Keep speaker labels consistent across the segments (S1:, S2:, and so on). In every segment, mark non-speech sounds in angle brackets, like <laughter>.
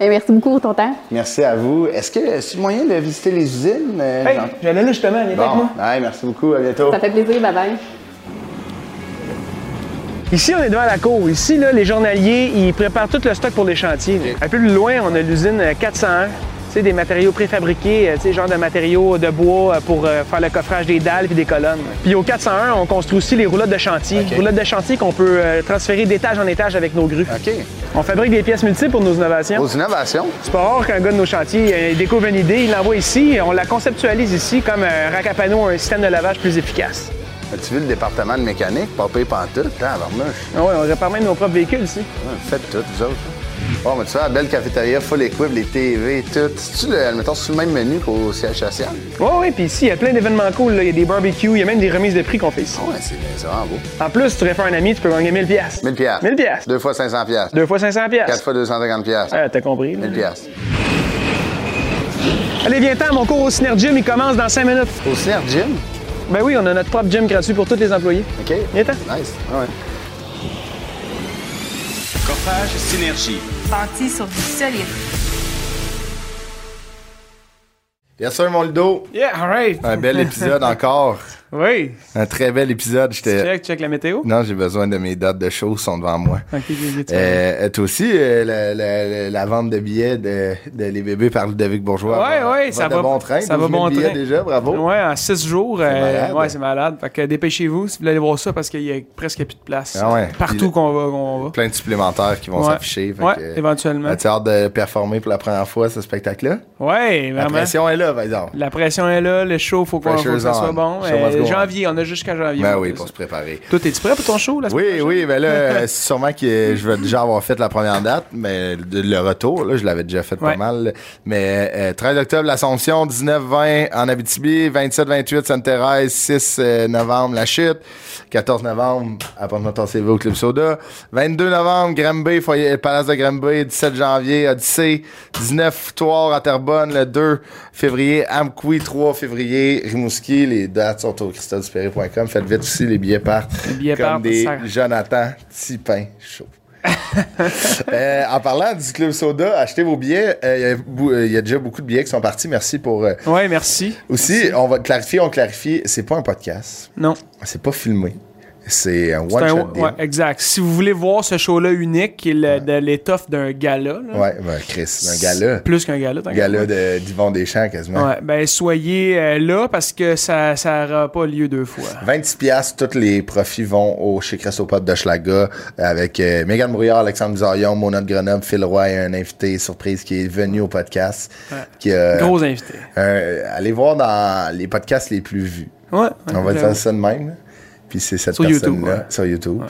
S1: Et Eh, merci beaucoup pour ton temps.
S2: Merci à vous. Est-ce que c'est moyen de visiter les usines? euh,
S3: Hey,
S2: Jean-
S3: j'allais là justement, viens avec
S2: Bon,
S3: moi.
S2: ouais, merci beaucoup. À bientôt.
S1: Ça fait plaisir, bye bye.
S3: Ici, on est devant la cour. Ici, là, les journaliers, ils préparent tout le stock pour les chantiers. là. Un peu plus loin, on a l'usine euh, 401. Tu sais, des matériaux préfabriqués, euh, tu sais, genre de matériaux de bois euh, pour euh, faire le coffrage des dalles puis des colonnes. Puis au 401, on construit aussi les roulottes de chantier.
S2: OK.
S3: Roulottes de chantier qu'on peut euh, transférer d'étage en étage avec nos grues.
S2: OK.
S3: On fabrique des pièces multiples pour nos innovations.
S2: Aux innovations.
S3: C'est pas rare qu'un gars de nos chantiers euh, il découvre une idée, il l'envoie ici, on la conceptualise ici comme un rack à panneaux, un système de lavage plus efficace.
S2: As-tu vu le département de mécanique? Pas payé pantoute. Hein, barnouche.
S3: Ah Ouais, on répare même nos propres véhicules ici.
S2: Ouais, Faites tout, vous autres. Bon, mais tu vois, la belle cafétéria, full équipe, les TV, tout. C'est-tu le, admettons, c'est-tu le même menu qu'au siège social?
S3: Oui, oui, puis ici, il y a plein d'événements cool. là. Il y a des barbecues, il y a même des remises de prix qu'on fait ici.
S2: Oh, Ouais, c'est c'est vraiment beau.
S3: En plus, si tu réfères un ami, tu peux gagner 1000 piastres.
S2: 1000 piastres.
S3: 1000 piastres.
S2: 2 fois 500 piastres.
S3: Deux fois 500
S2: 4
S3: piastres.
S2: fois 250 piastres.
S3: Ah, t'as compris. là.
S2: 1000 piastres.
S3: Allez, viens-t'en, mon cours au Synergym, il commence dans 5 minutes.
S2: Au Synergy Gym?
S3: Ben oui, on a notre propre gym gratuit pour tous les employés.
S2: OK.
S3: Viens-t'en.
S2: Nice. Ah ouais.
S4: Coffrage Synergie.
S5: bâti sur du solide.
S2: Bien sûr, mon Ludo.
S3: Yeah, alright. <laughs>
S2: Un bel épisode encore.
S3: Oui.
S2: Un très bel épisode. J'étais.
S3: Check, check la météo.
S2: Non, j'ai besoin de mes dates de show sont devant moi.
S3: Ok, ok, ok, tu vas-
S2: Euh, toi aussi, euh, la, la- la- la vente de billets de, de Les Bébés par Ludovic Bourgeois.
S3: Ouais,
S2: va-
S3: ouais, ça
S2: de
S3: va-
S2: bon train.
S3: ça
S2: 12
S3: va
S2: 000
S3: bon
S2: billets
S3: train.
S2: déjà, bravo.
S3: Ouais, en 6 jours. euh,
S2: malade.
S3: ouais, c'est malade. Fait que dépêchez-vous si vous voulez aller voir ça parce qu'il y a presque plus de place.
S2: Ah ouais.
S3: Partout
S2: Puis-
S3: qu'on va, qu'on va.
S2: Plein de supplémentaires qui vont
S3: Ouais.
S2: s'afficher. fait
S3: Ouais,
S2: que-
S3: éventuellement.
S2: As-tu hâte de performer pour la première fois ce spectacle-là?
S3: Ouais,
S2: La
S3: vraiment.
S2: pression est là, par exemple.
S3: La pression est là, le show, faut, qu'on, faut que ça
S2: Pressure's
S3: soit
S2: on.
S3: bon.
S2: Show must
S3: Euh,
S2: go on.
S3: janvier, on a jusqu'à janvier.
S2: Ben
S3: pour
S2: oui,
S3: faire
S2: pour
S3: ça.
S2: se préparer.
S3: Toi, es-tu prêt pour ton show la semaine
S2: Oui,
S3: <laughs>
S2: oui, ben là, euh, c'est sûrement que je vais déjà avoir fait la première date, mais de- le retour, là, je l'avais déjà fait pas
S3: Ouais.
S2: mal. là. Mais euh, 13 octobre, l'Assomption, 19-20 en Abitibi, 27-28 Sainte-Thérèse, 6 euh, novembre, La Chute, 14 novembre, apporte-moi ton CV au Club Soda, 22 novembre, Granby, foyer, Palace de Granby, 17 janvier, Odyssée, 19 Toire à Terrebonne, le 2 février, Amqui, 3 février, Rimouski, les dates sont au christodusperré.com, faites vite aussi, les billets partent.
S3: Les billets
S2: comme
S3: partent,
S2: des
S3: ça-
S2: Jonathan Tipin Chaud. <laughs> Euh, en parlant du Club Soda, achetez vos billets. Euh, Il y a bou- euh, il y, a déjà beaucoup de billets qui sont partis. Merci pour. euh,
S3: prochaine? Ouais, merci.
S2: Aussi, on va clarifier, on clarifie. C'est pas un podcast.
S3: Non.
S2: C'est pas filmé. C'est un
S3: C'est
S2: one
S3: un-
S2: shot deal.
S3: ouais, exact. Si vous voulez voir ce show-là unique, qui est le- de l'étoffe d'un gala. là,
S2: Ouais, ben, Chris, un gala.
S3: Plus qu'un gala.
S2: Un
S3: t'inquiète.
S2: gala de- d'Yvon Deschamps quasiment.
S3: Ouais, ben soyez euh, là parce que ça ça n'aura pas lieu deux fois.
S2: 26 piastres, tous les profits vont au chez Cresto Pop de Schlaga avec euh, Mégane Brouillard, Alexandre Zarion, Mona de Grenoble, Phil Roy et un invité surprise qui est venu au podcast. Qui, euh,
S3: Gros invité.
S2: Euh, allez voir dans les podcasts les plus vus.
S3: Ouais. ouais,
S2: On va
S3: j'avoue.
S2: dire ça de même. là. Puis c'est cette
S3: Sur
S2: personne-là
S3: YouTube, ouais.
S2: sur YouTube.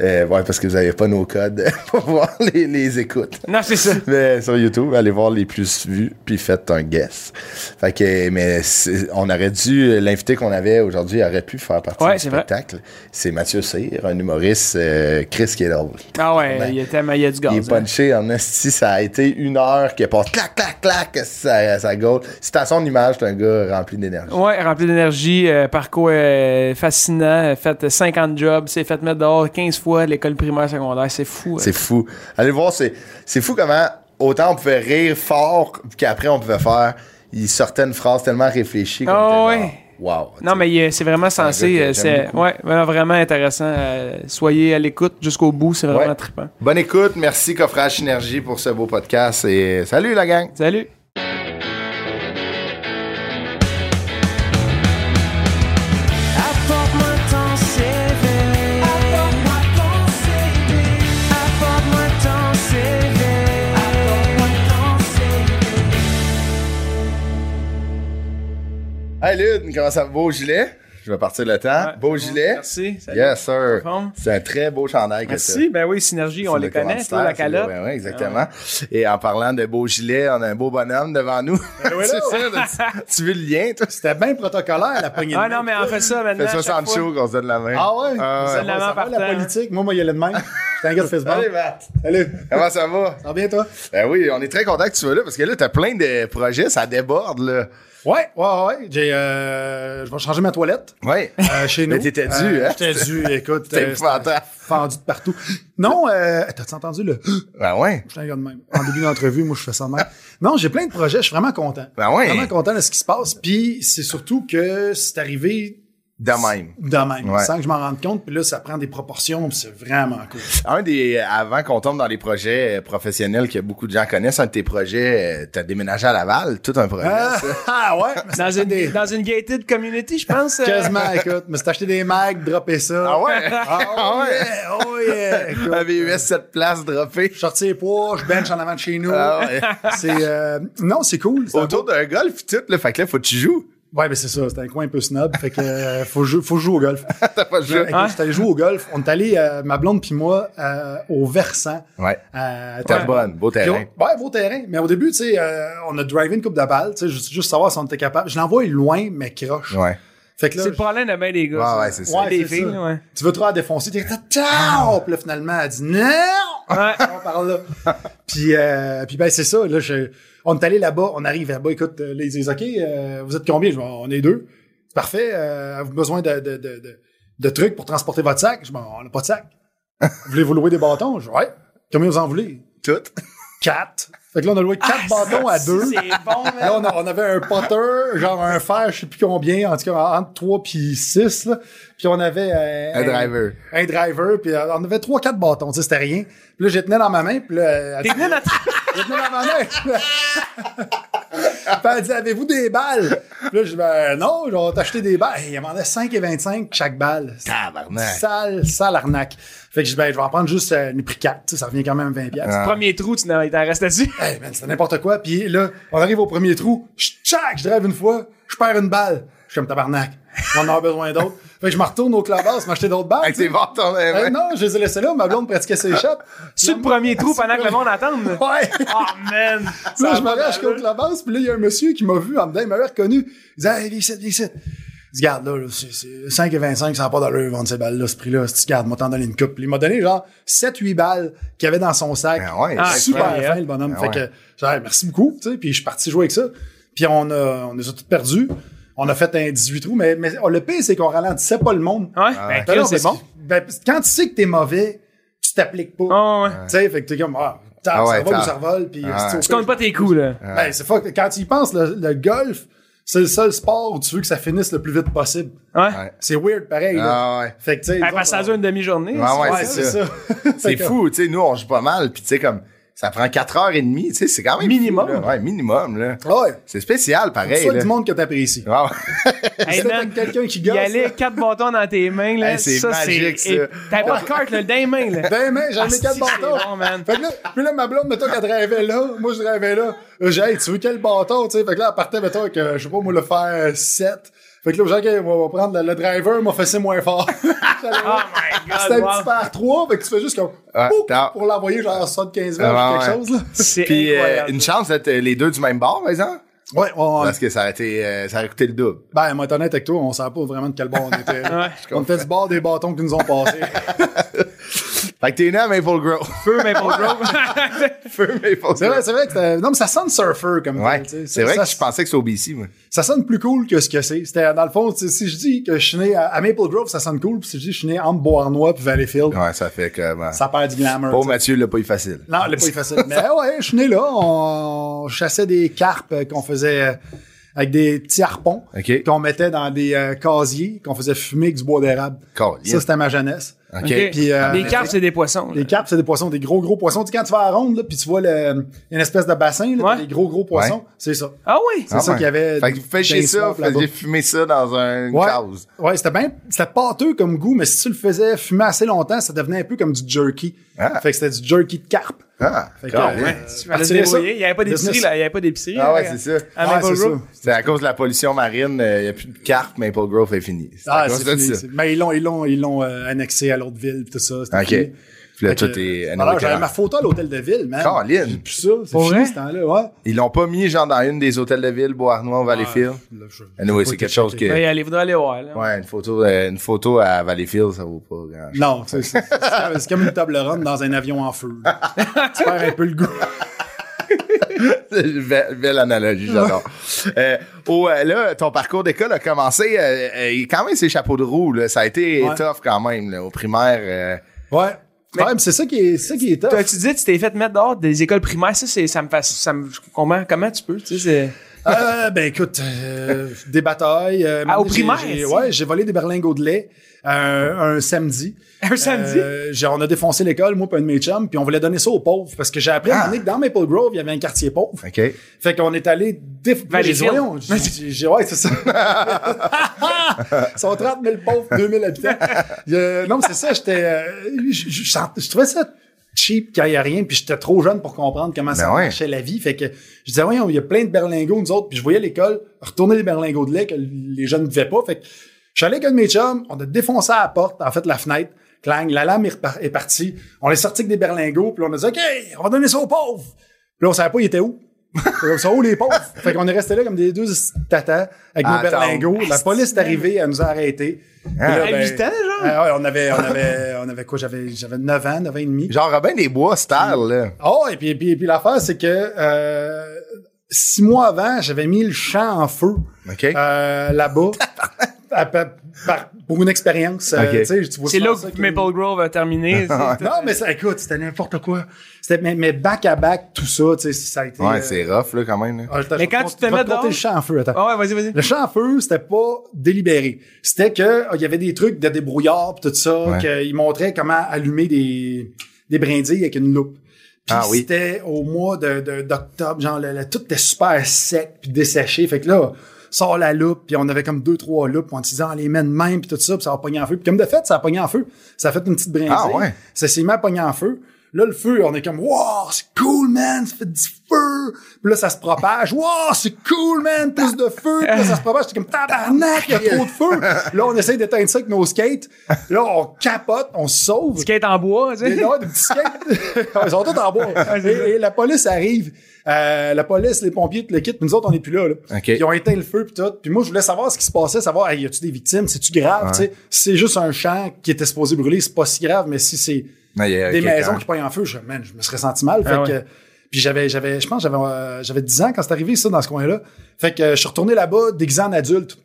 S2: Euh, ouais, parce que vous n'avez pas nos codes <laughs> pour voir les, les écoutes.
S3: Non, c'est ça.
S2: <laughs> Mais sur YouTube, allez voir les plus vus, puis faites un guess. Fait que, mais c'est- on aurait dû, l'invité qu'on avait aujourd'hui aurait pu faire partie
S3: Ouais,
S2: du
S3: c'est vrai.
S2: spectacle. C'est Mathieu Cyr, un humoriste, euh, Chris qui est drôle.
S3: Ah ouais,
S2: Ben,
S3: il, y a tellement, il y a du gaz.
S2: Il
S3: hein.
S2: est punché en esti, ça a été une heure qu'il passe clac, clac, clac, ça, ça goal. C'est à son image, c'est un gars rempli d'énergie.
S3: Ouais, rempli d'énergie, euh, parcours euh, fascinant, euh, fait 50 jobs, s'est fait mettre dehors 15 fois de l'école primaire secondaire, c'est fou. hein.
S2: C'est fou. Allez voir, c'est, c'est fou comment autant on pouvait rire fort, puis qu'après on pouvait faire. Il sortait une phrase tellement réfléchie. qu'on
S3: Ah
S2: était
S3: ouais.
S2: genre, Wow.
S3: Non, mais il est- c'est vraiment
S2: hein, un gars
S3: sensé.
S2: que
S3: euh,
S2: j'aime
S3: C'est ouais, vraiment, vraiment intéressant. euh, soyez à l'écoute jusqu'au bout, c'est vraiment
S2: Ouais.
S3: trippant.
S2: Bonne écoute, merci Coffrage Synergie pour ce beau podcast et salut la gang!
S3: Salut!
S6: Apporte-moi ton CV. Apporte-moi ton CV. Apporte-moi ton CV. Apporte-moi ton CV.
S2: Hey Lune, comment ça va? Beau gilet? Je vais partir le temps.
S3: Ouais,
S2: beau
S3: c'est bon.
S2: gilet?
S3: Merci. Salut.
S2: Yes, sir.
S3: Conforme.
S2: C'est un très beau chandail que t'as.
S3: Merci. Ben oui, Synergie, on
S2: C'est
S3: les
S2: le
S3: connaît,
S2: commanditaire,
S3: toi, la
S2: c'est ben le-
S3: calotte. Ah
S2: ouais, ouais, exactement. Et en parlant de beau gilet, on a un beau bonhomme devant nous.
S3: Ben oui,
S2: C'est
S3: <laughs> là.
S2: ça, tu, <laughs> tu veux le lien, toi?
S7: C'était bien protocolaire, la poignée de
S3: Ah
S7: main.
S3: non, mais on fait ça
S2: Ça
S3: maintenant.
S2: fait
S3: à chaque
S2: 60
S3: fois.
S2: shows qu'on se donne la main.
S7: Ah ouais?
S2: Ah
S7: Vous
S2: ouais.
S7: allez
S3: la main
S7: savoir
S3: partant.
S7: la politique. Moi, moi, il y a le même. T'es un gars de Facebook.
S2: Allez, Matt.
S7: Salut.
S2: Comment ça va?
S7: Ça va bien, toi?
S2: Ben oui, on est très content que tu sois là parce que là, t'as plein de projets, ça déborde, là.
S7: Ouais, ouais, ouais. J'ai, euh, je vais changer ma toilette.
S3: <laughs>
S2: Ouais.
S7: euh, <laughs> chez nous.
S2: Mais t'étais dû,
S7: Euh,
S2: hein?
S7: J'étais dû, <laughs> écoute.
S2: T'es
S7: euh, c'était
S2: épouvantable.
S7: Fendu de partout. Non, euh, t'as-tu entendu le... <gasps>
S2: Ben ouais.
S7: Je suis un gars de même. En début d'entrevue, moi, je fais ça <laughs> de même. Non, j'ai plein de projets. Je suis vraiment content.
S2: Ben ouais.
S7: Vraiment content de ce qui se passe. Puis c'est surtout que c'est arrivé
S2: De même.
S7: de même,
S2: Ouais.
S7: sans que je m'en rende compte. Puis là, ça prend des proportions. puis c'est vraiment cool.
S2: Un des. Avant qu'on tombe dans les projets euh, professionnels que beaucoup de gens connaissent, un de tes projets, euh, t'as déménagé à Laval, tout un projet.
S7: Ah,
S2: ça.
S7: <laughs> ah, ouais. mais c'est
S3: Dans
S7: <laughs> acheté
S3: une,
S7: des-
S3: dans une gated community, je pense. euh,
S7: Quasiment, écoute. Mais c'est acheté des mags, dropper ça.
S2: Ah ouais?
S7: Ah
S2: <laughs> Ah
S7: ouais.
S2: ouais?
S7: Oh yeah. Écoute, euh,
S2: Un VUS 7 places droppé.
S7: <laughs> je sortis les poids, je bench en avant de chez nous.
S2: Ah ouais.
S7: C'est euh, non, c'est cool. c'est un
S2: Autour d'un golf, pis tout, là. Fait que là, faut que tu joues.
S7: Ouais, mais c'est ça, c'était un coin un peu snob, fait que euh, faut, jouer, faut jouer au golf.
S2: <laughs> T'as pas joué.
S7: Écoute, J'étais allé jouer au golf, on est allé, euh, ma blonde puis moi, euh, au versant.
S2: Ouais.
S7: Euh,
S2: Terrebonne, beau
S7: Puis on-
S2: terrain.
S7: Ouais, beau terrain. Mais au début, tu sais, euh, on a drivé une coupe de balle, tu sais, juste, juste savoir si on était capable. Je l'envoie loin, mais croche.
S2: Ouais.
S7: Fait que là,
S3: C'est le problème de bien des gars.
S2: Ouais,
S3: ça.
S2: ouais, c'est ça.
S7: Ouais,
S3: Des
S7: c'est
S3: filles,
S7: ça.
S3: ouais. Ah.
S7: tu veux trop la défoncer, t'es Ciao! Puis là, finalement, elle dit non!
S3: Ouais.
S2: Ah.
S7: On parle
S3: <laughs>
S7: là. puis, euh, puis ben, c'est ça. Là, je- on est allé là-bas, on arrive là-bas. Écoute, euh, là, ils disent, OK, euh, vous êtes combien? Je dis, on est deux. C'est parfait. Euh, avez-vous besoin de, de, de, de, de trucs pour transporter votre sac? Je dis, Bon, on n'a pas
S3: <laughs>
S7: de sac. Voulez-vous louer des bâtons? Je dis, ouais. Combien vous en voulez?
S2: Tout.
S7: Quatre. Fait que là, on a loué quatre bâtons à deux.
S3: Ah, C'est bon, man.
S7: Là, on, a- on avait un potter, genre un fer, je sais plus combien, en tout cas entre 3 puis 6. Là. Puis on avait euh,
S2: Un driver.
S7: Un driver, puis euh, on avait 3-4 bâtons, tu sais, c'était rien. Puis là, je les tenais dans ma main, puis là, elle-
S3: T'es venu dans
S7: je les tenais dans ma main. puis là, puis elle dit, avez-vous des balles? Puis là, je dis, ben non, on va t'acheter des balles. Et il vendait 5 et 25 chaque balle.
S2: Tabarnak.
S7: Sale, sale arnaque. Fait que je dis, ben, je vais en prendre juste euh, les prix 4, tu sais, ça revient quand même 20$.
S2: Ah.
S7: piastres.
S3: premier trou, tu n'en- t'en restes
S7: <laughs>
S3: dessus.
S7: Hey, man, c'était n'importe quoi. Puis là, on arrive au premier trou. Je tchac, je drive une fois. Je perds une balle. Je suis comme tabarnak. On en a besoin d'autres. Fait que je me retourne au clubhouse, m'acheter d'autres balles.
S2: Avec
S7: tu sais.
S2: tes bâtons,
S7: Eh,
S2: Ah, ouais.
S7: non, je les ai laissés là. Ma blonde pratiquait ses shots.
S3: Sur le premier trou pendant que le monde attende.
S7: Ouais.
S3: Oh, man.
S7: Puis là,
S3: Ça
S7: je me
S3: va,
S7: rends
S3: là.
S7: jusqu'au clubhouse. Puis là, il y a un monsieur qui m'a vu en me disant, il m'avait reconnu. Il disait, hey, viens ici, viens ici. Il dit, garde, là, là, c'est, c'est 5 et 25, ça n'a pas d'allure, vendre ces balles-là, ce prix-là. Si tu gardes, moi, t'en donner une coupe. Puis il m'a donné, genre, 7-8 balles qu'il avait dans son sac.
S2: Ah ouais,
S3: Ah,
S7: super
S3: ouais.
S7: fin, le bonhomme.
S2: Ah
S7: fait
S2: ouais.
S7: que, j'ai dit, Hey, merci beaucoup, tu sais. Puis je suis parti jouer avec ça. Puis on a, on les a tous perdus. On a fait un 18 trous, mais, mais oh, le pire, c'est qu'on ralentissait pas le monde.
S3: Ouais, ben, Chris,
S7: Ben non,
S3: c'est
S7: parce
S3: bon.
S7: que- ben, quand tu sais que t'es mauvais, tu t'appliques pas.
S3: Ah, ouais.
S7: Tu sais, fait que t'es comme, ah, tap,
S2: Ah ouais,
S7: ça va ou
S2: tap.
S7: ça revole, puis
S2: Ah
S7: c'est
S2: ouais.
S7: au
S3: Tu comptes pas tes coups, là.
S2: Euh,
S7: ben, c'est fuck. Quand tu y penses, le, le golf, c'est le seul sport où tu veux que ça finisse le plus vite possible.
S3: Ouais.
S7: C'est weird, pareil. là.
S2: Ah ouais.
S7: Fait que, tu sais.
S3: Ben,
S7: nous
S3: parce que ça
S7: autres,
S3: dure une demi-journée.
S2: Ouais, ouais,
S7: on-
S2: c'est ça.
S7: <laughs> Fait
S2: C'est
S7: que-
S2: fou, tu sais, nous, on joue pas mal, puis tu sais, comme, ça prend 4h30, tu sais, c'est quand même.
S3: Minimum.
S2: fou, là. ouais, minimum, là.
S7: Ouais.
S2: C'est spécial, pareil.
S7: Soit
S2: là.
S7: du monde que t'apprécies.
S2: Ah ouais. <laughs>
S3: Hey,
S7: Si t'as
S3: man,
S7: quelqu'un qui
S3: Il y
S7: gosse, là.
S3: allait quatre bâtons dans tes mains, là.
S2: Hey, c'est
S3: ça,
S2: magique,
S3: c'est.
S2: ça.
S3: et- T'as pas de carte, là, le dingue main, là.
S7: Ben, mais j'en
S3: Ah,
S7: ai quatre
S3: si, c'est
S7: bâtons.
S3: bon, man.
S7: Fait que là, puis là, ma blonde, mettons qu'elle rêvait là, moi, je rêvais là. Euh, J'ai, hey, tu veux quel bâton, tu sais? Fait que là, elle partait, mettons, avec, euh, je sais pas, moi, le faire 7. Fait que là, j'ai, dit, OK, on va prendre le, le driver, m'a fait c'est moins fort. J'allais
S3: <laughs> Oh
S7: là.
S3: my god.
S7: C'était un
S3: wow.
S7: petit par 3, fait que tu fais juste comme,
S2: Ouais,
S7: boum,
S2: Ah, t'as-
S7: pour l'envoyer genre à 75 mètres
S2: Ah,
S7: ou quelque
S2: ouais.
S7: chose, là.
S3: C'est
S2: Puis, euh,
S3: incroyable.
S2: une chance d'être euh, les deux du même bord, par exemple.
S7: Ouais, on,
S2: Parce que ça a été, euh, ça a coûté le double.
S7: ben, moi, être honnête avec toi, on savait pas vraiment de quel bord on était. là.
S3: Ouais.
S7: on était du bord des bâtons qui nous ont passés.
S2: <laughs> Fait que t'es né à Maple <laughs> Grove.
S3: Feu <laughs> Maple Grove. <laughs>
S2: Feu Maple
S7: c'est vrai,
S2: Grove.
S7: c'est vrai que, ça- non, mais ça sonne surfer comme
S2: Ouais,
S7: tel, tu sais.
S2: c'est
S7: Ça-
S2: vrai
S7: ça-
S2: que je pensais que c'est au BC, moi.
S7: ça sonne plus cool que ce que c'est. C'était dans le fond, tu sais, si je dis que je suis né à, à Maple Grove, ça sonne cool, puis si je dis que je suis né entre Beauharnois puis Valleyfield,
S2: Ouais, ça fait que. ben,
S7: ça perd du glamour.
S2: Pauvre
S7: tu sais.
S2: Mathieu l'a pas eu facile.
S7: Non, le pas eu facile. Mais ah ouais, je suis né là, on chassait des carpes euh, qu'on faisait euh, avec des petits harpons
S2: OK.
S7: qu'on mettait dans des euh, casiers qu'on faisait fumer avec du bois d'érable.
S2: Colin.
S7: Ça c'était ma jeunesse.
S2: OK.
S3: Ok.
S7: Puis, euh,
S3: des carpes, c'est des poissons.
S7: Les carpes, c'est des poissons, des gros gros poissons. Tu sais, quand tu vas à la ronde là, puis tu vois le, une espèce de bassin, là,
S3: Ouais.
S7: t'as des gros gros poissons,
S2: Ouais.
S7: c'est ça.
S3: Ah oui.
S7: C'est ça qu'il y avait
S2: Fait que vous
S7: dans
S2: faites
S7: les
S2: ça,
S7: swamps
S2: vous
S7: là-bas.
S2: faisiez fumer ça dans un
S7: Ouais,
S2: cause.
S7: ouais c'était bien, c'était pâteux comme goût, mais si tu le faisais fumer assez longtemps, ça devenait un peu comme du jerky.
S2: Ah.
S7: Fait que c'était du jerky de carpe.
S2: Ah,
S7: Fait que,
S2: Colin.
S7: euh,
S3: Tu vas se
S7: Attirer ça.
S3: débrouiller. Il n'y avait pas d'épicerie,
S7: Business.
S3: là. Il n'y avait pas d'épicerie.
S2: Ah ouais,
S3: là.
S2: c'est ça.
S3: À
S7: Ouais,
S3: Maple
S7: c'est
S3: Grove.
S7: ça.
S2: C'est à cause de la pollution marine, il n'y a plus de carpe, Maple Grove est fini. C'est à
S7: Ah,
S2: cause
S7: c'est
S2: de ça.
S7: fini, c'est- Mais ils l'ont, ils l'ont, ils l'ont euh, annexé à l'autre ville, pis tout ça. c'était
S2: OK.
S7: fini.
S2: Puis Puis là,
S7: Fait que, euh,
S2: tout est anyway,
S7: Alors, j'avais
S2: correct.
S7: ma photo à l'hôtel de ville, man.
S2: Colin.
S7: J'ai plus ça. C'est
S3: Pour
S7: fini,
S3: vrai?
S7: ce temps-là, ouais.
S2: Ils l'ont pas mis, genre, dans une des hôtels de ville, Beauharnois, ou Valleyfield.
S7: Ah, Là, je-
S2: Anyway,
S7: j'ai
S2: c'est
S7: pas été
S2: quelque chose
S7: checké.
S2: que.
S3: Ben, allez, vous aller voir. là.
S2: Ouais, une photo, euh, une photo à Valleyfield, ça vaut pas grand-chose. <laughs>
S7: Non, tu sais, c'est c'est comme- c'est comme une table ronde dans un avion en feu. <laughs> tu perds un peu le goût.
S2: belle, belle analogie, j'adore. Euh, oh, euh, là, ton parcours d'école a commencé, euh, euh, quand même, c'est chapeaux de roue, là. Ça a été
S7: Ouais.
S2: tough quand même, là, au primaire. euh,
S7: Ouais. Ouais, mais c'est ça qui est, c'est ça qui est tough.
S3: T'as-tu dit, tu t'es fait mettre dehors des écoles primaires, ça, c'est, ça me fait, ça me, comment, comment tu peux, tu sais, c'est-
S7: Euh, ben écoute, euh, des batailles. euh,
S3: Ah, au
S7: j'ai-
S3: primaire,
S7: j'ai-
S3: c'est-
S7: Ouais, j'ai volé des berlingots de lait euh, un samedi.
S3: un samedi?
S7: Euh, j'ai- on a défoncé l'école, moi, pas un de mes chums, puis on voulait donner ça aux pauvres parce que j'ai appris
S3: Ah.
S7: à un moment donné que dans Maple Grove, il y avait un quartier pauvre.
S2: OK.
S7: Fait qu'on est allé déf...
S3: Valleyfield.
S7: J'ai dit, voyons, j'ai- j'ai- j'ai- ouais, c'est ça. Ils sont 30 000 pauvres, 2 000 habitants. Euh, non, mais c'est ça, j'étais... euh, je- je sent- je trouvais ça cheap quand il n'y a rien, puis j'étais trop jeune pour comprendre comment ça
S2: Ben ouais.
S7: marchait la vie. Fait que je disais, voyons, il y a plein de berlingots, nous autres. Puis je voyais l'école retourner les berlingots de lait que les jeunes ne buvaient pas. Fait que je suis allé avec un de mes chums, on a défoncé à la porte, en fait, la fenêtre. Clang, la lame est repar- est partie. On est sorti avec des berlingots, puis on a dit, OK, on va donner ça aux pauvres. Puis là, on savait pas, il était où. Ils sont où les pauvres? Fait qu'on est resté là comme des deux tatas avec nos
S2: Attends.
S7: berlingots. La police est arrivée, elle nous a arrêtés. Puis là,
S2: À
S7: ben,
S3: huit ans, genre?
S7: ah ouais, on avait, on avait, on avait quoi? J'avais, j'avais 9 ans, 9 ans et demi.
S2: Genre, Robin des Bois, star, là.
S7: Oh, et puis, et puis, et puis l'affaire, c'est que euh, six mois avant, j'avais mis le champ en feu
S2: OK.
S7: euh, là-bas à- par- par- pour une expérience. euh,
S2: Ok.
S7: tu sais, tu vois
S3: c'est
S7: souvent
S3: là
S7: ça
S3: que
S7: qui-
S3: Maple Grove a
S7: <laughs>
S3: terminé. c'est-
S7: Non, mais ça, écoute, c'était n'importe quoi. C'était, mais, mais back à back, tout ça, tu sais, ça a été.
S2: ouais,
S7: euh,
S2: c'est rough, là, quand même. là.
S7: ah, attends,
S3: Mais
S7: je vais
S3: quand
S7: te-
S3: tu te
S7: je vais
S3: mets
S7: te compter
S3: dehors-
S7: le champ en feu, attends.
S3: Ah ouais, vas-y, vas-y.
S7: Le champ à feu, c'était pas délibéré. C'était que ah, il y avait des trucs de débrouillard pis tout ça,
S2: Ouais.
S7: qu'ils montraient comment allumer des, des brindilles avec une loupe. Puis
S2: Ah oui.
S7: c'était au mois de- de- d'octobre, genre le- le- tout était super sec puis desséché. Fait que là, sort la loupe, puis on avait comme deux, trois loupes, puis on se disait on les met de même puis tout ça, puis ça a pogné en feu. Puis comme de fait, ça a pogné en feu. Ça a fait une petite brindille.
S2: Ah ouais.
S7: Ça s'est mis à pogner en feu. Là, le feu, on est comme, wow, c'est cool, man, ça fait du feu. Puis là, ça se propage. Wow, c'est cool, man, plus de feu. Puis là, ça se propage. C'est comme, tabarnak, il y a trop de feu. Là, on essaye d'éteindre ça avec nos skates. Là, on capote, on se sauve.
S3: Skate en bois, tu
S7: Des,
S3: sais.
S7: ouais, des petits skates. <laughs> Ils sont tous en bois. Et, et la police arrive. Euh, la police, les pompiers, le kit. Nous autres, on n'est plus là. là.
S2: OK.
S7: Ils ont éteint le feu puis tout. Puis moi, je voulais savoir ce qui se passait, savoir, hey, y a-tu des victimes, c'est-tu grave, tu sais. Si c'est juste un champ qui était supposé brûler, c'est pas si grave, mais si c'est
S2: Non, il y a
S7: des
S2: euh, quelqu'un.
S7: maisons qui pognent en feu, je, man, je me serais senti mal. Fait
S3: Ah ouais.
S7: que, puis j'avais, j'avais, je pense, que j'avais, euh, j'avais 10 ans quand c'est arrivé, ça, dans ce coin-là. Fait que euh, je suis retourné là-bas déguisé
S2: <laughs>
S7: en adulte.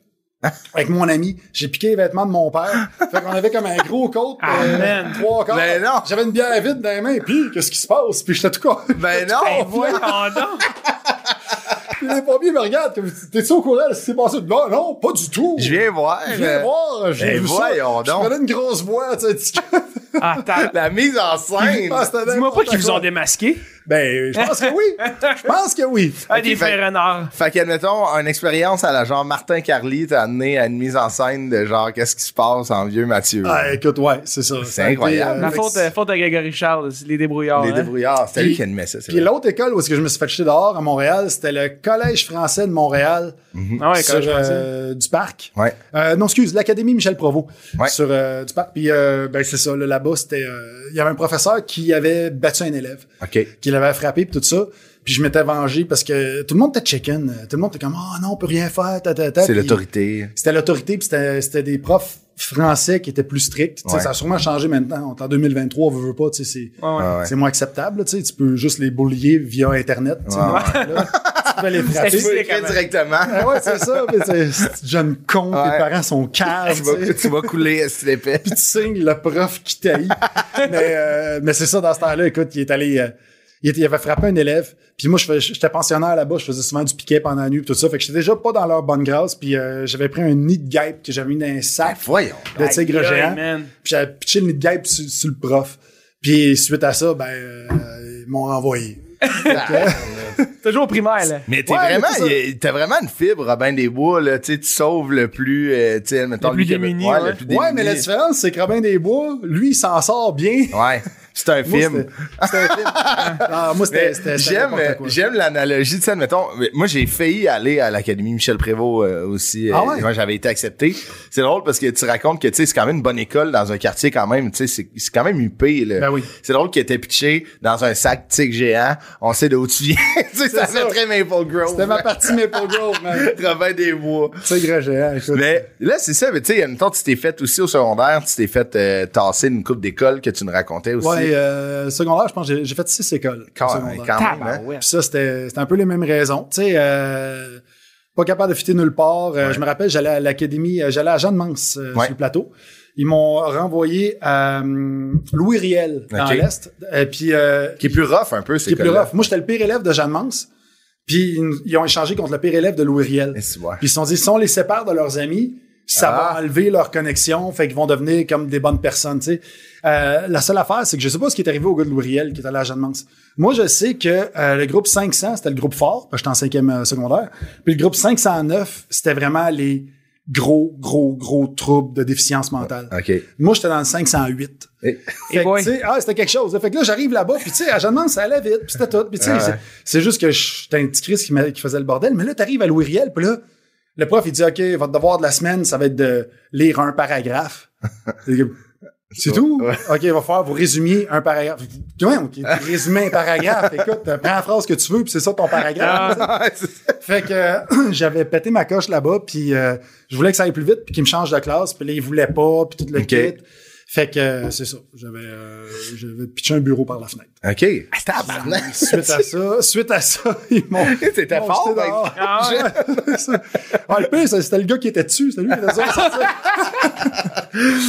S7: Avec mon ami, j'ai piqué les vêtements de mon père. Fait qu'on avait comme un gros coat, euh,
S3: Ah, man.
S7: trois quarts.
S2: Ben non.
S7: J'avais une bière vide dans les mains, puis qu'est-ce qui se passe? Puis j'étais tout con. <laughs>
S3: <laughs>
S2: Ben
S3: Hey,
S2: non!
S3: voyons donc.
S7: Puis les pompiers me regardent, comme, t'es-tu au courant de ce qui s'est passé? Non, non, pas du tout.
S2: Je viens voir.
S7: Je viens
S2: euh,
S7: voir, j'ai
S2: ben
S7: vu ça.
S2: voyons
S7: Je
S2: donc.
S7: prenais une grosse voix, tu sais, <laughs> un petit peu.
S3: Ah, t'as-
S2: La mise en scène!
S7: <laughs> Ah, c'était
S3: Dis-moi pas
S7: n'importe
S3: qu'ils vous ont
S7: quoi.
S3: démasqué.
S7: Ben, je pense que oui. Je pense que oui.
S2: <laughs>
S3: Ah, des
S2: fait-
S3: frères renards.
S2: Fait qu'admettons, une expérience à la genre Martin Carly t'a amené à une mise en scène de genre qu'est-ce qui se passe en vieux Mathieu.
S7: Ah, écoute, ouais, c'est ça.
S2: C'est incroyable.
S3: La
S2: Fait
S3: faute, euh, faute à Grégory Charles, c'est les débrouillards.
S2: les
S3: hein.
S2: débrouillards, c'est
S7: Puis-
S2: lui qui animait ça. c'est
S7: Puis
S2: vrai.
S7: l'autre école où est-ce que je me suis fait jeter dehors à Montréal, c'était le Collège français de Montréal
S3: Ah ouais,
S7: sur,
S3: quand je pensais.
S7: euh, du parc.
S2: Mhm. Ouais.
S7: Euh, non, excuse, l'Académie Michel Provost
S2: Ouais.
S7: sur euh, du parc. Puis euh, ben, c'est ça, là, là-bas, c'était euh, il y avait un professeur qui avait battu un élève,
S2: OK.
S7: qui l'avait frappé puis tout ça. Puis je m'étais vengé parce que tout le monde était chicken. Tout le monde était comme « Ah non, on peut rien faire, ta, ta, ta.
S2: C'est
S7: Puis-
S2: l'autorité.
S7: c'était l'autorité, puis c'était c'était des profs français qui étaient plus stricts. Tu sais,
S2: Ouais.
S7: Ça a sûrement changé maintenant. On est En 2023, on veut, veut pas, tu sais, c'est
S3: ouais.
S2: Ah ouais.
S7: c'est moins acceptable. là, Tu sais, tu peux juste les boulier via Internet. Tu sais,
S2: Ouais,
S7: là, tu peux les
S2: Tu
S7: frapper.
S2: peux
S3: C'est
S2: écrire
S3: quand même-
S2: directement.
S7: Ah ouais, c'est ça. mais c'est- c'est jeune con,
S2: Ouais.
S7: tes parents sont
S2: <laughs>
S7: calmes.
S2: tu, vas, tu vas couler, c'est l'épée.
S7: puis <laughs> tu signes le prof
S2: <laughs>
S7: qui taillit. mais euh, mais c'est ça, dans ce temps-là, écoute, il est allé... euh, il, était- il avait frappé un élève. Puis moi, je fais- j'étais pensionnaire là-bas, je faisais souvent du piquet pendant la nuit, puis tout ça. Fait que j'étais déjà pas dans leur bonne grâce. Puis euh, j'avais pris un nid de guêpe que j'avais mis dans un sac <laughs>
S2: Voyons.
S7: de tigre
S3: Aïe, aïe,
S7: géant.
S3: man.
S7: Puis j'avais pitché le nid de guêpe sur, sur le prof. Puis suite à ça, ben, euh, ils m'ont renvoyé.
S3: Toujours au primaire, là.
S2: Mais t'es
S7: Ouais, mais
S2: vraiment,
S7: c'est ça.
S2: y- t'as vraiment une fibre, Robin des Bois, là. Tu sais, tu sauves le plus, euh, tu sais, mettons,
S3: Le plus
S2: lui qui avait-
S3: démuni,
S2: ouais,
S3: ouais.
S2: le plus
S7: Ouais, mais la
S2: démuni. <laughs>
S7: différence, c'est que Robin Desbois, lui, il s'en sort bien.
S2: Ouais. C'est un
S7: Moi,
S2: film.
S7: c'était- C'était un film. Ah, moi, c'était-
S2: Mais
S7: c'était. c'était
S2: J'aime, euh,
S7: n'importe quoi.
S2: j'aime l'analogie, tu sais, admettons, mais moi j'ai failli aller à l'Académie Michel Prévost euh, aussi, euh,
S7: Ah ouais?
S2: moi j'avais été accepté. C'est drôle parce que tu racontes que tu sais, c'est quand même une bonne école dans un quartier quand même, tu sais, c'est c'est quand même huppé. Là.
S7: Ben oui.
S2: C'est drôle qu'il était pitché dans un sac tic géant, on sait d'où tu viens, <laughs> tu sais, ça
S7: ça.
S2: fait très Maple Grove.
S7: C'était ma partie Maple Grove,
S2: <laughs>
S7: man.
S2: Robin des Bois.
S7: Tigre géant, écoute.
S2: Mais là, c'est ça, mais tu sais, il y a une temps, tu t'es fait aussi au secondaire, tu t'es fait euh, tasser d'une coupe d'école que tu nous racontais aussi.
S7: Ouais, euh, secondaire, je pense que j'ai- j'ai fait six écoles. au
S2: quand,
S7: secondaire.
S2: quand même, hein.
S3: Tabarouette.
S7: Puis ça, c'était c'était un peu les mêmes raisons. Tu sais, euh, pas capable de fitter nulle part. Euh, Je me rappelle, j'allais à l'académie, euh, j'allais à Jeanne Mance euh,
S2: Ouais.
S7: sur le plateau. Ils m'ont renvoyé à euh, Louis Riel dans
S2: Ok.
S7: l'Est. Et puis, euh,
S2: Qui est plus rough un peu, c'est
S7: qui est plus rough. Moi, j'étais le pire élève de Jeanne Mance. Puis ils- ils ont échangé contre le pire élève de Louis Riel.
S2: Et tu vois.
S7: Puis ils se sont dit, si on les sépare de leurs amis, ça
S2: Eh, Ah.
S7: va enlever leur connexion, fait qu'ils vont devenir comme des bonnes personnes, tu sais. Euh, la seule affaire, c'est que je sais pas ce qui est arrivé au gars de Louis Riel qui est allé à Jeanne Mance. Moi, je sais que euh, le groupe 500, c'était le groupe fort, parce que j'étais en cinquième euh, secondaire. Puis le groupe 509, c'était vraiment les gros, gros, gros troubles de déficience mentale.
S2: Ah, OK.
S7: Moi, j'étais dans le 508.
S2: Eh.
S7: Fait que,
S3: boy.
S7: tu sais, ah, c'était quelque chose. Fait que là, j'arrive là-bas, puis tu sais, à Jeanne-Mance, ça allait vite, puis c'était tout. Puis tu sais,
S2: Ah ouais.
S7: c'est- c'est juste que j'étais un petit Chris qui, m'a- qui faisait le bordel. Mais là, t'arrives à Louis Riel, puis là, le prof, il dit, OK, votre devoir de la semaine, ça va être de lire un paragraphe. C'est tout?
S2: Ouais.
S7: OK, il va falloir vous résumer un paragraphe. Ouais, OK, résumer un paragraphe. Écoute, prends la phrase que tu veux, puis c'est ça ton paragraphe.
S2: Ah,
S7: Fait que euh, <clears throat> j'avais pété ma coche là-bas, puis euh, je voulais que ça aille plus vite, puis qu'ils me changent de classe, puis là, ils voulaient pas, puis tout le
S2: Ok.
S7: kit. Fait que euh, c'est ça. J'avais, euh, j'avais pitché un bureau par la fenêtre.
S2: OK.
S7: Ah,
S2: Tabarnak.
S7: Suite à ça, suite à ça, <laughs> ils m'ont.
S2: Ah, C'était
S7: ils m'ont
S2: fort,
S7: jeté
S2: ben.
S7: dehors. <laughs> Ah, le pire, c'est- c'était le gars qui était dessus. C'était lui
S2: <laughs>
S7: qui était dessus.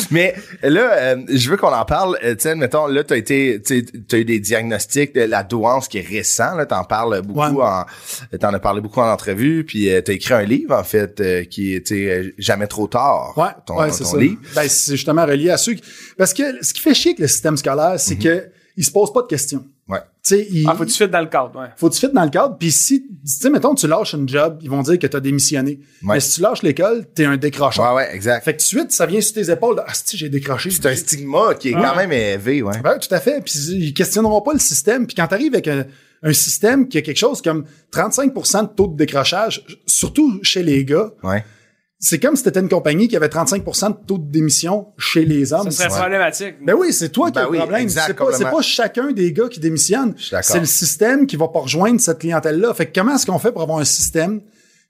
S2: <laughs> Mais là, euh, je veux qu'on en parle. Euh, tu sais, mettons, là, t'as été, tu sais, t'as eu des diagnostics de la douance qui est récent. Là, t'en parles beaucoup.
S7: Ouais.
S2: En, euh, t'en as parlé beaucoup en entrevue. Puis euh, t'as écrit un livre en fait euh, qui était euh, jamais trop tard.
S7: Ouais,
S2: ton,
S7: ouais,
S2: ton
S7: c'est ça.
S2: livre.
S7: Ben, c'est justement relié à ceux qui... Parce que ce qui fait chier avec le système scolaire, c'est
S2: Mhm.
S7: que ils se posent pas de questions.
S2: Ouais.
S7: Tu sais, ils...
S3: Ah, faut que tu fites dans le cadre, ouais.
S7: faut que tu fites dans le cadre. Puis si, tu sais, mettons, tu lâches une job, ils vont dire que tu as démissionné.
S2: Ouais.
S7: Mais si tu lâches l'école, t'es un décrocheur.
S2: Ouais, ouais, exact.
S7: Fait que tout de suite, ça vient sur tes épaules. de, Ah, si j'ai décroché. Ben,
S2: C'est un stigma qui est quand même élevé, ouais.
S7: Ouais, tout à fait. Puis ils questionneront pas le système. Puis quand t'arrives avec un, un système qui a quelque chose comme 35 de taux de décrochage, surtout chez les gars,
S2: Ouais.
S7: c'est comme si t'étais une compagnie qui avait 35 de taux de démission chez les hommes.
S3: Ça serait
S7: Ouais.
S3: problématique.
S7: Ben oui, c'est toi qui
S2: Ben
S7: as le
S2: oui,
S7: problème.
S2: exact,
S7: C'est pas, c'est
S2: complètement.
S7: pas chacun des gars qui démissionne.
S2: suis d'accord.
S7: C'est le système qui va pas rejoindre cette clientèle-là. Fait que comment est-ce qu'on fait pour avoir un système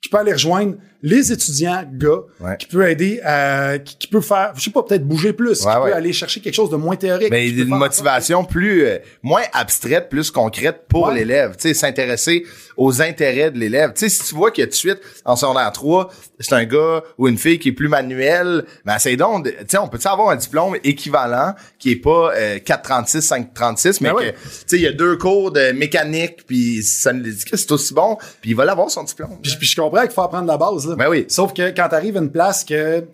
S7: qui peut aller rejoindre les étudiants gars,
S2: Ouais.
S7: qui peut aider à, qui, qui peut faire, je sais pas, peut-être bouger plus,
S2: Ouais,
S7: qui
S2: ouais.
S7: peut aller chercher quelque chose de moins théorique.
S2: Mais
S7: qui peut
S2: une
S7: faire en sorte-
S2: motivation plus euh, moins abstraite, plus concrète pour
S7: Ouais.
S2: l'élève. Tu sais, s'intéresser aux intérêts de l'élève. Tu sais, si tu vois que tout de suite, en secondaire 3, c'est un gars ou une fille qui est plus manuelle, ben c'est donc, de- tu sais, on peut avoir un diplôme équivalent qui est pas euh, 436, 536, mais
S7: Ben
S2: que,
S7: ouais.
S2: tu sais, il y a deux cours de mécanique, puis ça nous dit que c'est aussi bon, puis il va l'avoir son diplôme.
S7: Puis, puis je comprends qu'il faut apprendre la base, là.
S2: Ben oui.
S7: Sauf que quand t'arrives à une place que, tu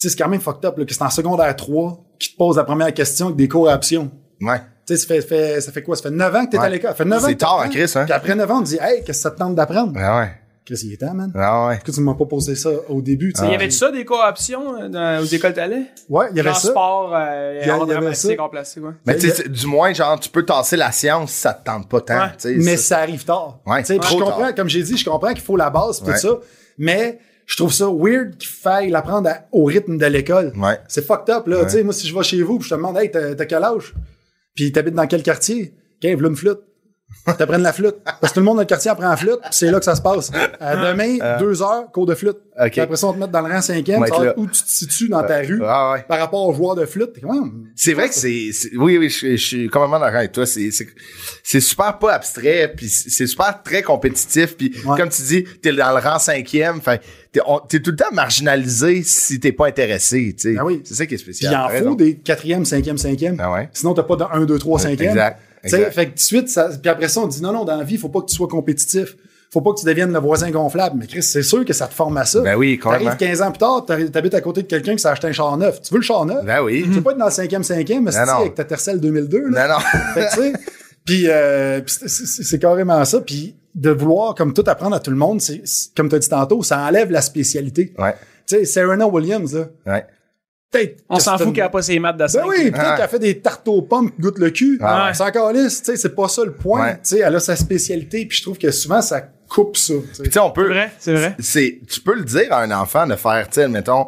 S7: sais, c'est quand même fucked up, là, que c'est en secondaire 3 qui te pose la première question avec des cours à option.
S2: Ouais.
S7: Tu sais, ça fait, fait- ça fait quoi? Ça fait 9 ans que t'es
S2: Ouais.
S7: à l'école. Ça fait 9 ans
S2: C'est
S7: que t'es
S2: tard,
S7: dedans.
S2: hein, Chris, hein?
S7: Puis après 9 ans, on te dit, hey, qu'est-ce que ça te tente d'apprendre?
S2: Ouais, ouais. Ah.
S7: Chris, il est temps, man.
S2: Ouais, ouais.
S7: Pourquoi tu m'as pas posé ça au début? tu sais?
S3: Il y avait ça des co-options euh, dans- aux écoles d'allée?
S7: Ouais, il y avait
S3: Genre
S7: ça.
S3: sport, euh,
S7: Il y
S3: et
S7: a-
S3: art
S7: il y avait
S3: dramatique,
S7: ça.
S3: en plastique, ouais.
S2: Mais tu
S7: y a-
S2: sais, c'est- du moins, genre, tu peux tasser la science, ça te tente pas tant.
S3: Ouais.
S2: tu sais,
S7: Mais
S2: ça-
S7: ça arrive tard.
S2: Ouais,
S7: Tu sais, puis
S2: trop
S7: je comprends,
S2: tard.
S7: comme j'ai dit, je comprends qu'il faut la base, puis
S2: Ouais.
S7: tout ça. Mais je trouve ça weird qu'il faille l'apprendre à- au rythme de l'école.
S2: Ouais.
S7: C'est fucked up, là. Tu sais, moi, si je vais chez vous, puis je te demande, hey, t'as t'as quel âge? Puis t'habites dans quel quartier? Qu'est-ce que une flûte? T'apprennes la flûte. Parce que tout le monde dans le quartier apprend la flûte, puis c'est là que ça se passe. À demain, deux heures, cours de flûte.
S2: Ah. Ok.
S7: Puis après ça, on te met dans le rang cinquième,
S2: Ouais,
S7: ça va
S2: là.
S7: être où tu te situes dans ta rue
S2: Ah ouais.
S7: par rapport aux joueurs de flûte. T'es comme, ah,
S2: C'est vrai que c'est, c'est- oui, oui, je, je suis complètement d'accord avec toi. C'est, c'est, c'est super pas abstrait, puis c'est c'est super très compétitif, puis
S7: Ouais.
S2: comme tu dis, t'es dans le rang cinquième, enfin, t'es, on- t'es tout le temps marginalisé si t'es pas intéressé, tu sais.
S7: Ah oui.
S2: C'est ça qui est
S7: Puis
S2: spécial.
S7: il en
S2: t'as raison.
S7: faut des quatrième, cinquième, cinquième.
S2: Ah ouais.
S7: Sinon, t'as pas dans un, deux, trois, cinquième.
S2: exact,
S7: Tu sais,
S2: exact.
S7: Fait que tout de suite, ça, puis après ça, on dit non, non, dans la vie, faut pas que tu sois compétitif. Faut pas que tu deviennes le voisin gonflable. Mais Chris, c'est sûr que ça te forme à ça.
S2: Ben oui, complètement.
S7: T'arrives 15 ans plus tard, t'arri- t'habites à côté de quelqu'un qui s'est acheté un char neuf. Tu veux le char neuf?
S2: Ben oui.
S7: <laughs>
S2: Ben
S7: Tu veux pas être dans le cinquième, cinquième, mais c'est
S2: non. Ben
S7: avec ta Tercel 2002. là.
S2: Non, non.
S7: Fait que,
S2: <laughs>
S7: tu sais, puis, euh, puis c'est- c'est c'est carrément ça. Puis de vouloir comme tout apprendre à tout le monde, c'est c'est- comme tu as dit tantôt, ça enlève la spécialité.
S2: Ouais.
S7: Tu sais, Serena Williams, là,
S2: Ouais.
S7: peut-être.
S3: On
S7: que
S3: s'en
S7: c'est
S3: fout
S7: une-
S3: qu'elle n'a pas ses maths de
S7: Ben
S3: cinq.
S7: oui, peut-être
S2: Ouais.
S7: qu'elle fait des tartes aux pommes qui goûtent le cul.
S2: Ah ouais.
S7: C'est encore lisse, tu sais, c'est pas ça le point.
S2: Ouais.
S7: Tu sais, elle a sa spécialité, puis je trouve que souvent, ça coupe ça. tu sais.
S2: Tu sais, on
S3: C'est
S2: peut.
S3: vrai, c'est vrai.
S2: c'est tu peux le dire à un enfant de faire tu sais mettons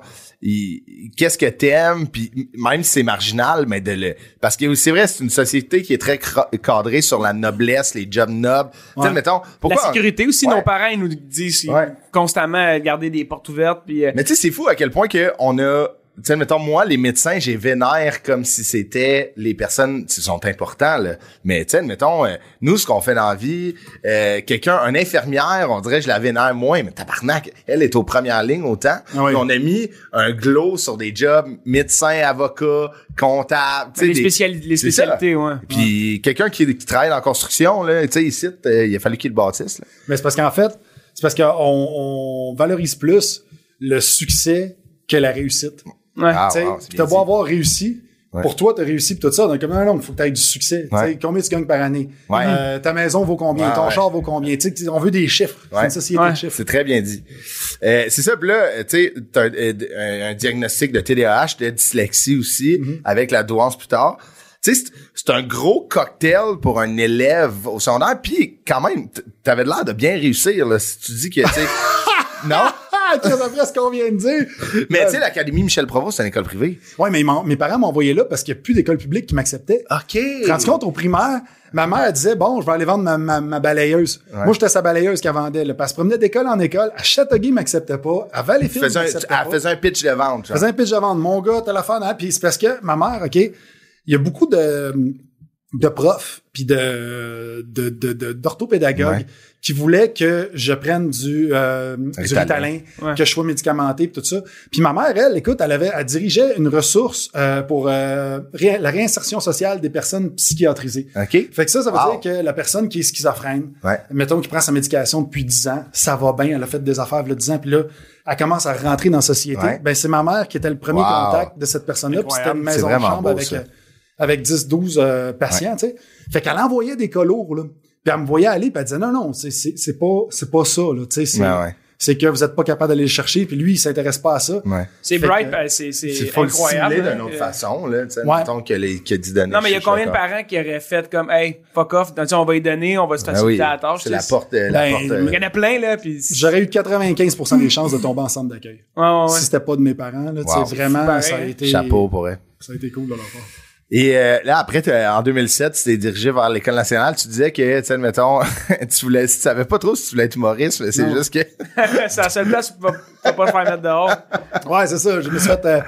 S2: qu'est-ce que t'aimes puis même si c'est marginal mais de le parce que c'est vrai c'est une société qui est très cra- cadrée sur la noblesse les jobs nobles tu sais
S7: Ouais.
S2: mettons
S3: La
S2: pourquoi
S3: sécurité aussi,
S2: Ouais.
S3: nos parents, ils nous disent ils-
S2: Ouais.
S3: constamment euh, de garder des portes ouvertes. Puis, euh,
S2: mais tu sais c'est fou à quel point que on a tu sais mettons moi les médecins j'ai vénère comme si c'était les personnes qui sont importants là. mais tu sais mettons euh, nous ce qu'on fait dans la vie euh, quelqu'un une infirmière on dirait je la vénère moins mais tabarnak elle est aux premières lignes autant
S7: Ah oui.
S2: Puis on on a mis un glow sur des jobs médecin, avocat, comptable, tu sais,
S3: les,
S2: des-
S3: spéciali- les
S2: C'est ça.
S3: spécialités, ouais.
S2: Puis quelqu'un qui, qui travaille dans la construction, là, tu sais, ici, euh, il a fallu qu'il le bâtisse. là.
S7: Mais c'est parce qu'en fait, c'est parce qu'on on valorise plus le succès que la réussite.
S3: Ouais.
S2: Ah,
S7: tu sais,
S2: wow, c'est
S7: puis
S2: bien
S7: t'as
S2: dit.
S7: beau avoir réussi.
S2: Ouais.
S7: Pour toi, t'as réussi pis tout ça. Donc, comme, non, non, il faut que t'aies du succès. Tu
S2: Ouais.
S7: sais, Combien tu gagnes par année?
S2: Ouais.
S7: Euh, ta maison vaut combien?
S2: Ouais,
S7: Ton
S2: ouais.
S7: char vaut combien? Tu sais, tu- on veut des chiffres. C'est
S2: Ouais.
S7: une société
S3: Ouais.
S7: de chiffres.
S2: C'est très bien dit. Euh, c'est ça, puis là, euh, tu sais, t'as un, euh, d- un- un diagnostic de TDAH, de dyslexie aussi, avec la douance plus tard. Tu sais, c'est- c'est un gros cocktail pour un élève au secondaire, puis quand même, t- t'avais l'air de bien réussir, là, si tu dis que, tu sais... non?
S7: Ah, tu sais, après ce qu'on vient de dire.
S2: Mais tu
S7: Euh,
S2: sais, l'Académie Michel Provost, c'est une école privée.
S7: Ouais, mais ils m'ont- mes parents m'envoyaient là parce qu'il n'y a plus d'école publique qui m'acceptait.
S2: OK.
S7: Tu te rends compte, au primaire, ma mère disait, bon, je vais aller vendre ma, ma- ma balayeuse. Moi, j'étais sa balayeuse qu'elle vendait, là, parce qu'elle se promenait d'école en école. À Châteauguay, elle m'acceptait pas. À Valleyfield, elle
S2: faisais un,
S7: m'acceptait pas.
S2: elle faisait un pitch de vente. genre.
S7: faisais un pitch de vente. Mon gars, t'as la fin, hein? Puis c'est parce que ma mère, OK, il y a beaucoup de, de profs puis de, de, de, de- d'orthopédagogues
S2: Ouais.
S7: qui voulaient que je prenne du, euh, du
S2: Ritalin.
S7: Ritalin,
S3: Ouais.
S7: que je sois médicamenté puis tout ça. Puis ma mère, elle, écoute, elle avait, elle dirigeait une ressource euh, pour euh, ré- la réinsertion sociale des personnes psychiatrisées.
S2: OK.
S7: Fait que ça, ça veut
S2: Wow.
S7: dire que la personne qui est schizophrène,
S2: Ouais.
S7: mettons qui prend sa médication depuis 10 ans, ça va bien, elle a fait des affaires il y a 10 ans, puis là, elle commence à rentrer dans la société.
S2: Ouais.
S7: Ben, c'est ma mère qui était le premier
S2: Wow.
S7: contact de cette personne-là, puis c'était une
S2: C'est
S7: maison de
S2: vraiment
S7: chambre
S2: beau,
S7: avec,
S2: ça.
S7: euh, avec 10-12 euh, patients, tu sais. Fait qu'elle envoyait des colours, là. Puis elle me voyait aller, puis elle disait, non, non, c'est- c'est c'est pas, c'est pas ça, là, tu sais. c'est-
S2: Ouais, ouais.
S7: C'est que vous êtes pas capable d'aller le chercher, puis lui, il s'intéresse pas à ça.
S2: Ouais.
S3: C'est
S7: Fait
S3: bright,
S7: que-
S3: ben, c'est c'est
S2: C'est faut le
S3: incroyable.
S2: cibler
S3: hein,
S2: d'une autre
S3: euh,
S2: façon, là, tu sais,
S7: Ouais.
S2: mettons que les que 10 données.
S3: Non, mais il y a
S2: je suis
S3: combien de
S2: d'accord.
S3: parents qui auraient fait comme, hey, fuck off, tu sais, on va y donner, on va se
S2: Ah
S3: faciliter
S2: oui,
S3: la tâche.
S2: c'est
S3: tu
S2: la
S3: sais.
S2: porte, euh, la
S7: Ben,
S2: porte. euh,
S3: Il y en a plein, là, puis.
S7: J'aurais eu 95 des chances de tomber en centre d'accueil.
S3: Ouais, Ah ouais, ouais. <laughs>
S7: Si c'était pas de mes parents, là, tu sais,
S2: Wow.
S7: vraiment,
S3: Pareil,
S7: ça a
S3: hein.
S7: été...
S2: Chapeau pour elle.
S7: Ça a été cool de leur part.
S2: Et euh, là, après, t'as- en 2007, tu t'es dirigé vers l'École nationale. Tu disais que, tu sais, mettons, <laughs> tu voulais, tu savais pas trop si tu voulais être humoriste, mais c'est
S7: Non.
S2: juste que. <laughs>
S3: c'est la seule place où tu vas- tu vas pas te faire mettre dehors.
S7: Ouais, c'est ça. Je me suis fait. euh,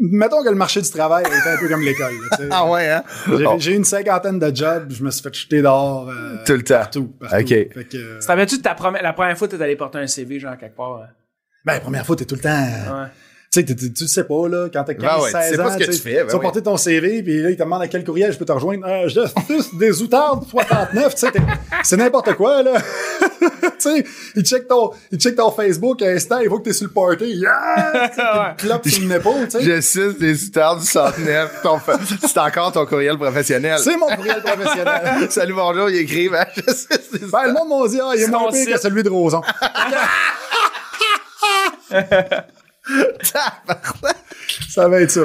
S7: mettons que le marché du travail était un peu comme l'école. là, tu sais.
S2: <laughs> Ah ouais, hein?
S7: J'ai-
S2: Bon,
S7: J'ai eu une cinquantaine de jobs, je me suis fait jeter dehors. euh,
S2: tout le temps.
S7: Partout, partout.
S2: OK.
S7: Fait que, euh,
S3: Tu t'avais-tu de ta première- la première fois que t'es allé porter un CV, genre, quelque part? hein?
S7: ben, la première fois, t'es tout le temps. euh,
S3: Ouais.
S7: Tu sais, t'es- t'es- tu le sais pas, là, quand t'as 15,
S2: Ben ouais, tu
S7: 16
S2: sais pas
S7: ans.
S2: ce que tu fais, ben
S7: tu vas
S2: oui.
S7: porter ton CV, puis là, ils te demandent à quel courriel je peux te rejoindre. Euh, je <laughs> suis des outardes 69, tu sais, t'es- c'est n'importe quoi, là. <laughs> tu sais, ils checkent ton, ils checkent ton Facebook à instant, ils voient que t'es sur le party.
S2: <laughs>
S7: Yeah! Tu sais, t'as une clope sur une épaule, tu sais.
S2: Je suis des stars du <laughs> centenaire. Ton... c'est encore ton courriel professionnel.
S7: C'est mon courriel
S2: <laughs>
S7: professionnel.
S2: Salut, bonjour, il écrit, ben, <laughs> je sais, c'est
S7: Ben, le monde m'a dit, ah, il est
S3: C'est
S7: moins
S3: ton
S7: pire que
S3: site.
S7: celui de <laughs> Roson. ça va être ça.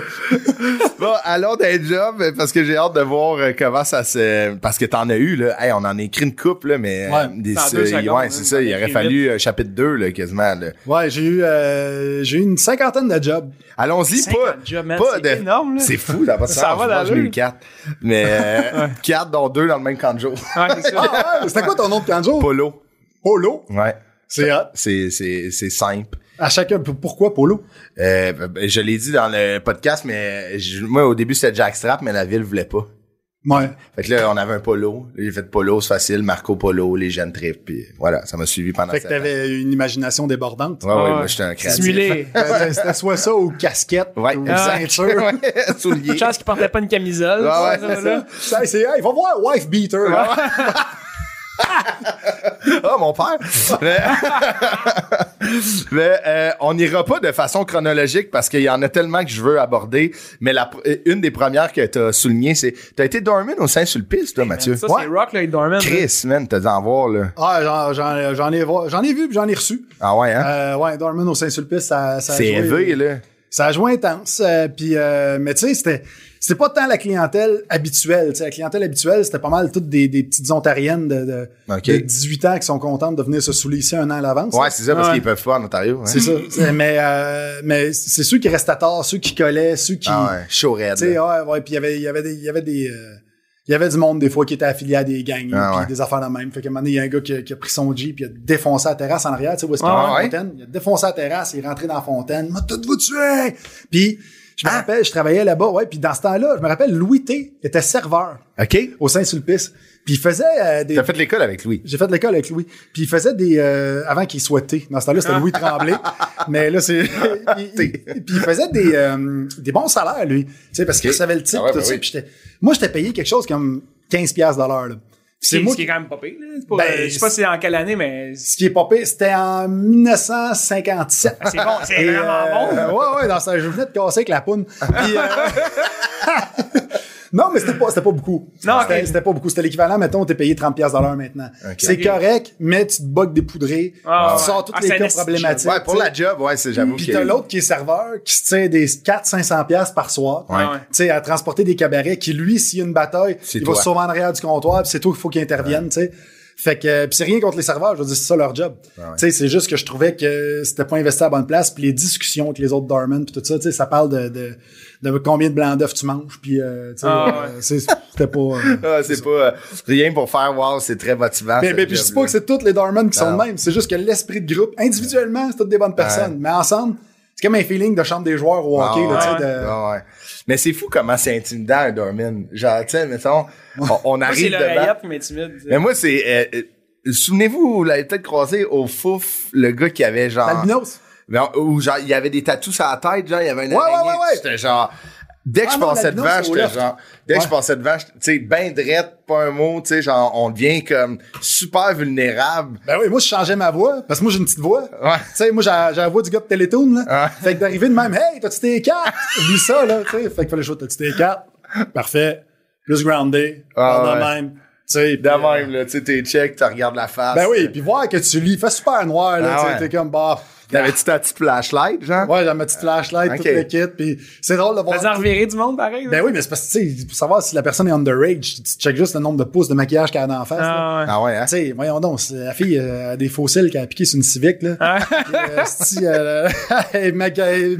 S2: Bon, Ben, allons d'un job euh, parce que j'ai hâte de voir euh, comment ça se. Parce que t'en as eu, là. Hey, on en a écrit une coupe, là, mais. euh,
S7: Ouais,
S2: des,
S3: dans deux
S2: euh,
S3: secondes,
S2: ouais,
S3: hein,
S2: c'est
S3: on
S2: ça.
S3: en
S2: Il
S3: a
S2: aurait
S3: écrit
S2: fallu euh, chapitre 2, là, quasiment. là.
S7: Ouais, j'ai eu, euh, j'ai eu une cinquantaine de jobs.
S2: Allons-y, pas.
S3: 50 jobs, man,
S2: pas
S3: c'est
S2: de-
S3: énorme, là.
S2: C'est fou, ça va
S3: Ça
S2: ça.
S3: va dans
S2: J'en ai eu
S3: l'œil.
S2: quatre. Mais
S3: <laughs>
S2: euh, quatre, dont deux dans le même camp de jour.
S3: Ouais, c'est ça.
S7: Ah, ouais, c'était quoi ton nom de canjo?
S2: Polo.
S7: Polo.
S2: Ouais.
S7: C'est hot.
S2: C'est, c'est, c'est simple.
S7: À chacun, p- pourquoi Polo?
S2: Euh, ben, ben, je l'ai dit dans le podcast, mais je- moi, au début, c'était Jackstrap, mais la ville voulait pas.
S7: Ouais.
S2: Fait que là, on avait un polo. Là, J'ai fait polo, c'est facile, Marco Polo, les jeunes tripes. Puis voilà, ça m'a suivi pendant
S7: Fait que
S2: sept ans.
S7: t'avais une imagination débordante.
S2: Ouais, ouais,
S3: Ouais.
S2: moi, j'étais un créatif.
S3: Simulé.
S7: Euh, C'était soit ça ou casquette.
S2: Ouais,
S7: ou
S2: exact.
S7: ceinture. <laughs>
S2: Ouais, <laughs> soulier.
S3: Une chance qu'il portait pas une camisole.
S2: Ouais, ouais,
S3: ça,
S2: c'est
S3: ça,
S2: ça.
S3: là.
S7: Ça, c'est, hey, va voir Wife Beater. là.
S2: Ah, mon père! Mais, Mais, <laughs> euh, on n'ira pas de façon chronologique parce qu'il y en a tellement que je veux aborder. Mais la, pr- une des premières que t'as souligné, c'est. T'as été dormant au Saint-Sulpice, toi, Mathieu?
S3: Ça, c'est Rock, là, et Dorman. là.
S2: Chris, man, t'as dû en voir, là.
S7: Ah, j'en, j'en, j'en ai, vo- j'en ai vu puis j'en ai reçu.
S2: Ah ouais, hein?
S7: Euh, ouais, Dorman au Saint-Sulpice, ça, ça a
S2: c'est
S7: joué.
S2: élevé, là.
S7: Ça a joué intense. euh, puis, euh, mais tu sais, c'était, c'était pas tant la clientèle habituelle. tu sais, la clientèle habituelle, c'était pas mal toutes des, des petites ontariennes de, de,
S2: Ok.
S7: de 18 ans qui sont contentes de venir se saouler ici un an à l'avance.
S2: Ouais, c'est ça, parce
S7: Ouais.
S2: qu'ils peuvent pas en Ontario. hein.
S7: C'est ça. C'est- mais, euh, mais c'est ceux qui restent à tard, ceux qui collaient, ceux qui.
S2: Ah ouais, chaud raide,
S7: Tu sais,
S2: là.
S7: ouais, ouais, puis il y avait, il y avait des, il y avait des, euh, il y avait du monde des fois qui était affilié à des gangs,
S2: Ah
S7: puis
S2: ouais.
S7: des affaires de même. Fait qu'à un moment donné, il y a un gars qui a, qui a pris son Jeep, puis il a défoncé la terrasse en arrière, tu sais, où est-ce qu'il y a
S2: Ah
S7: la
S2: ouais?
S7: fontaine. Il a défoncé la terrasse, il est rentré dans la fontaine, m'a tout vous tué! Puis, je
S2: Ah.
S7: me rappelle, je travaillais là-bas, ouais, puis dans ce temps-là, je me rappelle, Louis T était serveur
S2: OK.
S7: au Saint-Sulpice, puis il faisait euh, des...
S2: T'as fait l'école avec Louis.
S7: J'ai fait de l'école avec Louis. Puis il faisait des. euh, avant qu'il soit T. Dans ce temps-là, c'était
S2: <laughs>
S7: Louis Tremblay. Mais là, c'est. il- il- Puis il faisait des, euh, des bons salaires, lui. Tu sais, parce qu'il
S2: Ok.
S7: savait le type,
S2: Ah ouais,
S7: tout
S2: ben
S7: ça.
S2: oui.
S7: Puis j'étais- moi, j'étais payé quelque chose comme 15$ de l'heure. là.
S3: C'est
S7: C'est moi.
S3: ce qui est quand même pas pire. là. C'est pas-
S7: Ben,
S3: euh, je sais pas si c'est en quelle année, mais c'est
S7: Ce qui est popé, c'était en 1957.
S3: c'est bon, c'est
S7: Et,
S3: vraiment bon.
S7: euh, ouais, ouais, dans ça, je venais de casser avec la poune. Puis, euh, <laughs> non, mais c'était pas, c'était pas beaucoup.
S3: Non,
S7: c'était,
S3: ok.
S7: c'était pas beaucoup. C'était l'équivalent, mettons, t'es payé 30$ de l'heure maintenant. C'est
S3: Ok.
S7: correct, mais tu te bugs des poudrées.
S3: Ah,
S7: tu
S3: ouais.
S7: sors toutes
S3: Ah,
S7: les
S3: c'est un
S7: cas
S3: esti de
S7: problématiques.
S2: Ouais, pour
S7: tu sais.
S2: la job, ouais, c'est j'avoue.
S7: Puis
S2: que-
S7: t'as l'autre qui est serveur, qui se tient des 400-500$ piastres par soir.
S2: Ouais.
S3: Ouais.
S7: Tu sais, à transporter des cabarets, qui lui, s'il y a une bataille,
S2: C'est
S7: il
S2: toi.
S7: va se sauver en arrière du comptoir, puis c'est toi qu'il faut qu'il intervienne, tu sais. Fait que, euh, puis c'est rien contre les serveurs, je veux dire, c'est ça leur job. Tu sais, c'est juste que je trouvais que c'était pas investi à la bonne place, puis les discussions avec les autres barmen, puis tout ça, tu sais, ça parle de, de, de combien de blancs d'œufs tu manges, puis euh, tu sais,
S3: Ah,
S7: euh, c'est- c'était pas... euh,
S2: Ah, c'est pas euh, rien pour faire, wow, Ah, c'est très motivant.
S7: mais,
S2: ce
S7: mais puis je dis pas
S2: job-là.
S7: que c'est tous les Dorman qui sont
S2: Ah.
S7: de même. C'est juste que l'esprit de groupe, individuellement, c'est toutes des bonnes personnes. Mais ensemble, c'est comme un feeling de chambre des joueurs au hockey.
S2: Ah,
S7: là, tu
S2: ouais.
S7: sais, de-
S2: Ah, ouais. Mais c'est fou comment c'est intimidant un doorman. Genre, tu sais, mettons, on, on
S3: Moi, c'est
S2: arrive
S3: le
S2: devant.
S3: layup, mais timide.
S2: Mais moi, c'est. euh, euh, Souvenez-vous, vous l'avez peut-être croisé au Fouf, le gars qui avait genre.
S7: Albinos.
S2: Non, Ou genre, il y avait des tatous sur la tête, genre, il y avait un
S7: ouais,
S2: araignée.
S7: ouais, ouais.
S2: J'étais genre. Dès que
S7: Ah
S2: je
S7: non,
S2: passais
S7: l'albinos,
S2: devant,
S7: c'est au
S2: j'étais
S7: left.
S2: genre. Dès que je
S7: Ouais.
S2: passais devant, j'étais, tu sais, ben drette, pas un mot, tu sais, genre, on devient comme super vulnérable.
S7: Ben oui, moi, je changeais ma voix, parce que moi, j'ai une petite voix.
S2: Ouais.
S7: Tu sais, moi, j'ai j'ai la voix du gars de Télétoon, là.
S2: Ah.
S7: Fait que d'arriver de même, hey, t'as-tu tes cartes? <laughs> Oublie ça, là, tu sais. Fait que fallait jouer, t'as-tu tes cartes? Parfait. Plus groundé.
S2: Ah,
S7: parle de
S2: ouais.
S7: même. Tu
S2: De
S7: sais. puis, euh,
S2: même, là, tu sais, t'es check, tu regardes la face.
S7: Ben oui, puis voir que tu lis, fait super noir, là,
S2: Ah
S7: tu sais,
S2: ouais.
S7: t'es comme, bah.
S2: T'avais-tu ta petite flashlight, genre?
S7: Ouais, j'ai ma petite flashlight,
S2: Ok.
S7: tout le kit, puis c'est drôle de voir.
S3: Faisant revirer du monde, pareil. là.
S7: Ben oui, mais c'est parce que, tu sais, pour savoir si la personne est underage, tu checkes juste le nombre de pouces de maquillage qu'elle a dans la face. là.
S3: Ah,
S7: Ben,
S3: ouais. <laughs>
S2: Ah ouais, hein?
S7: Tu sais, voyons donc, c'est- la fille euh, a des fossiles qu'elle a piqué sur une civique, là.
S3: Ah.
S7: Puis, euh, <laughs> si euh, elle est maqui- elle est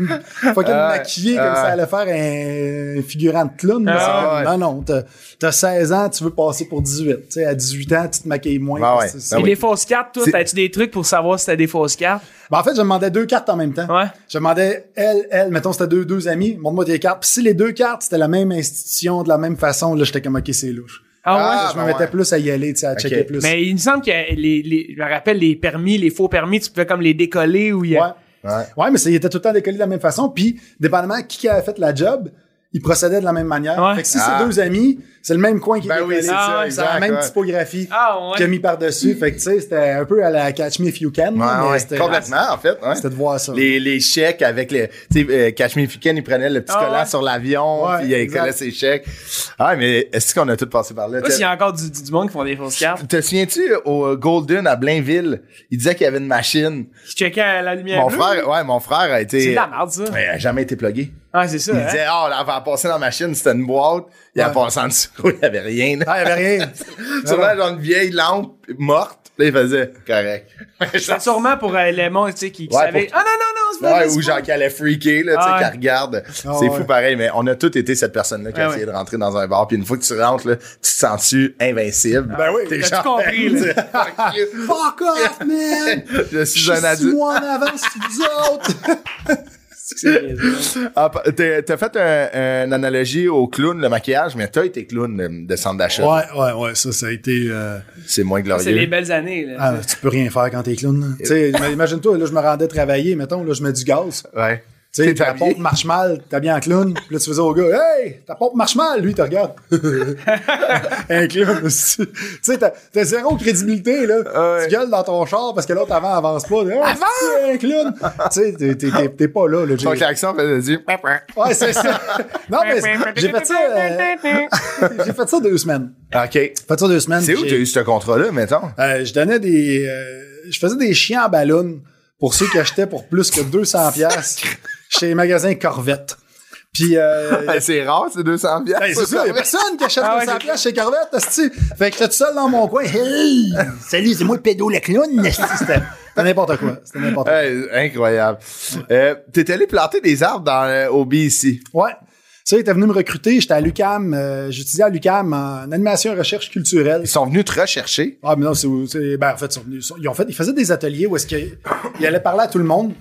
S7: fucking
S2: Ah ouais.
S7: maquillée comme
S2: Ah
S7: ça
S2: ouais.
S7: allait faire un figurant de clown. là.
S2: Ah
S7: C'est comme, Non, non, t'as- t'as 16 ans, tu veux passer pour 18. Tu sais, à 18 ans, tu te maquilles moins.
S2: Ah ouais.
S7: C'est- c'est-
S2: Ah
S3: Et
S2: oui.
S3: les fausses cartes, toi,
S2: C'est-
S3: t'as-tu des trucs pour savoir si t'as des fausses cartes?
S7: Ben, en fait, je demandais deux cartes en même temps.
S3: Ouais.
S7: Je demandais elle, elle, mettons, c'était deux, deux amis, montre-moi tes cartes. Puis si les deux cartes, c'était la même institution, de la même façon, là, j'étais comme, OK, c'est louche.
S3: Ah, ouais?
S2: Ah,
S7: je me
S2: ben
S7: mettais
S2: ouais.
S7: plus à y aller, tu sais, à checker plus.
S3: Mais il me semble que les, les- je me rappelle les permis, les faux permis, tu pouvais comme les décoller ou il y
S7: ouais.
S3: a-
S2: Ouais.
S7: Ouais, mais c'est- ils étaient tout le temps décollés de la même façon. Puis, dépendamment qui avait fait la job, ils procédaient de la même manière.
S3: Ouais.
S7: Fait que si
S2: Ah.
S7: c'est deux amis, c'est le même coin qui est
S2: Ben oui,
S7: décollé.
S2: c'est
S3: Ah,
S2: ça,
S3: ouais,
S7: C'est la
S2: exact.
S7: même
S2: ouais.
S7: typographie
S3: Ah, ouais.
S7: qui a mis par-dessus. Fait que, tu sais, c'était un peu à la Catch Me If You Can.
S2: Ouais,
S7: mais
S2: ouais,
S7: c'était-
S2: Complètement, en fait. ouais.
S7: C'était de voir ça.
S2: Les, les chèques avec le. Tu sais, euh, Cash Me If You Can, ils prenaient le petit
S3: Ah,
S2: collant
S3: ouais.
S2: sur l'avion,
S7: Ouais,
S2: puis ils
S7: exact.
S2: collaient ses chèques. Ah, mais est-ce qu'on a tout passé par
S3: Je
S2: là?
S3: sais pas
S2: t'sais?
S3: s'il y a encore du, du- du monde qui font des fausses
S2: <laughs>
S3: cartes.
S2: Te souviens-tu euh, au Golden à Blainville? Il disait qu'il y avait une machine.
S3: Je checkais à la lumière
S2: Mon
S3: bleue.
S2: frère, ouais, mon frère a été.
S3: C'est de la merde, ça.
S2: Ouais, il a jamais été plugué.
S3: Ah, c'est ça.
S2: Il
S3: hein?
S2: disait, ah, là, avant de passer dans la machine, c'était une boîte. Il a
S7: Ouais.
S2: passé en dessous, il n'y avait rien. là.
S7: Ah, il y avait rien.
S2: <laughs> Sûrement, genre, une vieille lampe morte. Là, il faisait, correct. <laughs>
S3: C'est
S7: ah,
S3: sûrement pour euh, les mondes, tu sais, qui, qui
S2: Ouais,
S3: savaient.
S2: pour-
S3: Ah, non, non, non, c'est pas
S2: Ouais,
S3: c'est
S2: ou
S3: pas-
S2: genre qu'elle est freaker, là, tu
S3: Ah
S2: sais,
S3: ouais.
S2: qu'elle regarde.
S7: Ah
S2: c'est
S7: ouais.
S2: fou pareil, mais on a tous été cette personne-là qui a
S3: Ah
S2: essayé
S3: ouais.
S2: de rentrer dans un bar. Puis une fois que tu rentres, là, tu te sens-tu invincible?
S7: Ben oui,
S2: T'es
S3: t'as-tu compris, là?
S2: <laughs> Fuck you.
S7: Fuck off, man!
S2: Je
S7: Je
S2: suis
S7: suis
S2: un
S7: six
S2: adulte.
S7: mois en avance sur vous autres!
S2: Ah, pa- T'as t'as fait un- une analogie au clown, le maquillage, mais t'as été clown de, de centre d'achat.
S7: <laughs> ouais, ouais, ouais, ça, ça a été... euh,
S2: C'est moins
S3: C'est les
S2: glorieux.
S3: belles années, là.
S7: Ah, tu peux rien faire quand t'es clown. là. Tu sais, im- imagine-toi, là, je me rendais travailler, mettons, là, je mets du gaz.
S2: Ouais.
S7: Tu sais,
S2: T'es
S7: ta
S2: habillé.
S7: pompe marche mal, t'as bien en clown, puis là, tu faisais au gars, hey, ta pompe marche mal, lui,
S2: <laughs>
S7: te regarde. un clown aussi. Tu sais, t'as, t'as zéro crédibilité, là.
S2: Ah Ouais.
S7: Tu gueules dans ton char parce que l'autre avant avance pas. Hey, c'est un clown. tu sais, t'es, t'es- t'es- t'es pas là, là. j'ai-
S2: Son klaxon faisait du...
S7: Ouais, c'est ça. non,
S3: <laughs>
S7: mais c'est- j'ai fait ça, euh,
S2: <laughs>
S7: j'ai fait ça deux semaines.
S2: OK.
S7: J'ai fait ça deux semaines.
S2: C'est où
S7: j'ai-
S2: t'as eu ce contrat-là, mettons?
S7: Euh, je donnais des euh, je faisais des chiens en ballon pour ceux qui achetaient pour plus que 200 pièces. chez les magasins Corvette. Puis, euh,
S2: Ben, c'est rare, c'est 200 piastres.
S7: Hey, c'est ça, il a personne qui achète
S3: Ah ouais,
S7: 200
S3: c'est-
S7: piastres chez Corvette, esti. Fait que j'étais tout seul dans mon coin. Hey! Salut, c'est moi le pédo, la clown, esti. <laughs> C'était c'était n'importe quoi. C'était n'importe quoi.
S2: Hey, incroyable. Euh, T'es allé planter des arbres dans, euh, au B ici.
S7: Ouais. Ça, il était venu me recruter. J'étais à l'UCAM. euh, J'étudiais à l'UCAM en animation et recherche culturelle.
S2: Ils sont venus te rechercher.
S7: Ah, mais non, c'est. c'est- Ben, en fait, ils, sont venus- ils ont fait, ils faisaient des ateliers où est-ce qu'ils allaient parler à tout le monde.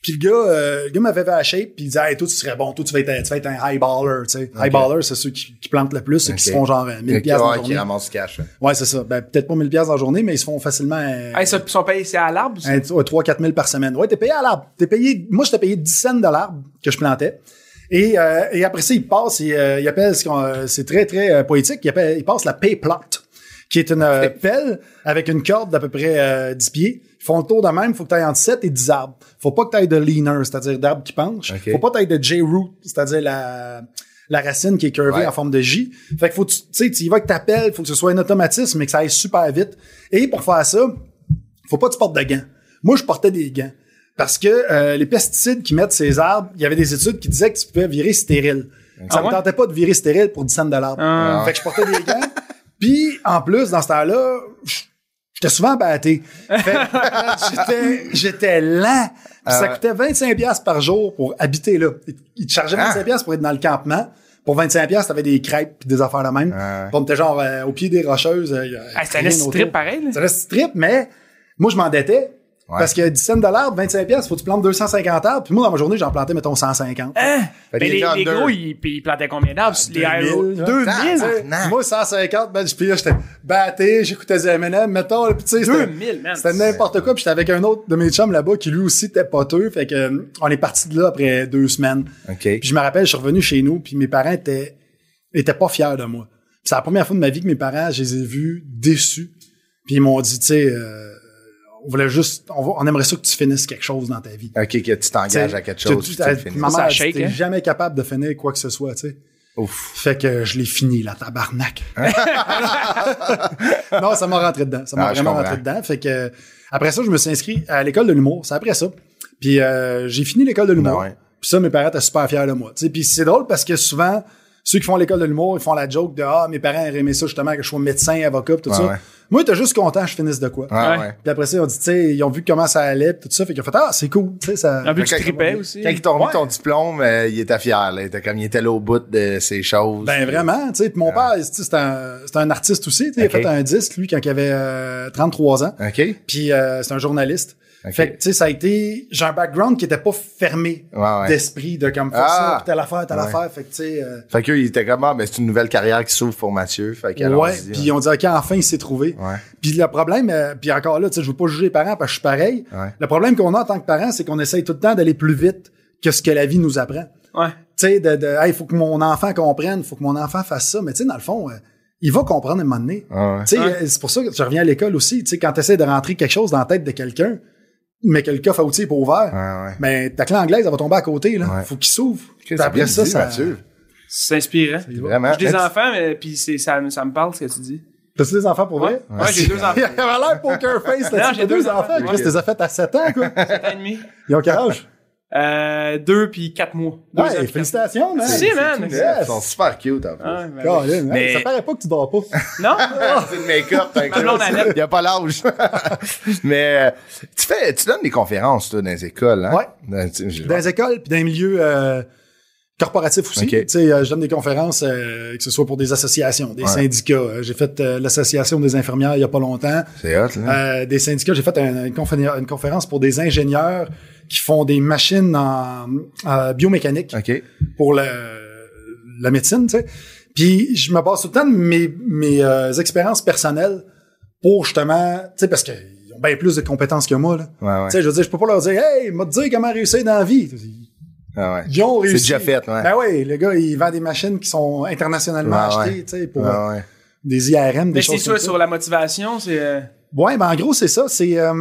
S7: Puis le gars, euh, le gars m'avait fait la shape, puis il disait, hey, toi, tu serais bon, toi, tu vas être, un- tu vas être un high baller, tu sais. High baller, c'est ceux qui, qui plantent le plus, ceux qui se
S2: Ok.
S7: font genre euh, 1000
S2: Ok,
S7: piastres dans
S2: ouais,
S7: la
S2: qui
S7: journée.
S2: ramassent du cash.
S7: Ouais, c'est ça. Ben, peut-être pas 1000 pièces dans la journée, mais ils se font facilement euh,
S3: Hey, ça, ils sont payés, c'est à l'arbre. ça?
S7: un- ouais, 3 4 000 par semaine. Ouais, t'es payé à l'arbre. T'es payé, moi, j'étais payé 10 cents de l'arbre que je plantais. Et, euh, et après ça, ils passent, et, euh, ils appellent ce qu'on, euh, c'est très, très euh, poétique, ils, appellent, ils passent la pay plot, qui est une euh, pelle avec une corde d'à peu près euh, 10 pieds. Ils font le tour de même, faut que t'ailles entre 7 et 10 arbres. Faut pas que t'ailles de leaner, c'est-à-dire d'arbres qui penchent.
S2: Ok.
S7: Faut pas t'ailles de J-root, c'est-à-dire la, la racine qui est curvée
S2: Ouais.
S7: en forme de J. Fait que faut, que tu tu sais, tu y vas que t'appelles, faut que ce soit un automatisme, mais que ça aille super vite. Et pour faire ça, faut pas que tu portes de gants. Moi, je portais des gants. Parce que euh, les pesticides qu'ils mettent ces arbres, il y avait des études qui disaient que tu pouvais virer stérile. Ça
S3: Ah
S7: me
S3: ouais?
S7: tentait pas de virer stérile pour 10 cents de l'arbre.
S3: Ah.
S7: Fait que je portais des gants. Puis, en plus, dans ce temps-là, je- j'étais souvent batté. Fait que j'étais- j'étais lent. Puis ça coûtait 25$ piastres par jour pour habiter là. Ils- Ils te chargeaient 25$ piastres pour être dans le campement. Pour 25$, piastres, t'avais des crêpes puis des affaires de même.
S2: Ah.
S7: Puis on était genre euh, au pied des rocheuses. euh, y a
S3: Ah, c'est un
S7: rien
S3: esti de
S7: autour.
S3: trip pareil, là.
S7: Ça reste strip, mais moi, je m'endettais. Parce que 10 cents de l'arbre, 25 pièces, faut que tu plantes 250 arbres. Puis moi, dans ma journée, j'en plantais, mettons, 150.
S2: Fait
S3: Mais
S2: qu'il
S3: les,
S2: était
S3: les
S2: under.
S3: gros, ils, puis ils plantaient combien d'arbres? Les
S7: 2000,
S3: aéros.
S7: genre.
S3: 2000?
S2: Tabarnak.
S7: Moi, 150, ben, puis là, j'étais batté, j'écoutais du M&M, mettons, là, puis tu sais, c'était-
S3: 2000, man.
S7: C'était n'importe quoi, puis j'étais avec un autre de mes chums là-bas qui lui aussi était poteux, fait que euh, on est parti de là après deux semaines.
S2: OK.
S7: Puis je me rappelle, je suis revenu chez nous, puis mes parents étaient, étaient pas fiers de moi. Puis C'est la première fois de ma vie que mes parents, je les ai vus déçus. Puis ils m'ont dit, tu sais, euh, on voulait juste, on, va- on aimerait ça que tu finisses quelque chose dans ta vie.
S2: OK, que tu t'engages à quelque chose. puis
S7: Tu- tu-
S2: tu le
S7: tu-
S2: finis.
S7: ma
S3: Ça
S7: mère,
S3: shake,
S7: j'étais
S3: hein?
S7: jamais capable de finir quoi que ce soit, tu sais.
S2: Ouf. Hein?
S7: Fait que je l'ai fini, la tabarnak. <laughs> non, ça m'a rentré dedans. Ça m'a
S2: Ah, je
S7: vraiment
S2: comprends.
S7: rentré dedans. Fait que euh, après ça, je me suis inscrit à l'école de l'humour. C'est après ça. Puis euh, j'ai fini l'école de l'humour.
S2: Ah ouais.
S7: Puis ça, mes parents étaient super fiers de moi. Tu sais, Puis c'est drôle parce que souvent, ceux qui font l'école de l'humour, ils font la joke de Ah, mes parents auraient aimé ça justement que je sois médecin, avocat, puis tout
S2: Ouais,
S7: ça.
S2: ouais.
S7: Moi, j'étais juste content que je finisse de quoi.
S2: Ah,
S3: Ouais.
S2: ouais.
S7: Puis après ça, ils ont dit, tu sais, ils ont vu comment ça allait, puis tout ça. Fait qu'ils ont fait Ah, c'est cool. Tu sais, ça...
S3: Ils ont vu que tu
S2: Fait que-
S3: tripais aussi.
S2: Quand ils t'ont remis
S7: Ouais.
S2: ton diplôme, euh, il était fier. Là. Il était comme il était là au bout de ses choses.
S7: Ben vraiment, tu sais. Puis mon père, tu sais, c'est un, c'est un artiste aussi. tu sais, Il a
S2: Ah. Ok.
S7: fait un disque, lui, quand il avait euh, 33 ans.
S2: OK? Ouais,
S7: Puis euh, c'est un journaliste.
S2: Ok.
S7: Fait que, tu sais, ça a été... J'ai un background qui était pas fermé
S2: ouais.
S7: d'esprit, de comme, faire
S2: Ah!
S7: ça, puis telle affaire, telle
S2: Ouais.
S7: affaire. Fait que, tu sais... euh,
S2: Fait qu'eux, ils étaient comme, ah, ben, c'est une nouvelle carrière qui s'ouvre pour Mathieu. Fait que
S7: ouais, puis ils ont dit, OK, enfin, il s'est trouvé.
S2: hein. Ouais.
S7: Puis le problème, euh, puis encore là, tu sais, je veux pas juger les parents parce que je suis pareil.
S2: Ouais.
S7: Le problème qu'on a en tant que parents, c'est qu'on essaye tout le temps d'aller plus vite que ce que la vie nous apprend.
S3: Ouais.
S7: tu sais, de, de hey, faut que mon enfant comprenne, faut que mon enfant fasse ça. Mais tu sais, dans le fond, euh, il va comprendre à un moment donné.
S2: Ah ouais.
S7: Tu sais, euh, c'est pour ça que je reviens à l'école aussi. Tu sais, quand tu essaies de rentrer quelque chose dans la tête de quelqu'un, mais que le coffre à outils est pas ouvert,
S2: Ouais, ouais.
S7: ben, ta clé anglaise, elle va tomber à côté, là.
S2: Ouais.
S7: Faut qu'il s'ouvre. Puis
S2: T'as bien
S7: après
S2: ça,
S7: ça,
S2: dit,
S7: ça.
S2: Mathieu.
S3: C'est inspirant.
S2: Vraiment.
S3: hein?
S7: Ah,
S3: J'ai des
S2: Mais tu-
S3: enfants, mais, puis c'est- ça, me- ça me parle ce que tu dis.
S7: T'as-tu des enfants pour
S3: Ouais,
S7: vrai? <laughs>
S3: ouais j'ai deux enfants.
S7: Il avait l'air poker face, là.
S3: Non, j'ai
S7: T'as deux
S3: deux
S7: enfants.
S3: enfants.
S7: Chris, tu les as fait à 7 ans,
S2: <laughs>
S7: quoi.
S3: Sept ans et demi.
S7: Ils ont quel âge?
S3: Euh, deux puis quatre mois. Deux ans
S7: Ouais,
S3: puis
S7: félicitations, man.
S3: Merci, man.
S7: tout,
S2: Ils
S7: yes.
S2: sont super cute, en plus.
S3: quatre mois. Ouais, ben oui.
S7: Colin, hey,
S2: Mais-
S7: Ça paraît pas que tu dors pas.
S3: Non?
S7: Ah,
S2: C'est le make-up, t'inquiète.
S3: Ma blonde, elle
S2: Il n'y a pas l'âge. <laughs> Mais euh, tu fais, tu donnes des conférences, toi, dans les écoles, hein?
S7: Ouais. Ben,
S2: Dans- tu- je-
S7: dans les écoles puis dans les milieux euh, corporatifs aussi.
S2: Ok.
S7: Tu sais, euh, je donne des conférences, euh, que ce soit pour des associations, des syndicats. Euh, J'ai fait euh, l'association des infirmières il y a pas longtemps.
S2: C'est hot, là.
S7: Euh, des syndicats, j'ai fait un- une, confé- une conférence pour des ingénieurs qui font des machines en, en biomécanique
S2: OK.
S7: pour le- la médecine, tu sais. Puis je me base tout le temps de mes, mes euh, expériences personnelles pour justement, tu sais, parce qu'ils ont bien plus de compétences que moi, là.
S2: Ouais, ouais.
S7: Tu sais, je veux dire, je peux pas leur dire, hey, m'a dit comment réussir dans la vie.
S2: Ah ouais.
S7: Ils ont réussi.
S2: C'est déjà fait, ouais.
S7: Ben oui, le gars, il vend des machines qui sont internationalement
S2: Ouais,
S7: achetées,
S2: ouais.
S7: tu sais, pour
S2: Ah ouais.
S7: des IRM, des
S3: Mais c'est
S7: choses
S3: ça,
S7: comme ça.
S3: sur la motivation, c'est... euh,
S7: Ouais, ben en gros, c'est ça. C'est euh,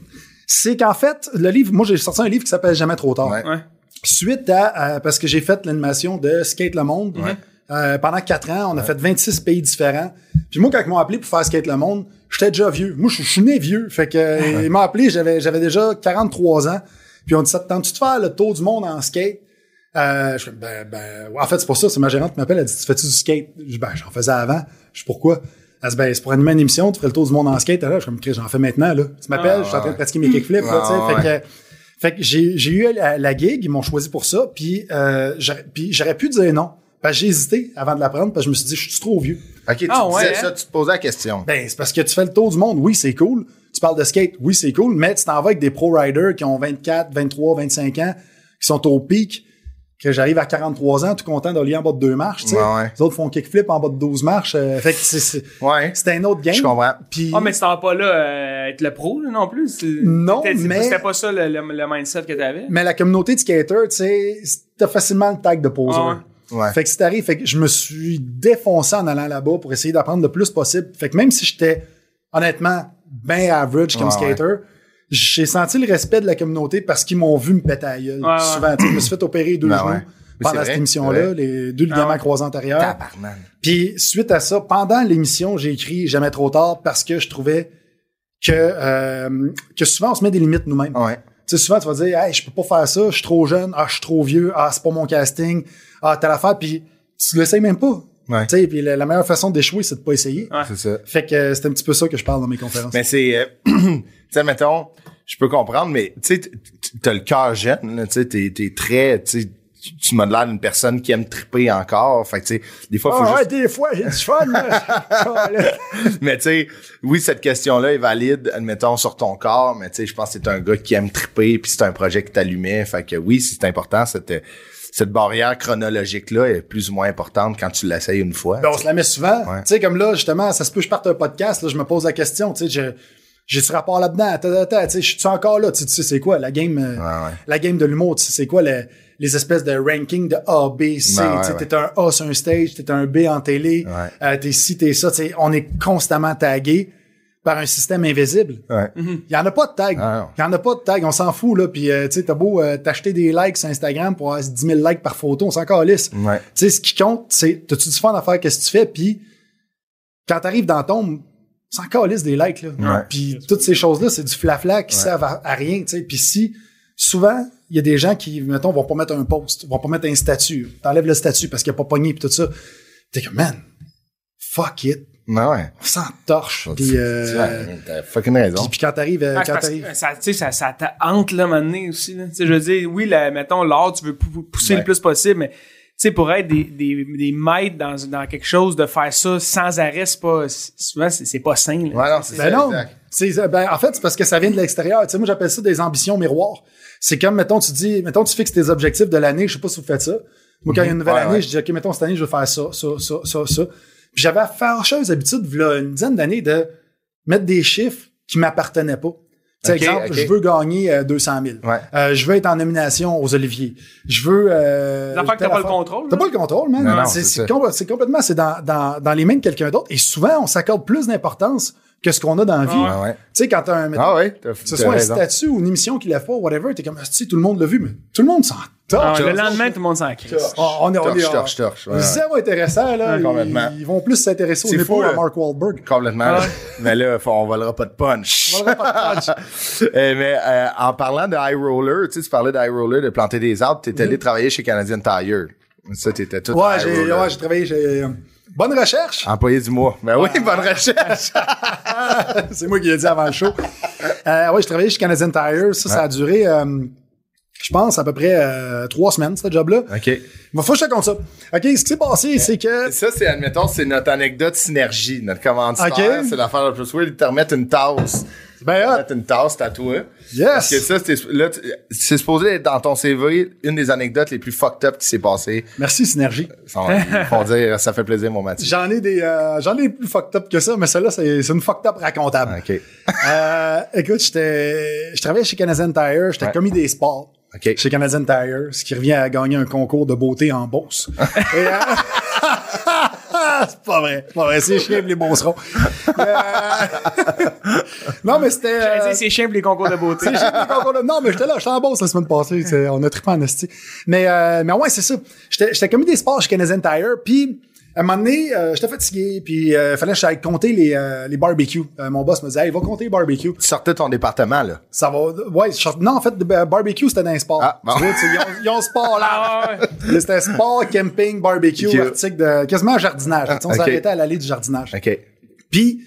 S7: <clears throat> c'est qu'en fait, le livre, moi, j'ai sorti un livre qui s'appelle Jamais trop tard.
S2: Ouais.
S3: Ouais.
S7: Suite à, à- parce que j'ai fait l'animation de Skate le Monde. Euh, pendant quatre ans, on a fait 26 pays différents. Puis moi, quand ils m'ont appelé pour faire Skate le Monde, j'étais déjà vieux. Moi, je je suis né vieux. Fait que, euh, ils m'ont appelé, j'avais, j'avais déjà 43 ans. Puis on dit ça, tentes-tu de faire le tour du monde en skate? Euh, je fais, ben, ben, en fait, c'est pour ça, c'est ma gérante qui m'appelle, elle dit, tu fais-tu du skate? Je dis, ben, j'en faisais avant. Je dis, pourquoi? Elle dit, ben, c'est pour animer une émission, tu ferais le tour du monde en skate. Alors, je suis comme, j'en fais maintenant, là. Tu m'appelles, je suis en train de pratiquer mes kickflips, là, tu sais.
S2: Ah,
S7: Fait
S2: ouais.
S7: que, euh, fait que j'ai, j'ai eu la, la gig, ils m'ont choisi pour ça, puis, euh, j'aurais, puis j'aurais pu dire non. Parce que j'ai hésité avant de la prendre, parce que je me suis dit, je suis trop vieux.
S2: Ok, tu
S3: Ah,
S2: disais
S3: ouais,
S2: ça,
S3: hein?
S2: tu te posais la question.
S7: Ben, c'est parce que tu fais le tour du monde, oui, c'est cool. Tu parles de skate, oui, c'est cool, mais tu t'en vas avec des pro-riders qui ont 24, 23, 25 ans, qui sont au pic, que j'arrive à 43 ans, tout content d'aller en bas de deux marches, tu sais.
S2: Ouais, ouais.
S7: Les autres font kickflip en bas de 12 marches. euh, fait que c'est, c'est,
S2: Ouais.
S7: c'est un autre game.
S2: Je comprends.
S7: Puis,
S3: Ah, mais tu t'en vas pas là euh, être le pro là, non plus? C'est-
S7: Non,
S3: t'étais- c'est-
S7: mais-
S3: C'était pas ça le, le- le mindset que t'avais?
S7: mais la communauté de skaters, tu sais, t'as facilement le tag de poser.
S3: Ah
S2: ouais. Ouais.
S7: Fait que si t'arrives, fait que je me suis défoncé en allant là-bas pour essayer d'apprendre le plus possible. Fait que même si j'étais honnêtement bien average comme
S2: Ouais,
S7: skater, j'ai senti le respect de la communauté parce qu'ils m'ont vu me péter à la gueule.
S3: Ouais, ouais.
S7: Souvent, tu sais, je me suis fait opérer deux
S2: Ben
S7: genoux
S2: ouais. Mais c'est
S7: pendant
S2: vrai,
S7: cette
S2: c'est
S7: émission-là,
S2: vrai.
S7: les deux ligaments
S3: Ah ouais.
S7: croisés antérieurs.
S2: Tabarnak.
S7: Puis suite à ça, pendant l'émission, j'ai écrit Jamais trop tard parce que je trouvais que, euh, que souvent on se met des limites nous-mêmes.
S2: Ouais.
S7: Tu sais, souvent, tu vas dire, hey, je peux pas faire ça, je suis trop jeune, ah, je suis trop vieux, ah, c'est pas mon casting, ah, t'as l'affaire, puis tu l'essayes même pas.
S2: Ouais.
S7: Tu sais, puis la, la meilleure façon d'échouer, c'est de pas essayer.
S3: Ouais.
S2: C'est ça.
S7: Fait que euh, c'est un petit peu ça que je parle dans mes conférences.
S2: Mais c'est. euh, <clears throat> tu sais, mettons, je peux comprendre, mais tu sais, t- t- t'as le cœur jeune, là, tu sais, t'es, t'es très. Tu sais, tu- tu m'as l'air d'une personne qui aime triper encore. Fait que, tu sais, des fois, faut
S7: Ah, ouais,
S2: juste.
S7: des fois, j'ai du
S2: <laughs>
S7: fun, là.
S2: mais tu sais, oui, cette question-là est valide, admettons, sur ton corps, mais tu sais, je pense que t'es un gars qui aime triper, puis c'est un projet qui t'allumait. Fait que oui, c'est important, cette, euh, cette barrière chronologique-là est plus ou moins importante quand tu l'essayes une fois.
S7: Ben, on se la met souvent.
S2: Ouais.
S7: Tu sais, comme là, justement, ça se peut que je parte un podcast, là, je me pose la question, tu sais, je- j'ai ce rapport là-dedans, attends, attends, attends, tu sais, je suis encore là, tu sais, tu sais, c'est quoi, la game, euh,
S2: Ouais, ouais.
S7: la game de l'humour, tu sais, c'est quoi le- les espèces de ranking de A, B, C,
S2: Ben ouais,
S7: tu sais,
S2: ouais.
S7: t'es un A sur un stage, t'es un B en télé,
S2: Ouais.
S7: euh, t'es ci, t'es ça, tu sais, on est constamment tagué par un système invisible.
S2: Ouais.
S7: Il y en a pas de tag.
S2: Ah non.
S7: Il y en a pas de tag, on s'en fout là. Puis euh, tu sais, t'as beau euh, t'acheter des likes sur Instagram pour avoir 10 000 likes par photo, on s'en calisse.
S2: Ouais.
S7: Tu sais, ce qui compte, c'est t'as-tu du fun à faire, qu'est-ce que tu fais, puis quand t'arrives dans ton on s'en calisse des likes là.
S2: Ouais.
S7: Puis toutes ces choses là, c'est du flafla qui servent à, à rien. Tu sais, puis si souvent il y a des gens qui, mettons, vont pas mettre un post, vont pas mettre un statut, t'enlèves le statut parce qu'il a pas pogné puis tout ça. T'es comme man, fuck it,
S2: Ben, ouais.
S7: on s'en torche. Puis
S2: Tu
S7: euh,
S2: vois, T'as fucking raison.
S7: puis- puis quand t'arrives, euh,
S3: Ah, c'est
S7: quand
S3: parce
S7: t'arrives.
S3: que ça, tu sais, ça, ça te hante, là, à un moment donné, aussi, là. Tu sais, je veux dire, oui, la, mettons, l'art, tu veux pou- pousser
S2: Ouais.
S3: le plus possible, mais, tu sais, pour être des, des, des maîtres dans, dans quelque chose, de faire ça sans arrêt, c'est pas, c'est- souvent, c'est c'est pas sain, là.
S2: Ouais, non, c'est
S7: Ben
S2: ça,
S7: non.
S2: exact.
S7: C'est- ben, en fait, c'est parce que ça vient de l'extérieur. Tu sais, moi, j'appelle ça des ambitions miroirs. C'est comme, mettons, tu dis, mettons, tu fixes tes objectifs de l'année. Je sais pas si vous faites ça. Moi, quand il y a une nouvelle
S2: Ouais,
S7: année,
S2: ouais.
S7: je dis, OK, mettons, cette année, je vais faire ça, ça, ça, ça, ça. Puis j'avais la fâcheuse habitude, voilà, une dizaine d'années, de mettre des chiffres qui m'appartenaient pas. Tu sais,
S2: Ok,
S7: exemple,
S2: ok.
S7: je veux gagner euh, 200 000.
S2: Ouais.
S7: Euh, je veux être en nomination aux Oliviers. Je veux. Euh,
S3: Des affaires que t'as
S7: telle
S3: pas le
S7: affaire.
S3: contrôle,
S7: T'as
S3: là.
S7: pas le contrôle, man.
S2: Non, non,
S7: c'est,
S2: c'est
S7: c'est
S2: ça.
S7: com- Oh, bah, c'est complètement. C'est dans, dans, dans les mains de quelqu'un d'autre. Et souvent, on s'accorde plus d'importance que ce qu'on a dans la vie.
S2: Ah ouais.
S7: Tu sais, quand t'as un. mettons,
S2: Ah ouais, t'as
S7: Que ce
S2: t'as
S7: soit un
S2: raison.
S7: statut ou une émission qu'il a fait, whatever, t'es comme, Ah, si tout le monde l'a vu, mais tout le monde s'en
S3: Ah,
S7: torche.
S3: le lendemain, tout le monde s'en crisse.
S7: On, on est, on est,
S2: Torche, torche, torche. Ouais, ouais.
S7: Zéro intéressant, là.
S2: Ouais, complètement.
S7: Ils, ils vont plus s'intéresser
S2: C'est
S7: aux
S2: fou,
S7: épaules à
S2: là.
S7: Mark Wahlberg.
S2: Complètement. là. Mais là, faut- on volera pas de punch.
S7: Ah On va le reportage.
S2: <laughs> Euh, mais euh, en parlant de high roller, tu sais, tu parlais de high roller, de planter des arbres, t'es allé travailler chez Canadian Tire. Ça, t'étais tout
S7: ouais,
S2: high
S7: j'ai,
S2: roller.
S7: ouais, j'ai travaillé chez. Bonne recherche! <laughs>
S2: Employé du mois. Ben
S7: Ah.
S2: oui, bonne recherche.
S7: C'est moi qui l'ai dit avant
S2: <laughs>
S7: le show. Euh, oui, je travaillais chez Canadian Tire. Ça, ça a duré, euh, je pense, à peu près euh, trois semaines, ce job-là.
S2: OK.
S7: Bon, faut que je te compte ça. OK, ce qui s'est passé, c'est que...
S2: Ça, c'est, admettons, c'est notre anecdote synergie, notre commanditaire.
S7: OK.
S2: C'est l'affaire la plus weird. Ils te remettent une tasse.
S7: Ben,
S2: Ils te
S7: hop.
S2: remettent une tasse tatouée.
S7: Yes.
S2: Parce que ça, c'est, là, tu- c'est supposé être dans ton CV une des anecdotes les plus fucked up qui s'est passée.
S7: Merci, Synergie.
S2: Sans- Ils
S7: <laughs>
S2: font dire, ça fait plaisir, mon Mathieu.
S7: J'en ai des euh, j'en ai plus fucked up que ça, mais celle-là, c'est c'est une fucked up racontable.
S2: Ah, OK.
S7: <laughs> Euh, écoute, j'étais, je travaillais chez Canadian Tire, j'étais commis des sports
S2: OK.
S7: chez Canadian Tire, ce qui revient à gagner un concours de beauté en Beauce. Et, euh, <laughs> c'est pas vrai, c'est pas vrai, c'est chiant les Beaucerons. Euh, <laughs> non, mais c'était... euh,
S3: J'allais dire, C'est chiant pour les concours de
S7: <laughs>
S3: beauté.
S7: c'est chiant les concours de- Non, mais j'étais là, j'étais en Beauce la semaine passée, c'est- on a trippé en esti. Mais, euh, mais ouais, c'est ça, j'étais, j'étais commis des sports chez Canadian Tire, puis à un moment donné, euh, j'étais fatigué, puis euh, fallait que j'aille compter les, euh, les barbecues. Euh, mon boss me disait, hey, va compter les barbecues.
S2: Tu sortais de ton département, là.
S7: Ça va. Ouais, je sors- non, en fait, de- euh, barbecue, c'était dans un sport.
S2: Ah, bon.
S7: Tu vois, tu sais, ils, ont, ils ont sport là.
S3: Ah ouais.
S7: C'était sport, camping, barbecue,
S2: Ok.
S7: article de quasiment jardinage. Tu sais, on
S2: Ah, ok.
S7: s'arrêtait à l'allée du jardinage.
S2: OK.
S7: Puis,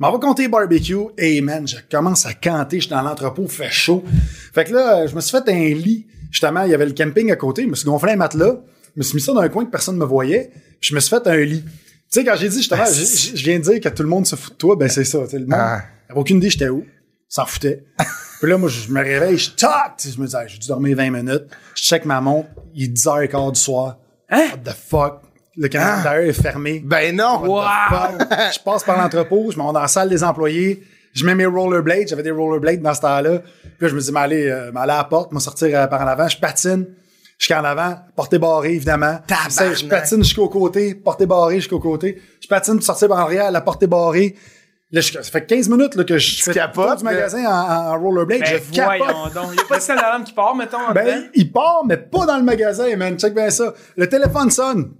S7: m'en va compter barbecue. Et man, je commence à canter. Je suis dans l'entrepôt, fait chaud. Fait que là, je me suis fait un lit. Justement, il y avait le camping à côté. Je me suis gonflé un matelas. Je me suis mis ça dans un coin que personne ne me voyait. Puis je me suis fait un lit. Tu sais, quand j'ai dit justement, j'ai- j'ai- je viens de dire que tout le monde se fout de toi, ben c'est ça. tu sais, Le monde
S2: Ah.
S7: avait aucune idée j'étais où. S'en foutait. Puis là, moi, je me réveille, je toc! Tu sais, Je me dis, Ah, j'ai dû dormir 20 minutes. Je check ma montre, il est 10h15 du soir. What the fuck? Le canal d'ailleurs est fermé.
S2: Ben non!
S7: What the fuck? Je passe par l'entrepôt, je m'en vais dans la salle des employés, je mets mes rollerblades, j'avais des rollerblades dans ce temps-là. Puis là, je me dis, m'aller à la porte, me sortir euh, par en avant, je patine jusqu'en avant, portée barrée, évidemment. J'essaie- Je patine jusqu'au côté, portée barrée jusqu'au côté. Je patine pour sortir par en arrière, la portée barrée. Là, je- ça fait 15 minutes là, que je fais
S2: capotes,
S7: tout du
S2: là.
S7: magasin en, en rollerblade.
S3: Ben,
S7: je capote.
S3: voyons donc. hein? Il n'y a pas de système d'alarme qui part, mettons, en
S7: Ben,
S3: dedans?
S7: il part, mais pas dans le magasin, man. Check bien ça. Le téléphone sonne.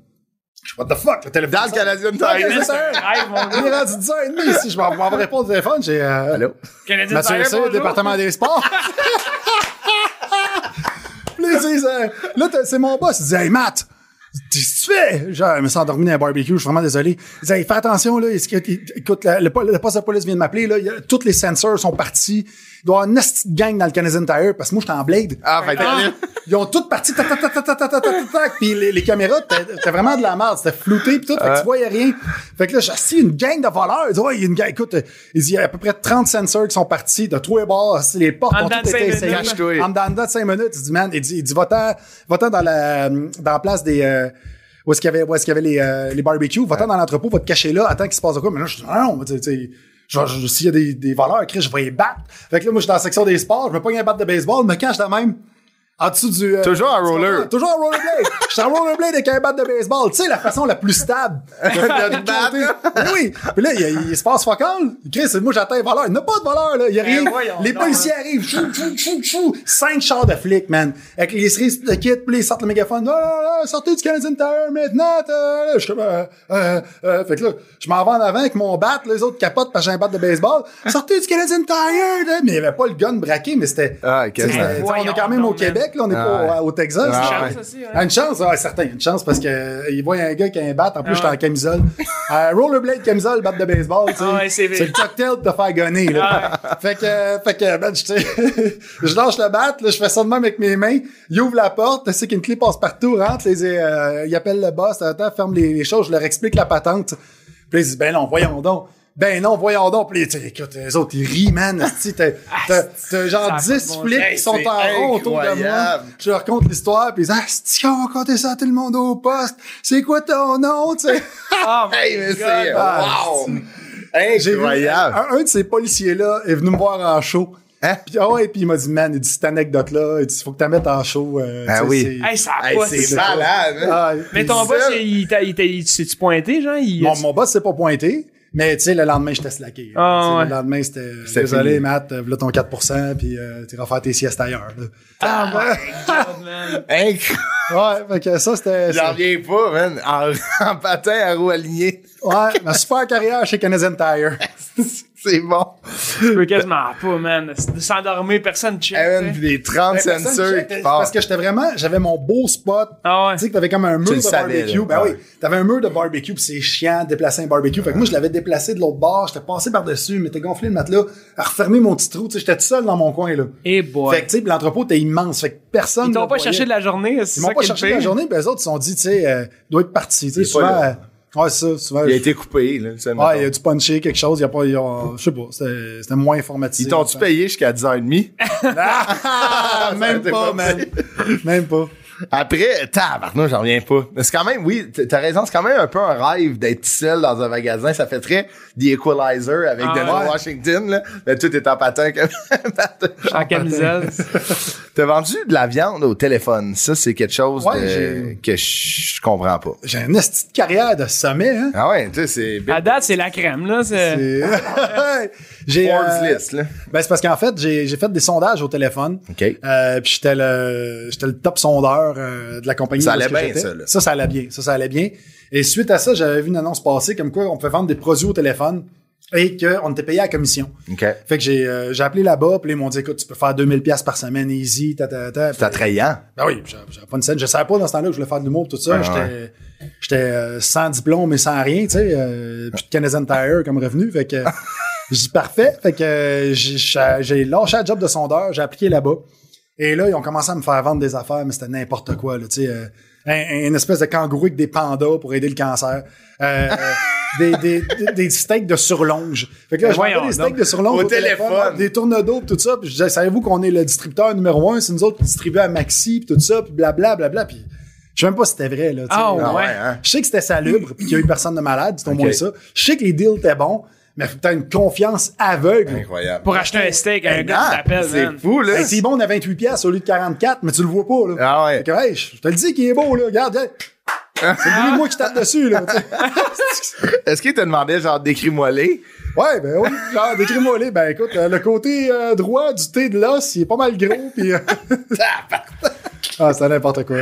S7: Je sais, what the fuck, le téléphone
S2: Dans le
S7: sonne.
S2: Canadian
S7: Dans le
S2: Tire.
S3: <laughs>
S7: Canadian Tire.
S3: Hey, mon
S7: Il est rendu 10h30 si je m'en m'en vais répondre au téléphone. J'ai. Euh,
S2: Allô?
S3: Canadien
S7: Mathieu
S3: Tire,
S7: Cyr,
S3: bonjour.
S7: département des sports. Puis là, ils disent, euh, là, t'as- c'est mon boss. Il dit, hey, Matt, qu'est-ce que tu fais? Genre, je me suis endormi dans un barbecue, je suis vraiment désolé. Il dit, hey, fais attention, là. est-ce que t'es- écoute, la- le, pol- le poste de police vient de m'appeler, là. il y a- Toutes les sensors sont partis. Il doit y avoir une petite gang dans le Canadian Tire parce que moi, j'étais en blade.
S2: Ah, ben t'as-
S7: Ils ont toutes parti, tac, tac, tac, tac, tac, tac, tac, tac, tac, puis les, les caméras, t'as t'as vraiment de la merde, c'était flouté, puis tout, fait que tu voyais rien. Fait que là, j'ai assis une gang de voleurs, ils disent, ouais, il y a une gang, écoute, euh, ils disent, il y a à peu près 30 sensors qui sont partis de tous les bords, c'est les portes
S3: En
S7: ont
S3: dedans
S7: toutes
S3: de
S7: été
S3: cinq
S7: essayées.
S3: minutes.
S2: Cache-toi.
S7: En dedans de 5 minutes, il dit, man, il dit, il dit, va-t'en, va-t'en dans la, dans la place des, euh, où est-ce qu'il y avait, où est-ce qu'il y avait les, euh, les barbecues, va-t'en dans l'entrepôt, va te cacher là, attends qu'il se passe de quoi, mais là, je dis, non, non, tu sais, tu sais, Genre, je- s'il y a des, des voleurs, Chris, je vais les battre. Fait que là, moi, je suis dans la section des sports, je me pogne un bat de baseball, je me cache de même. En dessous du. euh,
S2: Toujours en
S7: du-
S2: roller.
S7: Toujours en rollerblade.
S2: <laughs>
S7: Je suis en rollerblade avec un bat de baseball. Tu sais, la façon la plus stable de
S2: <laughs>
S7: faire
S2: De te battre.
S7: éclater. Oui, oui. Puis là, il, y a- il se passe focal. Chris, moi, j'attends les voleurs. Il n'y a pas de voleurs, là. Il n'y a rien.
S3: Ben voyons
S7: les
S3: donc, hein.
S7: policiers arrivent. Chou, chou, chou, chou. Cinq chars de flics, man. Avec les cerises de kit, puis là, ils sortent le mégaphone. Non, non, non, sortez du Canadian Tire maintenant. t'as- Je suis comme. euh, euh, euh. Fait que là, je m'en vais en avant avec mon bat. Les autres capotent parce que j'ai un bat de baseball. Sortez du Canadian Tire. là. Mais il n'y avait pas le gun braqué, mais c'était.
S2: Ah, ok.
S7: tu sais, c'était-
S2: Mais
S7: on est
S3: voyons
S7: quand même au
S3: donc, man.
S7: Québec, là, on n'est
S2: Ah,
S7: pas
S2: ouais.
S7: au- au Texas.
S2: Ah,
S7: là.
S2: ouais.
S3: Chance aussi, hein.
S7: Ah, une chance, ouais, certain, une chance parce que euh, il voit un gars qui a un bat, en plus
S3: Ah
S7: j'étais en
S3: ouais.
S7: camisole. Euh, rollerblade, camisole, bat de baseball, tu sais.
S3: Ah ouais, c'est vrai. Ah
S7: c'est le cocktail de te faire gonner, là. Fait que, euh, fait que, ben, je, tu sais, <laughs> je lâche le bat, là, je fais ça de même avec mes mains, il ouvre la porte, tu sais qu'une clé passe partout, rentre, les, euh, il appelle le boss, attends, ferme les, les choses, je leur explique la patente. Puis ils disent, ben non, voyons donc. Ben non, voyons donc. Puis, tu sais, écoute, les autres, ils rient, man. esti, T'as
S3: Ah,
S7: t'as- t'as genre
S3: pas de
S7: 10
S3: bon
S7: flics
S3: sens.
S7: qui sont
S2: Hey, c'est
S7: en rond autour de moi.
S2: incroyable.
S7: Je leur raconte l'histoire, puis ils disent Ah, c'est on va conter ça à tout le monde au poste. C'est quoi ton nom,
S2: <laughs>
S7: tu sais?
S3: Ah, mon
S2: Hey, mais
S3: God.
S2: c'est. euh,
S7: Ah,
S2: Wow!
S7: J'ai vu
S2: Incroyable!
S7: un, un de ces policiers-là est venu me voir en show.
S2: Hein?
S7: Puis, ah ouais, puis il m'a dit, man, il dit, cette anecdote-là, il dit, faut que tu la mettes en show. euh,
S2: Ah
S7: tu sais,
S2: oui.
S7: c'est-
S3: Hey, ça a
S2: Hey,
S3: pas de
S2: c'est
S3: sens.
S2: malade! hein?
S7: Ah,
S3: Mais
S7: il
S3: ton
S7: dit,
S3: boss, il t'a, il t'a, il s'est-tu pointé, genre? Il,
S7: Mon, mon boss s'est pas pointé, mais tu sais, le lendemain, j'étais slacké.
S3: Ah,
S7: Tu sais,
S3: ouais.
S7: Le lendemain, c'était euh,
S2: C'était
S7: désolé,
S2: fini.
S7: Matt, voilà ton 4%, puis euh, tu vas faire tes siestes ailleurs.
S2: <laughs>
S7: là. Ah.
S2: Incroyable!
S7: Ouais, fait que ça, c'était.
S2: J'en reviens pas, man. En, <laughs> en patin à roue alignée.
S7: Ouais, ma super carrière chez Canadian Tire.
S2: C'est bon.
S3: Je peux quasiment pas, man. De s'endormir, personne check.
S2: Hey, man,
S3: tu sais.
S2: pis des 30
S7: Ben, Eh, personne
S2: sensors
S7: check,
S2: qui
S7: Parce
S2: partent.
S7: que j'étais vraiment, j'avais mon beau spot.
S3: Ah ouais.
S7: Tu sais que t'avais comme un mur
S2: Tu le
S7: de
S2: savais,
S7: barbecue.
S2: là.
S7: ben
S2: Ouais.
S7: oui, t'avais un mur de barbecue puis c'est chiant de déplacer un barbecue. Fait que moi je l'avais déplacé de l'autre bord, j'étais passé par dessus, mais t'es gonflé le matelas, à refermer mon petit trou. Tu sais, j'étais tout seul dans mon coin là.
S3: Eh boy.
S7: Fait que tu sais, puis l'entrepôt était immense. Fait que personne.
S3: Ils t'ont
S7: me
S3: pas
S7: voyait.
S3: cherché de la journée, c'est ça
S7: Ils m'ont pas
S3: qui est le
S7: cherché de la
S3: pire.
S7: journée. Ben les autres ils se sont dit, tu sais, euh, doit être parti. Tu sais,
S2: Il est pas
S7: souvent.
S2: là.
S7: euh, ouais, ça, souvent.
S2: Il a
S7: je-
S2: été coupé, là. ça,
S7: Ouais,
S2: mettons.
S7: il y a du punché, quelque chose. Il y a pas, il y a- je sais pas, c'était c'était moins informatique.
S2: Ils t'ont-tu payé jusqu'à 10h30?
S7: Ah,
S2: <laughs> Ça,
S7: même
S2: c'est
S7: pas,
S2: pas
S7: man. Même pas.
S2: Après, tabarnak, j'en reviens pas. Mais C'est quand même, oui, t- t'as raison, c'est quand même un peu un rêve d'être seul dans un magasin. Ça fait très The Equalizer avec
S3: Ah,
S2: Denzel
S3: ouais.
S2: Washington, là. Mais tout est en patin. comme- <laughs>
S3: En camisole.
S2: T'as vendu de la viande au téléphone. Ça, c'est quelque chose
S7: Ouais,
S2: de-
S7: j'ai-
S2: que je je comprends pas.
S7: J'ai une petite carrière de sommet, hein.
S2: Ah ouais, tu sais, c'est big
S3: À date, c'est la crème, là. C'est...
S7: C'est-
S2: <laughs>
S7: j'ai
S2: Forbes
S7: euh,
S2: list, là.
S7: ben c'est parce qu'en fait j'ai j'ai fait des sondages au téléphone.
S2: OK.
S7: Euh, puis j'étais le j'étais le top sondeur euh, de la compagnie.
S2: Ça
S7: où
S2: allait
S7: est-ce que
S2: bien,
S7: j'étais.
S2: ça, là.
S7: Ça ça allait bien. Ça ça allait bien. Et suite à ça, j'avais vu une annonce passer comme quoi on pouvait vendre des produits au téléphone et qu'on était payé à la commission.
S2: OK.
S7: Fait que j'ai euh, j'ai appelé là-bas, puis là, ils m'ont dit écoute, tu peux faire 2000 pièces par semaine easy, ta ta ta.
S2: C'est attrayant.
S7: Ben oui, j'avais j'avais pas une scène, je savais pas dans ce temps-là que je voulais faire de l'humour tout ça,
S2: Ben Ouais,
S7: j'étais j'étais euh, sans diplôme et sans rien, tu sais, euh, puis de Canadian Tire comme revenu, fait
S2: <laughs>
S7: que j'ai dit parfait, fait que euh, j'ai- j'ai j'ai lâché la job de sondeur, j'ai appliqué là-bas. Et là, ils ont commencé à me faire vendre des affaires, mais c'était n'importe quoi, là, tu sais, euh, un, une espèce de kangourou avec des pandas pour aider le cancer. Euh,
S2: <laughs>
S7: euh, des, des, des, des steaks de surlonge. Fait que là, je vendais
S3: Voyons
S7: des steaks
S3: donc.
S7: de surlonge
S2: Ben Au
S7: au téléphone,
S2: téléphone.
S7: des tournes d'eau, tout ça. Puis je disais, savez-vous qu'on est le distributeur numéro un, c'est nous autres qui distribuons à Maxi, puis tout ça, puis blablabla, blablabla. Puis je sais même pas si c'était vrai, là. tu sais.
S3: Ah,
S2: Ah
S3: Ouais.
S2: ouais, hein?
S7: Je sais que c'était salubre, puis qu'il y a eu personne de malade, c'est au moins ça. Je sais que les deals étaient bons, mais faut que t'aies une confiance aveugle.
S2: Incroyable.
S3: Pour acheter un steak à un gars qui
S2: Ah,
S3: t'appelle,
S2: c'est
S3: man. Ben,
S2: fou, là.
S7: Hey, c'est bon, on a 28 pièces au lieu de 44, mais tu le vois pas, là.
S2: Ah ouais.
S7: Fait que, hey, je te le dis qu'il est beau, là.
S2: <laughs>
S7: Regarde, hey. c'est lui, moi, qui tape dessus, là. tu sais.
S2: <laughs> Est-ce qu'il te demandait, genre, décris-moi-les?
S7: Ouais, ben oui. Genre, décris-moi les. Ben écoute, euh, le côté euh, droit du thé de l'os, il est pas mal gros, puis. euh, <laughs> ah, c'était n'importe quoi.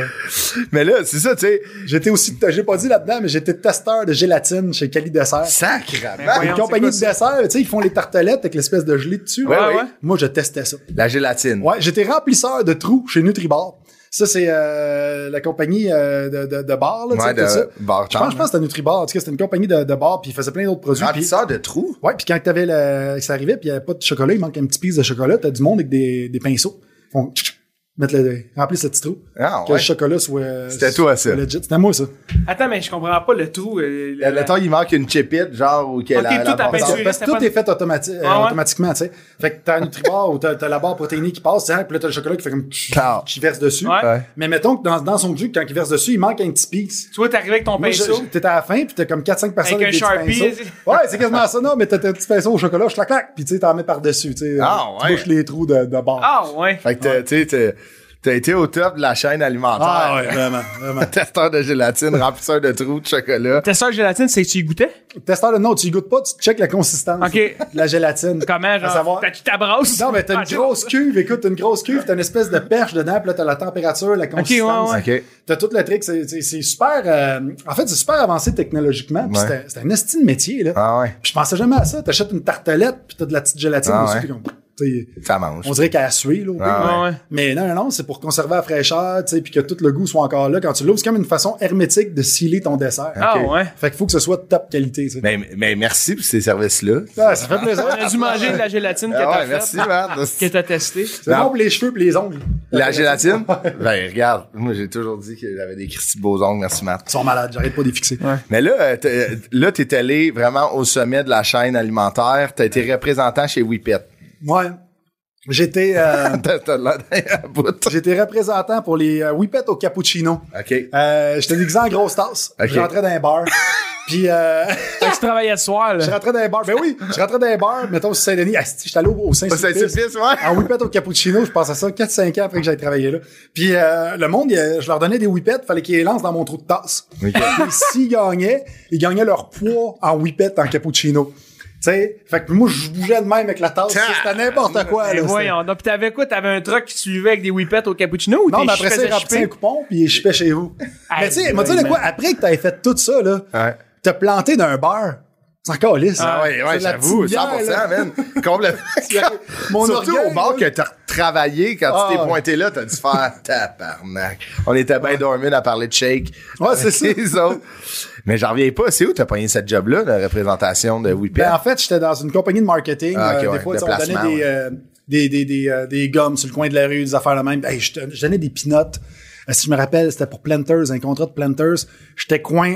S2: Mais là, c'est ça, tu sais.
S7: J'étais aussi, j'ai pas dit là-dedans, mais j'étais testeur de gélatine chez Cali Dessert.
S2: Sacrement.
S3: voyons.
S7: Une compagnie
S3: quoi
S7: de dessert, tu sais, ils font les tartelettes avec l'espèce de gelée dessus.
S2: Ouais, ouais.
S7: Moi, je testais ça.
S2: La gélatine.
S7: Ouais, j'étais remplisseur de trous chez Nutribar. Ça, c'est euh, la compagnie euh, de, de, de bar, là, tu sais,
S2: Ouais,
S7: tout
S2: de
S7: ça.
S2: bar
S7: Je pense, je pense que c'était Nutribar. En tout cas, c'était une compagnie de, de bar, puis ils faisaient plein d'autres produits. puis-
S2: Remplisseur de trous?
S7: Ouais, puis quand t'avais le, que ça arrivait, puis il n'y avait pas de chocolat, il manque un petit piece de chocolat, t'as du monde avec des, des pinceaux. Ils font tch, tch, mettre le, remplissent le petit trou.
S2: Ah,
S7: Que
S2: ouais.
S7: le chocolat soit.
S2: C'était toi, ça.
S7: soit legit. C'était moi, ça.
S3: Attends, mais je comprends pas le trou. euh,
S2: Le, le temps, il manque une chipette, genre, ou qu'elle
S3: Ok,
S2: la, la
S3: tout à
S2: barre-
S3: peinture.
S7: Parce que tout
S3: Stéphane.
S7: est fait automati- euh,
S3: Ah ouais?
S7: automatiquement, tu sais. Fait que t'as un nutribar ou t'as, t'as la barre protéinée qui passe, hein, puis là t'as le chocolat qui fait comme tch,
S2: Ah.
S7: qui verse dessus.
S3: Ouais.
S2: Ouais.
S7: Mais mettons que dans, dans son jus, quand il verse dessus, il manque un petit piece.
S3: Tu vois, t'es arrivé avec ton
S7: Moi, je-
S3: pinceau.
S7: je- T'étais à la fin, puis t'as comme 4-5 personnes
S3: Avec
S7: avec,
S3: un
S7: des petits
S3: Sharpie,
S7: pinceaux. Ouais, c'est quasiment ça, non, mais t'as un petit pinceau au chocolat, je la claque, puis tu sais, t'en mets par-dessus, tu sais.
S2: Ah,
S7: Tu
S2: ouais.
S7: bouches les trous de, de bord.
S3: Ah, ouais.
S2: Fait que, t'as- tu sais, t'as- t'as été au top de la chaîne alimentaire.
S7: Ah, ouais, vraiment, vraiment.
S2: <laughs> Testeur de <laughs> gélatine, remplisseur de trous, de chocolat.
S3: Testeur de gélatine, c'est que tu y goûtais?
S7: <laughs> Testeur de non, tu y goûtes pas, tu checkes la consistance
S3: Ok.
S7: de la gélatine.
S3: Comment,
S7: À
S3: genre?
S7: savoir-
S3: T'as tu t'abrasses?
S7: Non, mais t'as
S3: Ah,
S7: une
S3: tu-
S7: grosse cuve, écoute, t'as une grosse cuve, t'as une espèce de perche dedans, puis là, t'as la température, la consistance.
S3: ouais, ouais.
S2: OK.
S7: T'as tout le trick, c'est c'est- c'est super. euh, en fait, c'est super avancé technologiquement, puis
S2: Ouais.
S7: c'est un- c'est un esti de métier, là.
S2: Ah ouais.
S7: Puis je pensais jamais à ça. T'achètes une tartelette, puis t'as de la petite gélatine
S2: Ah
S7: dessus,
S2: ouais.
S7: puis comme, tu sais,
S2: Ça mange.
S7: on dirait qu'elle a sué, là, au pire.
S2: Ah
S3: Ouais, ouais.
S7: Mais non, non, non, c'est pour conserver la fraîcheur, tu sais, puis que tout le goût soit encore là. Quand tu l'ouvres, c'est comme une façon hermétique de sciller ton dessert.
S3: Ah,
S2: Ok.
S3: ouais.
S7: Fait qu'il faut que ce soit de top qualité, tu sais.
S2: Mais, mais merci pour ces services-là.
S7: Ah, ça fait plaisir.
S3: On a dû manger de la gélatine que
S2: Ah
S3: t'as
S2: ouais,
S3: faite,
S2: merci, Matt.
S3: que t'as testée.
S7: C'est bon pour les cheveux puis les ongles.
S2: La
S3: <laughs>
S2: gélatine? ben, regarde, moi, j'ai toujours dit que j'avais des cristis beaux ongles. Merci, Matt.
S7: Ils sont malades, j'arrête pas de les fixer.
S2: Mais là, euh, t'es- euh, là, t'es allé vraiment au sommet de la chaîne alimentaire. T'as été représentant chez Whippet. <laughs>
S7: Ouais. J'étais euh, <laughs>
S2: T'as t'as l'air d'un bout.
S7: j'étais représentant pour les euh, Whippets au cappuccino.
S2: OK.
S7: Euh, j'étais déguisé en grosse tasse.
S2: Ok.
S7: Je rentrais dans
S2: <laughs>
S7: un bar. puis euh,
S3: Fait que tu travaillais le soir,
S7: je
S3: là.
S7: rentrais dans un bar. Ben oui, je rentrais dans un bar. Mettons, sur Saint-Denis. Ah, si, j'étais allé au, au Saint-Sulpice.
S2: Saint-Sulpice, ouais.
S7: En whippet au cappuccino, je pense à ça 4-5 ans après que j'aille travailler là. Puis euh, le monde, il, euh, je leur donnais des whippets, fallait qu'ils les lancent dans mon trou de tasse.
S2: OK.
S7: Puis s'ils gagnaient, ils gagnaient leur poids en whippet en cappuccino. Tu sais, fait que moi, je bougeais de même avec la tasse.
S2: Ah!
S7: C'était n'importe quoi.
S3: Mais
S7: là, c'était-
S3: Ben, voyons. Donc, pis t'avais quoi? T'avais un truck qui suivait avec des whippets au cappuccino ou
S7: Non,
S3: t'es-
S7: mais après
S3: je
S7: ça, il
S3: faisais
S7: remplissait
S3: choper?
S7: un coupon, puis il chipait chez vous. mais tu sais,
S3: Aïe,
S7: moi, tu sais, de
S3: man.
S7: quoi, après que t'avais fait tout ça, là,
S2: Ouais.
S7: t'as planté d'un bar, c'est encore lisse.
S2: Ah ouais, ouais,
S7: C'est de la
S2: j'avoue,
S7: petite
S2: 100%,
S7: bière, là.
S2: man. <laughs> Complètement. <laughs>
S7: Mon
S2: Surtout
S7: orgueil,
S2: au bar
S7: là.
S2: que t'as travaillé, quand tu
S7: Ah.
S2: t'es pointé là, t'as dû
S7: <laughs>
S2: faire tabarnak. On était bien dormés à parler de shake.
S7: Ouais, c'est ça.
S2: <laughs> Les autres. Mais j'en reviens pas. C'est où t'as pogné cette job-là, la représentation de Whippet?
S7: Ben, en fait, j'étais dans une compagnie de marketing.
S2: Ah, ok,
S7: euh,
S2: ouais,
S7: des fois,
S2: de
S7: tu sais, on
S2: placement,
S7: donnait des,
S2: ouais.
S7: euh, des, des, des, euh, des gommes sur le coin de la rue, des affaires la même. Hey, je, te- je donnais des pinottes. Euh, si je me rappelle, c'était pour Planters, un contrat de Planters. J'étais coin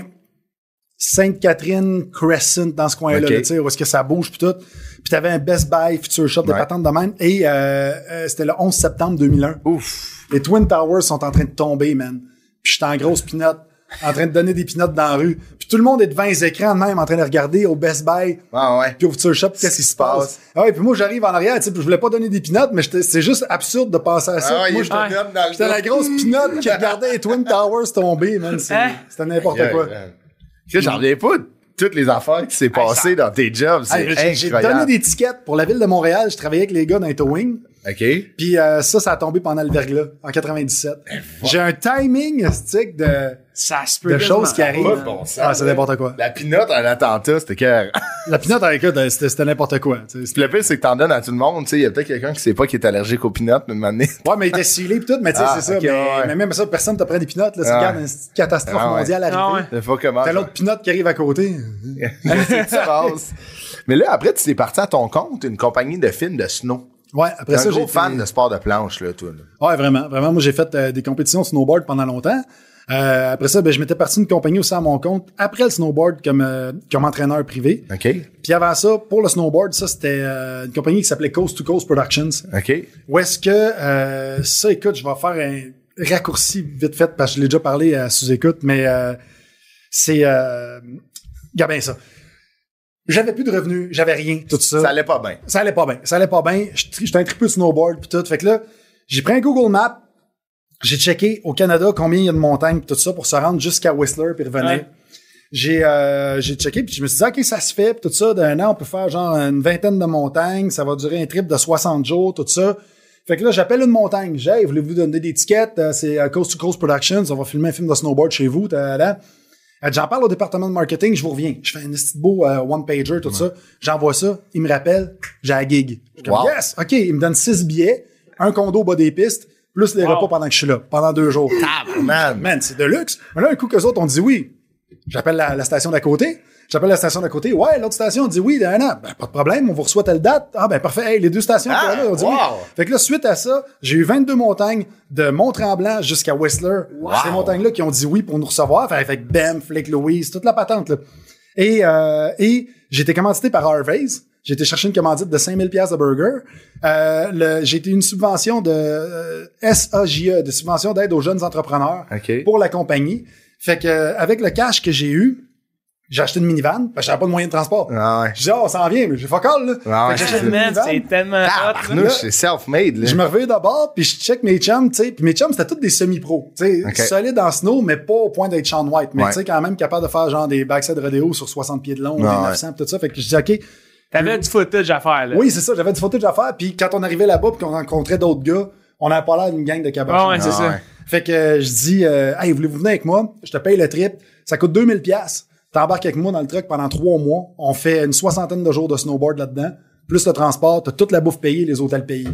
S7: Sainte-Catherine, Crescent, dans ce coin-là,
S2: Ok.
S7: là, tu sais, où est-ce que ça bouge, puis tout. Puis t'avais un Best Buy, Future Shop, des
S2: Ouais.
S7: patentes de même. Et euh, euh, c'était le 11 septembre 2001.
S2: Ouf.
S7: Les Twin Towers sont en train de tomber, man. Puis j'étais en grosse pinotte, en train de donner des pinottes dans la rue. Puis tout le monde est devant les écrans de même, en train de regarder au Best Buy,
S2: Ah ouais.
S7: puis au Future Shop, qu'est-ce qui se passe. Ah ouais, puis moi, j'arrive en arrière, tu sais, puis je voulais pas donner des pinottes, mais j'étais- c'est juste absurde de penser à ça.
S2: Ah ouais,
S7: moi,
S2: il
S7: j'étais-
S2: te donne dans le
S7: j'étais la
S2: dos.
S7: grosse pinotte qui regardait les Twin Towers tomber, man. C'est-
S3: Hein?
S7: C'était n'importe
S2: Yeah,
S7: quoi.
S2: yeah. Tu sais, j'en reviens pas. de Toutes les affaires qui s'est passées dans tes jobs, c'est
S7: Hey, j'ai- J'ai
S2: incroyable.
S7: donné des tickets pour la ville de Montréal. Je travaillais avec les gars dans les towing.
S2: OK.
S7: Puis euh, ça, ça a tombé pendant le verglas, en 97.
S2: Eh,
S7: J'ai un timing stick de,
S3: Ça se peut.
S7: de
S3: quasiment.
S7: choses qui arrivent.
S2: Pas de bon sens,
S7: ah, c'est
S2: là.
S7: n'importe quoi.
S2: La pinotte à l'attentat, c'était cœur.
S7: La pinotte, avec eux, c'était c'était n'importe quoi. tu sais.
S2: Puis <laughs> le pire, c'est que t'en donnes à tout le monde. Tu sais, il y a peut-être quelqu'un qui sait pas qu'il est allergique aux pinottes, mais de m'amener.
S7: Ouais, mais il était scellé pis tout, mais tu sais,
S2: Ah,
S7: c'est ça.
S2: ok,
S7: mais,
S2: ouais.
S7: mais même ça, personne te prend des pinottes, là. Tu
S2: Ah.
S7: regardes une petite catastrophe
S2: Ah, ouais.
S7: mondiale
S3: Ah,
S7: arriver.
S3: ouais.
S2: Je sais pas comment.
S7: T'as l'autre pinotte qui arrive à côté.
S2: <laughs> Qu'est-ce qui se passe? Mais là, après, tu es parti à ton compte, une compagnie de films de snow.
S7: Ouais,
S2: T'es
S7: après
S2: un
S7: Ben ça, j'ai
S2: gros
S7: été-
S2: fan de sport de planche, là, toi. là.
S7: Ouais, vraiment. Vraiment, moi, j'ai fait euh, des compétitions de snowboard pendant longtemps. Euh, après ça, ben, je m'étais parti d'une compagnie aussi à mon compte après le snowboard comme, euh, comme entraîneur privé.
S2: OK?
S7: Puis avant ça, pour le snowboard, ça, c'était euh, une compagnie qui s'appelait Coast to Coast Productions.
S2: OK?
S7: Où est-ce que euh, ça, écoute, je vais faire un raccourci vite fait parce que je l'ai déjà parlé à sous-écoute, mais euh, c'est. Euh, regarde bien ça. J'avais plus de revenus, j'avais rien, tout ça.
S2: Ça allait pas bien.
S7: Ça allait pas bien. Ça allait pas bien. Je tri- J'étais un triple de snowboard puis tout. Fait que là, j'ai pris un Google Map. J'ai checké au Canada combien il y a de montagnes puis tout ça pour se rendre jusqu'à Whistler puis revenir.
S3: Ouais.
S7: J'ai euh, j'ai checké puis je me suis dit ok ça se fait puis tout ça d'un an on peut faire genre une vingtaine de montagnes ça va durer un trip de 60 jours tout ça. Fait que là j'appelle une montagne. J'ai hey, voulez-vous donner des tickets Euh, c'est euh, Coast to Coast Productions on va filmer un film de snowboard chez vous. Là. Elle dit, Euh, J'en parle au département de marketing, je vous reviens. Je fais un petit beau euh, one-pager, tout ça. J'envoie ça, il me rappelle, j'ai la gig. Je suis comme,
S2: Wow.
S7: Yes! OK, il me donne six billets, un condo au bas des pistes, plus les repas pendant que je suis là, pendant deux jours.
S2: Man,
S7: Man, c'est de luxe. Mais là, un coup qu'eux autres ont dit oui, j'appelle la, la station d'à côté. J'appelle la station d'à côté. Ouais, l'autre station dit oui, d'un an. Ben, pas de problème, on vous reçoit telle date. Ah, ben, parfait. Hey, les deux stations,
S2: Ah,
S7: là, on dit oui.
S2: wow.
S7: Fait que là, suite à ça, j'ai eu 22 montagnes de Mont-Tremblant jusqu'à Whistler. Ces montagnes-là qui ont dit oui pour nous recevoir. Fait avec Bem, Flick, Louise, toute la patente, là. Et, euh, et j'ai été commandité par Harvey's. J'ai été chercher une commandite de 5000 pièces de burger. Euh, le- j'ai été une subvention de euh, SAJE, de subvention d'aide aux jeunes entrepreneurs
S2: OK.
S7: pour la compagnie. Fait que euh, avec le cash que j'ai eu, j'ai acheté une minivan parce que j'avais pas de moyen de transport.
S2: Ah ouais.
S7: Je dis, Ah, on s'en vient, mais j'ai fuck all, là.
S2: Ah ouais,
S7: Fait que
S2: c'est
S7: j'achète une
S3: Man,
S7: minivan.
S3: c'est tellement hot. là.
S2: Arnouche, c'est self-made, là.
S7: Je me reviens d'abord, puis je check mes chums, tu sais. Puis mes chums, c'était tous des semi-pros, tu sais.
S2: Ok.
S7: Solides en snow, mais pas au point d'être Sean White. Mais
S2: Ouais.
S7: tu sais, quand même capable de faire genre des backside rodeo sur 60 pieds de long,
S2: Ah,
S7: des
S2: ouais.
S7: 900, pis tout ça. Fait que je dis, OK,
S3: T'avais du footage à faire, là.
S7: oui, c'est ça, j'avais du footage à faire. Puis quand on arrivait là-bas, puis qu'on rencontrait d'autres gars, on n'avait pas l'air d'une gang de cabochons.
S3: Ah ouais, c'est
S2: Ah
S3: ça.
S2: ouais.
S7: Fait que euh, je dis, euh, hey, voulez-vous venir avec moi? Je te paye le trip. Ça coûte 2000 pièces. T'embarques avec moi dans le truck pendant trois mois. On fait une soixantaine de jours de snowboard là-dedans. Plus le transport, t'as toute la bouffe payée, les hôtels payés.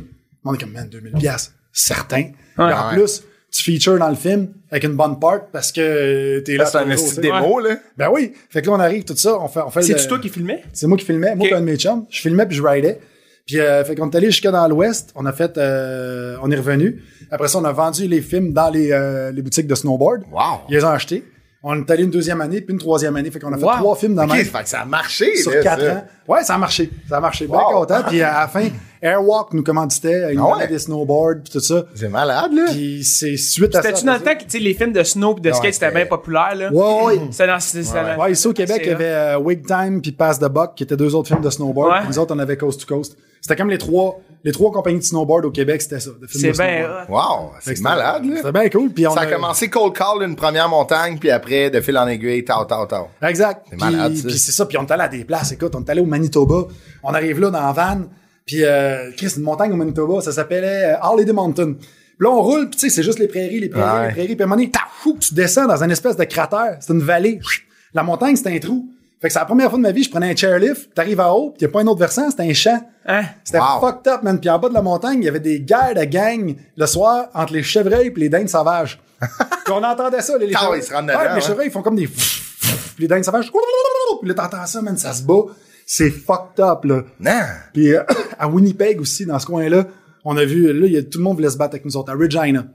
S7: On est comme, man, 2000 pièces. Certain. Puis en
S2: Ah Ouais.
S7: plus, tu features dans le film avec une bonne part parce que euh, t'es là.
S2: Là, c'est
S7: tous
S2: un
S7: les jours,
S2: esti
S7: tu sais.
S2: démo, là.
S7: Ben oui. Fait que là, on arrive, tout ça, on fait, on fait
S3: C'est-tu
S7: le-
S3: toi qui filmais?
S7: c'est moi qui filmais, moi
S3: Ok.
S7: comme un de mes chums. Je filmais puis je ridais. Puis euh, fait qu'on est allé jusque dans l'ouest, on a fait euh, on est revenu. Après ça on a vendu les films dans les, euh, les boutiques de snowboard.
S2: Wow.
S7: Ils les ont achetés. On est allé une deuxième année puis une troisième année, fait qu'on a fait
S3: Wow.
S7: trois films dans
S2: OK,
S7: même
S2: fait que ça a marché,
S7: sur
S2: là,
S7: quatre
S2: ça.
S7: ans. Ouais, ça a marché. Ça a marché. Bien
S2: Wow.
S7: content. Puis euh, à la fin, Airwalk nous commanditait une
S2: Ah ouais.
S7: année des snowboards puis tout ça.
S2: C'est malade, là.
S7: Puis c'est suite à ça.
S3: C'était-tu dans le temps que tu sais, les films de snow et de skate, c'était bien populaire, là?
S7: Ouais, ouais.
S3: C'était dans, c'était dans-
S7: Ouais, ici au Québec, il y avait euh, Wig Time puis Pass the Buck, qui étaient deux autres films de snowboard.
S3: Ouais.
S7: Puis Nous autres, on avait Coast to Coast. C'était comme les trois, les trois compagnies de snowboard au Québec, c'était ça. de films
S3: C'est
S7: de snowboard.
S3: bien hot.
S2: Wow,
S7: Fait que
S2: c'est
S7: c'était-
S2: malade, là.
S7: C'était bien cool. Puis on
S2: Ça a commencé cold call, une première montagne, puis après, de fil en aiguille, tao, tao, tao.
S7: Exact.
S2: C'est
S7: Puis-
S2: malade, ça.
S7: Puis c'est ça. Puis on est allé à des places. Écoute, on est allé au Manitoba. On arrive là dans la van. Puis euh, Chris, une montagne au Manitoba, ça s'appelait euh, Holiday Mountain. Puis là, on roule, puis tu sais, c'est juste les prairies, les prairies,
S2: Ouais.
S7: les prairies. Puis à un moment donné, taf, fou, tu descends dans une espèce de cratère. C'est une vallée. Chut. La montagne, c'est un trou. Fait que c'est la première fois de ma vie, je prenais un chairlift, t'arrives en haut, puis y a pas un autre versant, c'était un champ.
S3: Hein?
S7: C'était
S2: Wow.
S7: fucked up, man. Puis en bas de la montagne, il y avait des guerres de gang le soir entre les chevreuils et les
S2: <laughs>
S7: dindes sauvages. puis on entendait ça, les, les
S2: Ah
S7: chevreuils.
S2: oui, ils se rendent dedans,
S7: Ouais, les
S2: ouais.
S7: chevreuils, ils font comme des <laughs> puis les dindes sauvages. Puis là, t'entends ça, man, ça se bat. C'est fucked up, là.
S2: Non.
S7: Puis euh, <coughs> à Winnipeg aussi, dans ce coin-là, on a vu, là, il y a, tout le monde voulait se battre avec nous autres. À Regina.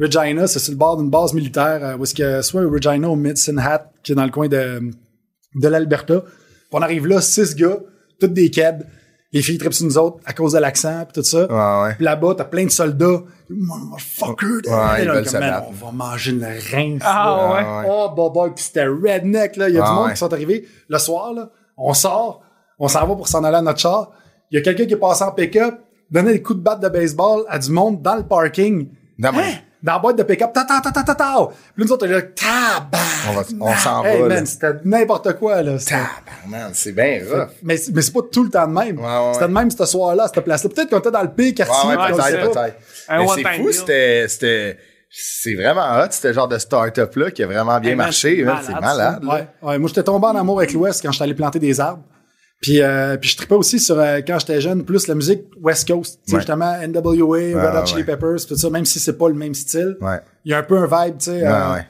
S7: Regina, c'est sur le bord d'une base militaire, euh, où est-ce que soit Regina ou Medicine Hat, qui est dans le coin de, de l'Alberta. Puis on arrive là, six gars, toutes des kebs. Les filles trippent sur nous autres à cause de l'accent puis tout ça.
S2: Ouais, ouais.
S7: Puis là-bas, t'as plein de soldats. Motherfucker!
S2: Ouais, ils
S7: là,
S2: veulent
S7: comme,
S2: se
S7: Man,
S2: battre.
S7: on va manger une reine.
S3: Ah ouais.
S2: Ouais.
S7: Oh, bah, bah, puis c'était redneck, là. Il y a
S2: Ah
S7: du monde
S2: ouais.
S7: qui sont arrivés. Le soir, là, on sort, on s'en va pour s'en aller à notre char. Il y a quelqu'un qui est passé en pick-up, donnait des coups de batte de baseball à du monde dans le parking.
S2: Non, mais-
S7: dans la boîte de pick-up, ta ta ta ta ta ta. Puis nous autres, on était là, tabarnak.
S2: On va- on s'en
S7: Hey,
S2: va, là.
S7: man, c'était n'importe quoi, là. C'était-
S2: Tabarnak, c'est bien rough.
S7: Mais, c'est- mais c'est pas tout le temps de même.
S2: Ouais, ouais,
S7: C'était de même ce soir-là, à cette place-là. Peut-être qu'on était dans le pire quartier.
S2: Ouais, ouais,
S7: puis on le sait
S2: peut-être,
S7: pas.
S2: peut-être.
S3: Un
S2: Mais
S3: one-time
S2: c'est fou,
S3: deal.
S2: c'était, c'était, c'est vraiment hot, ce genre de start-up-là qui a vraiment bien
S7: Eh
S3: Hey,
S7: ben,
S3: man,
S2: marché.
S3: c'est
S2: man, C'est
S3: malade,
S2: malade. là.
S7: Ouais, ouais, moi, j'étais tombé en amour avec l'Ouest quand j'étais allé planter des arbres. Puis, euh, puis je tripais aussi sur, euh, quand j'étais jeune, plus la musique West Coast. Tu sais,
S2: Ouais. Ah,
S7: justement, NWA, Red
S2: ouais,
S7: Hot Chili
S2: ouais.
S7: Peppers, tout ça, même si c'est pas le même style.
S2: Ouais.
S7: Il y a un peu un vibe, tu sais, euh,
S2: ouais.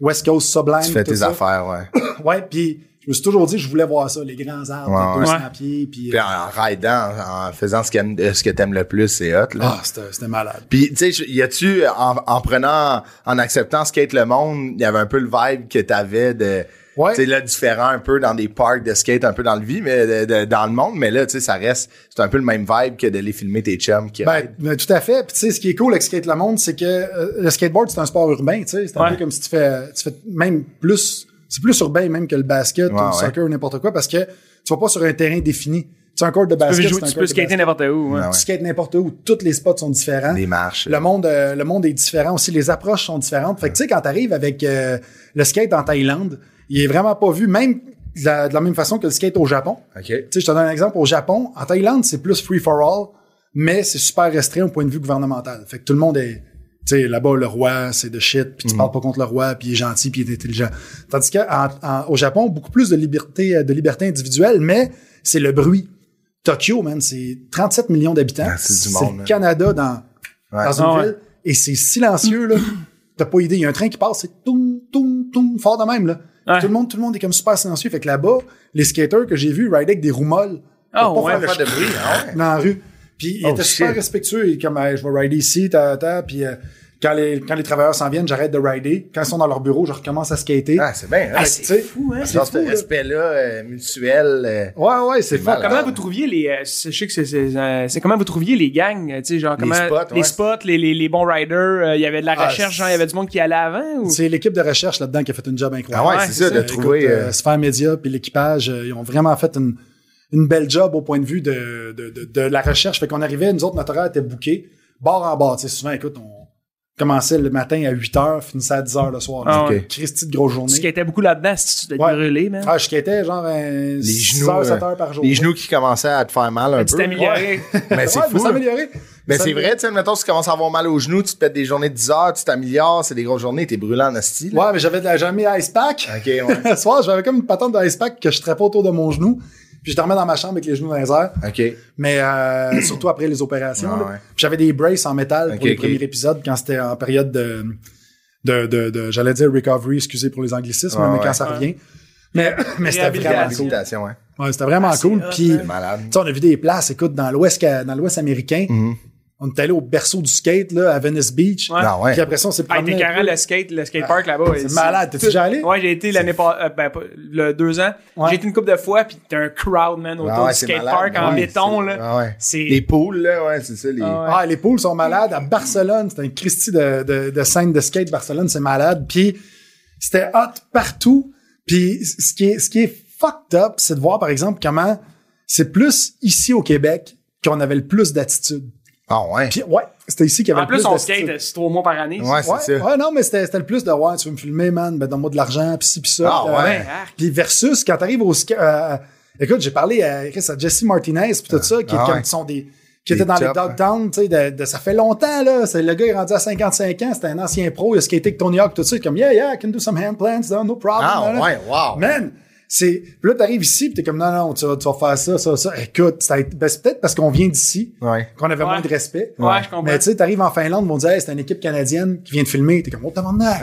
S7: West Coast Sublime.
S2: Tu fais
S7: tout
S2: tes
S7: ça.
S2: affaires, ouais.
S7: Ouais, puis je me suis toujours dit, je voulais voir ça, les grands arbres,
S2: Ouais,
S7: les 200
S3: ouais.
S7: pieds, puis...
S2: Puis en, en ridant, en faisant ce, qu'aime- euh, ce que t'aimes le plus, c'est hot, là.
S7: Ah, c'était c'était malade.
S2: Puis, tu sais, je- y a-tu, en, en prenant, en acceptant Skate le Monde, il y avait un peu le vibe que t'avais de,
S7: Ouais.
S2: tu sais, là, différent un peu dans des parcs de skate, un peu dans le vie, mais de- de- dans le monde, mais là, tu sais, ça reste, c'est un peu le même vibe que d'aller filmer tes chums qui
S7: Ben, ben, tout à fait. Puis, tu sais, ce qui est cool avec Skate le Monde, c'est que euh, le skateboard, c'est un sport urbain, tu sais. C'est un
S3: Ouais.
S7: peu comme si tu fais, tu fais même plus, c'est plus urbain même que le basket
S2: Ouais,
S7: ou le
S2: ouais.
S7: soccer ou n'importe quoi parce que tu vas pas sur un terrain défini. Tu sais, un court de
S3: Tu peux,
S7: basket.
S3: jouer-
S7: c'est un
S3: tu
S7: court
S3: peux
S7: de
S3: skater
S7: basket.
S3: n'importe où. hein.
S2: Ah ouais.
S7: Tu skates n'importe où. Tous les spots sont différents.
S2: des marches.
S7: Le monde, euh, le monde est différent aussi. Les approches sont différentes. Fait que, tu sais, quand t'arrives avec euh, le skate en Thaïlande, il est vraiment pas vu, même de la, de la même façon que le skate au Japon.
S2: OK.
S7: Tu sais, je te donne un exemple. Au Japon, en Thaïlande, c'est plus free for all, mais c'est super restreint au point de vue gouvernemental. Fait que tout le monde est, tu sais, là-bas, le roi, c'est de shit,
S2: Mm.
S7: puis tu parles pas contre le roi, puis il est gentil, puis il est intelligent. Tandis qu'au Japon, beaucoup plus de liberté, euh, de liberté individuelle, mais c'est le bruit. Tokyo, man, c'est 37 millions d'habitants.
S2: Ah, c'est du monde,
S7: le
S2: man.
S7: Canada dans,
S2: Ouais.
S7: dans une
S3: Ah ouais.
S7: ville, et c'est silencieux, là. T'as pas idée, il y a un train qui passe, c'est toum, toum, toum, fort de même, là.
S3: Ouais.
S7: Tout, le monde, tout le monde est comme super silencieux. Fait que là-bas, les skaters que j'ai vus rider avec des roumoles
S3: Ah
S7: pour
S3: ouais,
S7: pas faire
S3: le
S7: de bruit
S2: hein,
S7: dans la rue. Puis ils
S2: Oh,
S7: étaient super
S2: shit.
S7: respectueux. Ils comme, Hey, je vais rider ici, ta, ta. Puis euh, quand, les, quand les travailleurs s'en viennent, j'arrête de rider. Quand ils sont dans leur bureau, je recommence à skater.
S2: Ah, c'est bien, hein?
S7: Fait que, tu sais, c'est
S2: Genre, ce
S7: fou, là.
S2: respect-là euh, mutuel. euh,
S7: Ouais, ouais, c'est fou.
S2: malade.
S3: Comment vous trouviez les euh, je sais que c'est c'est, euh, c'est comment vous trouviez les gangs euh, tu sais genre
S2: Les
S3: comment
S2: spots,
S3: les
S2: ouais.
S3: spots les, les, les bons riders euh, il y avait de la
S7: Ah,
S3: recherche
S7: c'est-
S3: genre il y avait du monde qui allait avant ou
S7: C'est l'équipe de recherche là-dedans qui a fait une job incroyable.
S2: Ah ouais, c'est ça, de
S7: Écoute,
S2: trouver,
S7: euh,
S2: euh,
S7: Sphère Média puis l'équipage, euh, ils ont vraiment fait une, une belle job au point de vue de, de, de, de la recherche. Fait qu'on arrivait, nous autres, notre horaire était bouqué, barre en barre. Tu sais, souvent, écoute, on commençait le matin à 8 h, finissait à 10 h le soir.
S3: Ah
S2: ouais.
S7: Christy de grosse
S3: tu
S7: journée.
S3: skatais hein? beaucoup là-dedans si tu devais
S7: Ouais.
S3: te brûler man
S7: Ah, je skatais genre les
S2: les
S7: 6
S2: genoux.
S7: heures, 7
S2: euh,
S7: heures par jour.
S2: Les genoux qui commençaient à te faire mal un
S3: tu
S2: peu.
S3: t'es amélioré
S2: Mais c'est
S7: Ouais,
S2: fou. hein.
S7: ça
S2: là.
S7: amélioré.
S2: Mais
S7: Ça
S2: c'est
S7: amélioré.
S2: vrai, tu sais, mettons, si tu commences à avoir mal aux genoux, tu te pètes des journées de 10 heures, tu t'améliores, c'est des grosses journées, t'es brûlant en asti. là.
S7: Ouais, mais j'avais de la jamais ice pack.
S2: Ok, ouais.
S7: <laughs> Ce soir, j'avais comme une patente de ice pack que je trappais autour de mon genou. Puis je dormais dans ma chambre avec les genoux dans les airs.
S2: OK.
S7: Mais euh, <clears throat> surtout après les opérations.
S2: Ah
S7: là.
S2: ouais.
S7: Puis J'avais des braces en métal
S2: Ok,
S7: pour les
S2: ok.
S7: premiers épisodes quand c'était en période de, de, de, de- j'allais dire recovery, excusez pour les anglicismes,
S2: Ah
S7: mais
S2: ouais.
S7: quand ça revient. Mais, <laughs> mais c'était vraiment cool.
S2: Réhabilitation, ouais.
S7: Ouais, c'était vraiment
S3: Ah,
S7: cool. Puis,
S2: C'est malade.
S7: tu sais, on a vu des places, écoute, dans l'Ouest, ca- dans l'Ouest américain.
S2: Mm-hmm.
S7: On est allé au berceau du skate, là, à Venice Beach.
S3: Ouais.
S2: Ah ouais.
S7: Puis après ça, on s'est
S3: ah, t'es
S7: promené.
S3: carré le skate le skatepark là-bas
S7: Ah, c'est malade. T'es-tu déjà allé?
S3: ouais j'ai été l'année passée ben pas- le deux ans
S7: Ouais.
S3: j'ai été une couple de fois puis t'as un crowd man autour
S2: Ah ouais,
S3: du
S2: c'est
S3: skatepark
S2: malade.
S3: en
S2: Ouais,
S3: béton
S2: c'est-
S3: là
S2: ah ouais.
S3: c'est
S2: Les poules, là, ouais, c'est ça. Les...
S3: Ah ouais.
S7: Ah, les poules sont malades. À Barcelone, c'était un Christie de, de, de scène de skate. Barcelone, c'est malade. Puis c'était hot partout. Puis ce qui est, ce qui est fucked up, c'est de voir, par exemple, comment c'est plus ici au Québec qu'on avait le plus d'attitude.
S2: Ah ouais.
S7: Puis ouais, c'était ici qu'il y avait
S3: en
S7: le plus
S3: plus on
S7: d'attitude.
S3: skate euh, c'est trois mois par année
S2: Ouais, c'est
S7: Ouais,
S2: ça.
S7: ouais, non, mais c'était c'était le plus de ouais, tu veux me filmer, man, ben donne-moi de l'argent, pis ci, pis ça.
S2: Ah,
S7: Puis, euh,
S2: ouais.
S3: arc.
S7: Puis versus quand t'arrives au ska- euh, écoute, j'ai parlé à, Chris, à Jesse Martinez pis tout ça, qui,
S2: Ah,
S7: comme-
S2: ouais.
S7: qui sont des. qui
S2: Des
S7: étaient dans les
S2: tops,
S7: Dogtown, tu sais, de, de- ça fait longtemps, là. C'est- Le gars est rendu à 55 ans, c'était un ancien pro, il a skaté avec Tony Hawk, tout ça, comme Yeah, yeah, I can do some hand plants, no problem.
S2: Ah
S7: là, là.
S2: ouais, wow.
S7: Man! C'est, puis là, t'arrives ici, pis t'es comme, non, non, tu vas, tu vas faire ça, ça, ça. Écoute, ça a été- ben, c'est peut-être parce qu'on vient d'ici
S2: Ouais.
S7: qu'on avait
S3: Ouais.
S7: moins de respect.
S3: Ouais, je comprends.
S7: Mais tu sais, t'arrives en Finlande, ils vont dire, hey, c'est une équipe canadienne qui vient de filmer. T'es comme, oh, tabarnak.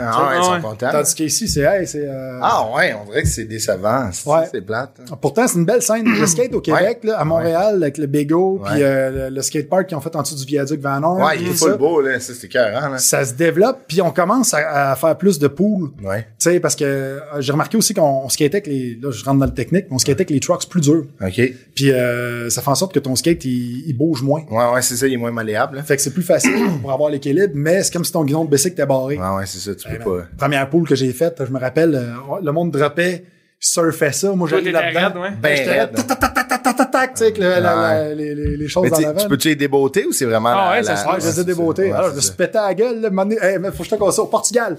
S2: Ah ouais, ils
S3: ouais.
S2: sont contents.
S7: Tandis qu'ici, c'est, hey, c'est. euh,
S2: Ah ouais, on dirait que c'est décevant. C'est
S7: Ouais.
S2: c'est plate. hein.
S7: Pourtant, c'est une belle scène. Le skate au Québec, là, à Montréal, avec le Bego,
S2: Ouais.
S7: puis euh, le, le skatepark qu'ils ont fait en dessous du viaduc Van Horn.
S2: Ouais, il
S7: tout
S2: est
S7: ça.
S2: full beau, là. Ça, c'est écœurant, là.
S7: Ça se développe, puis on commence à, à faire plus de poules.
S2: Ouais.
S7: Tu sais, parce que euh, j'ai remarqué aussi qu'on on skatait avec les. Là, je rentre dans le technique, mais on skatait avec les trucks plus durs.
S2: OK. Ouais,
S7: Puis euh, ça fait en sorte que ton skate, il, il bouge moins.
S2: ouais, c'est ça, il est moins malléable, là.
S7: Fait que c'est
S2: <clears throat>
S7: plus facile pour avoir l'équilibre, mais c'est comme si ton guidon de bicycle était barré.
S2: Ouais, ouais, c'est ça, tu peux pas.
S7: première poule que j'ai faite, je me rappelle, euh, le monde droppait, surfait ça. Moi,
S3: Toi,
S7: j'allais
S3: t'étais raide,
S7: là-dedans.
S3: ouais.
S2: Ben, raide,
S7: <laughs> Ta, ta, ta, ta, ta, ta, ta, tac, tu sais, avec le- la- la-
S2: Ouais.
S7: les, les- les choses
S2: Mais
S7: en
S2: tu sais,
S7: avant.
S2: tu peux-tu les débeauter ou c'est vraiment.
S3: Ah
S2: la-
S3: ouais, ça
S2: la-
S3: se fait,
S7: Ouais, je les ai
S2: c'est
S7: débeautés.
S2: ça.
S7: Alors,
S2: Ouais,
S7: je me
S2: c'est
S7: suis
S2: ça.
S7: pété à la gueule. Là, un moment donné, Hey, man, faut que je te consomme. Au Portugal.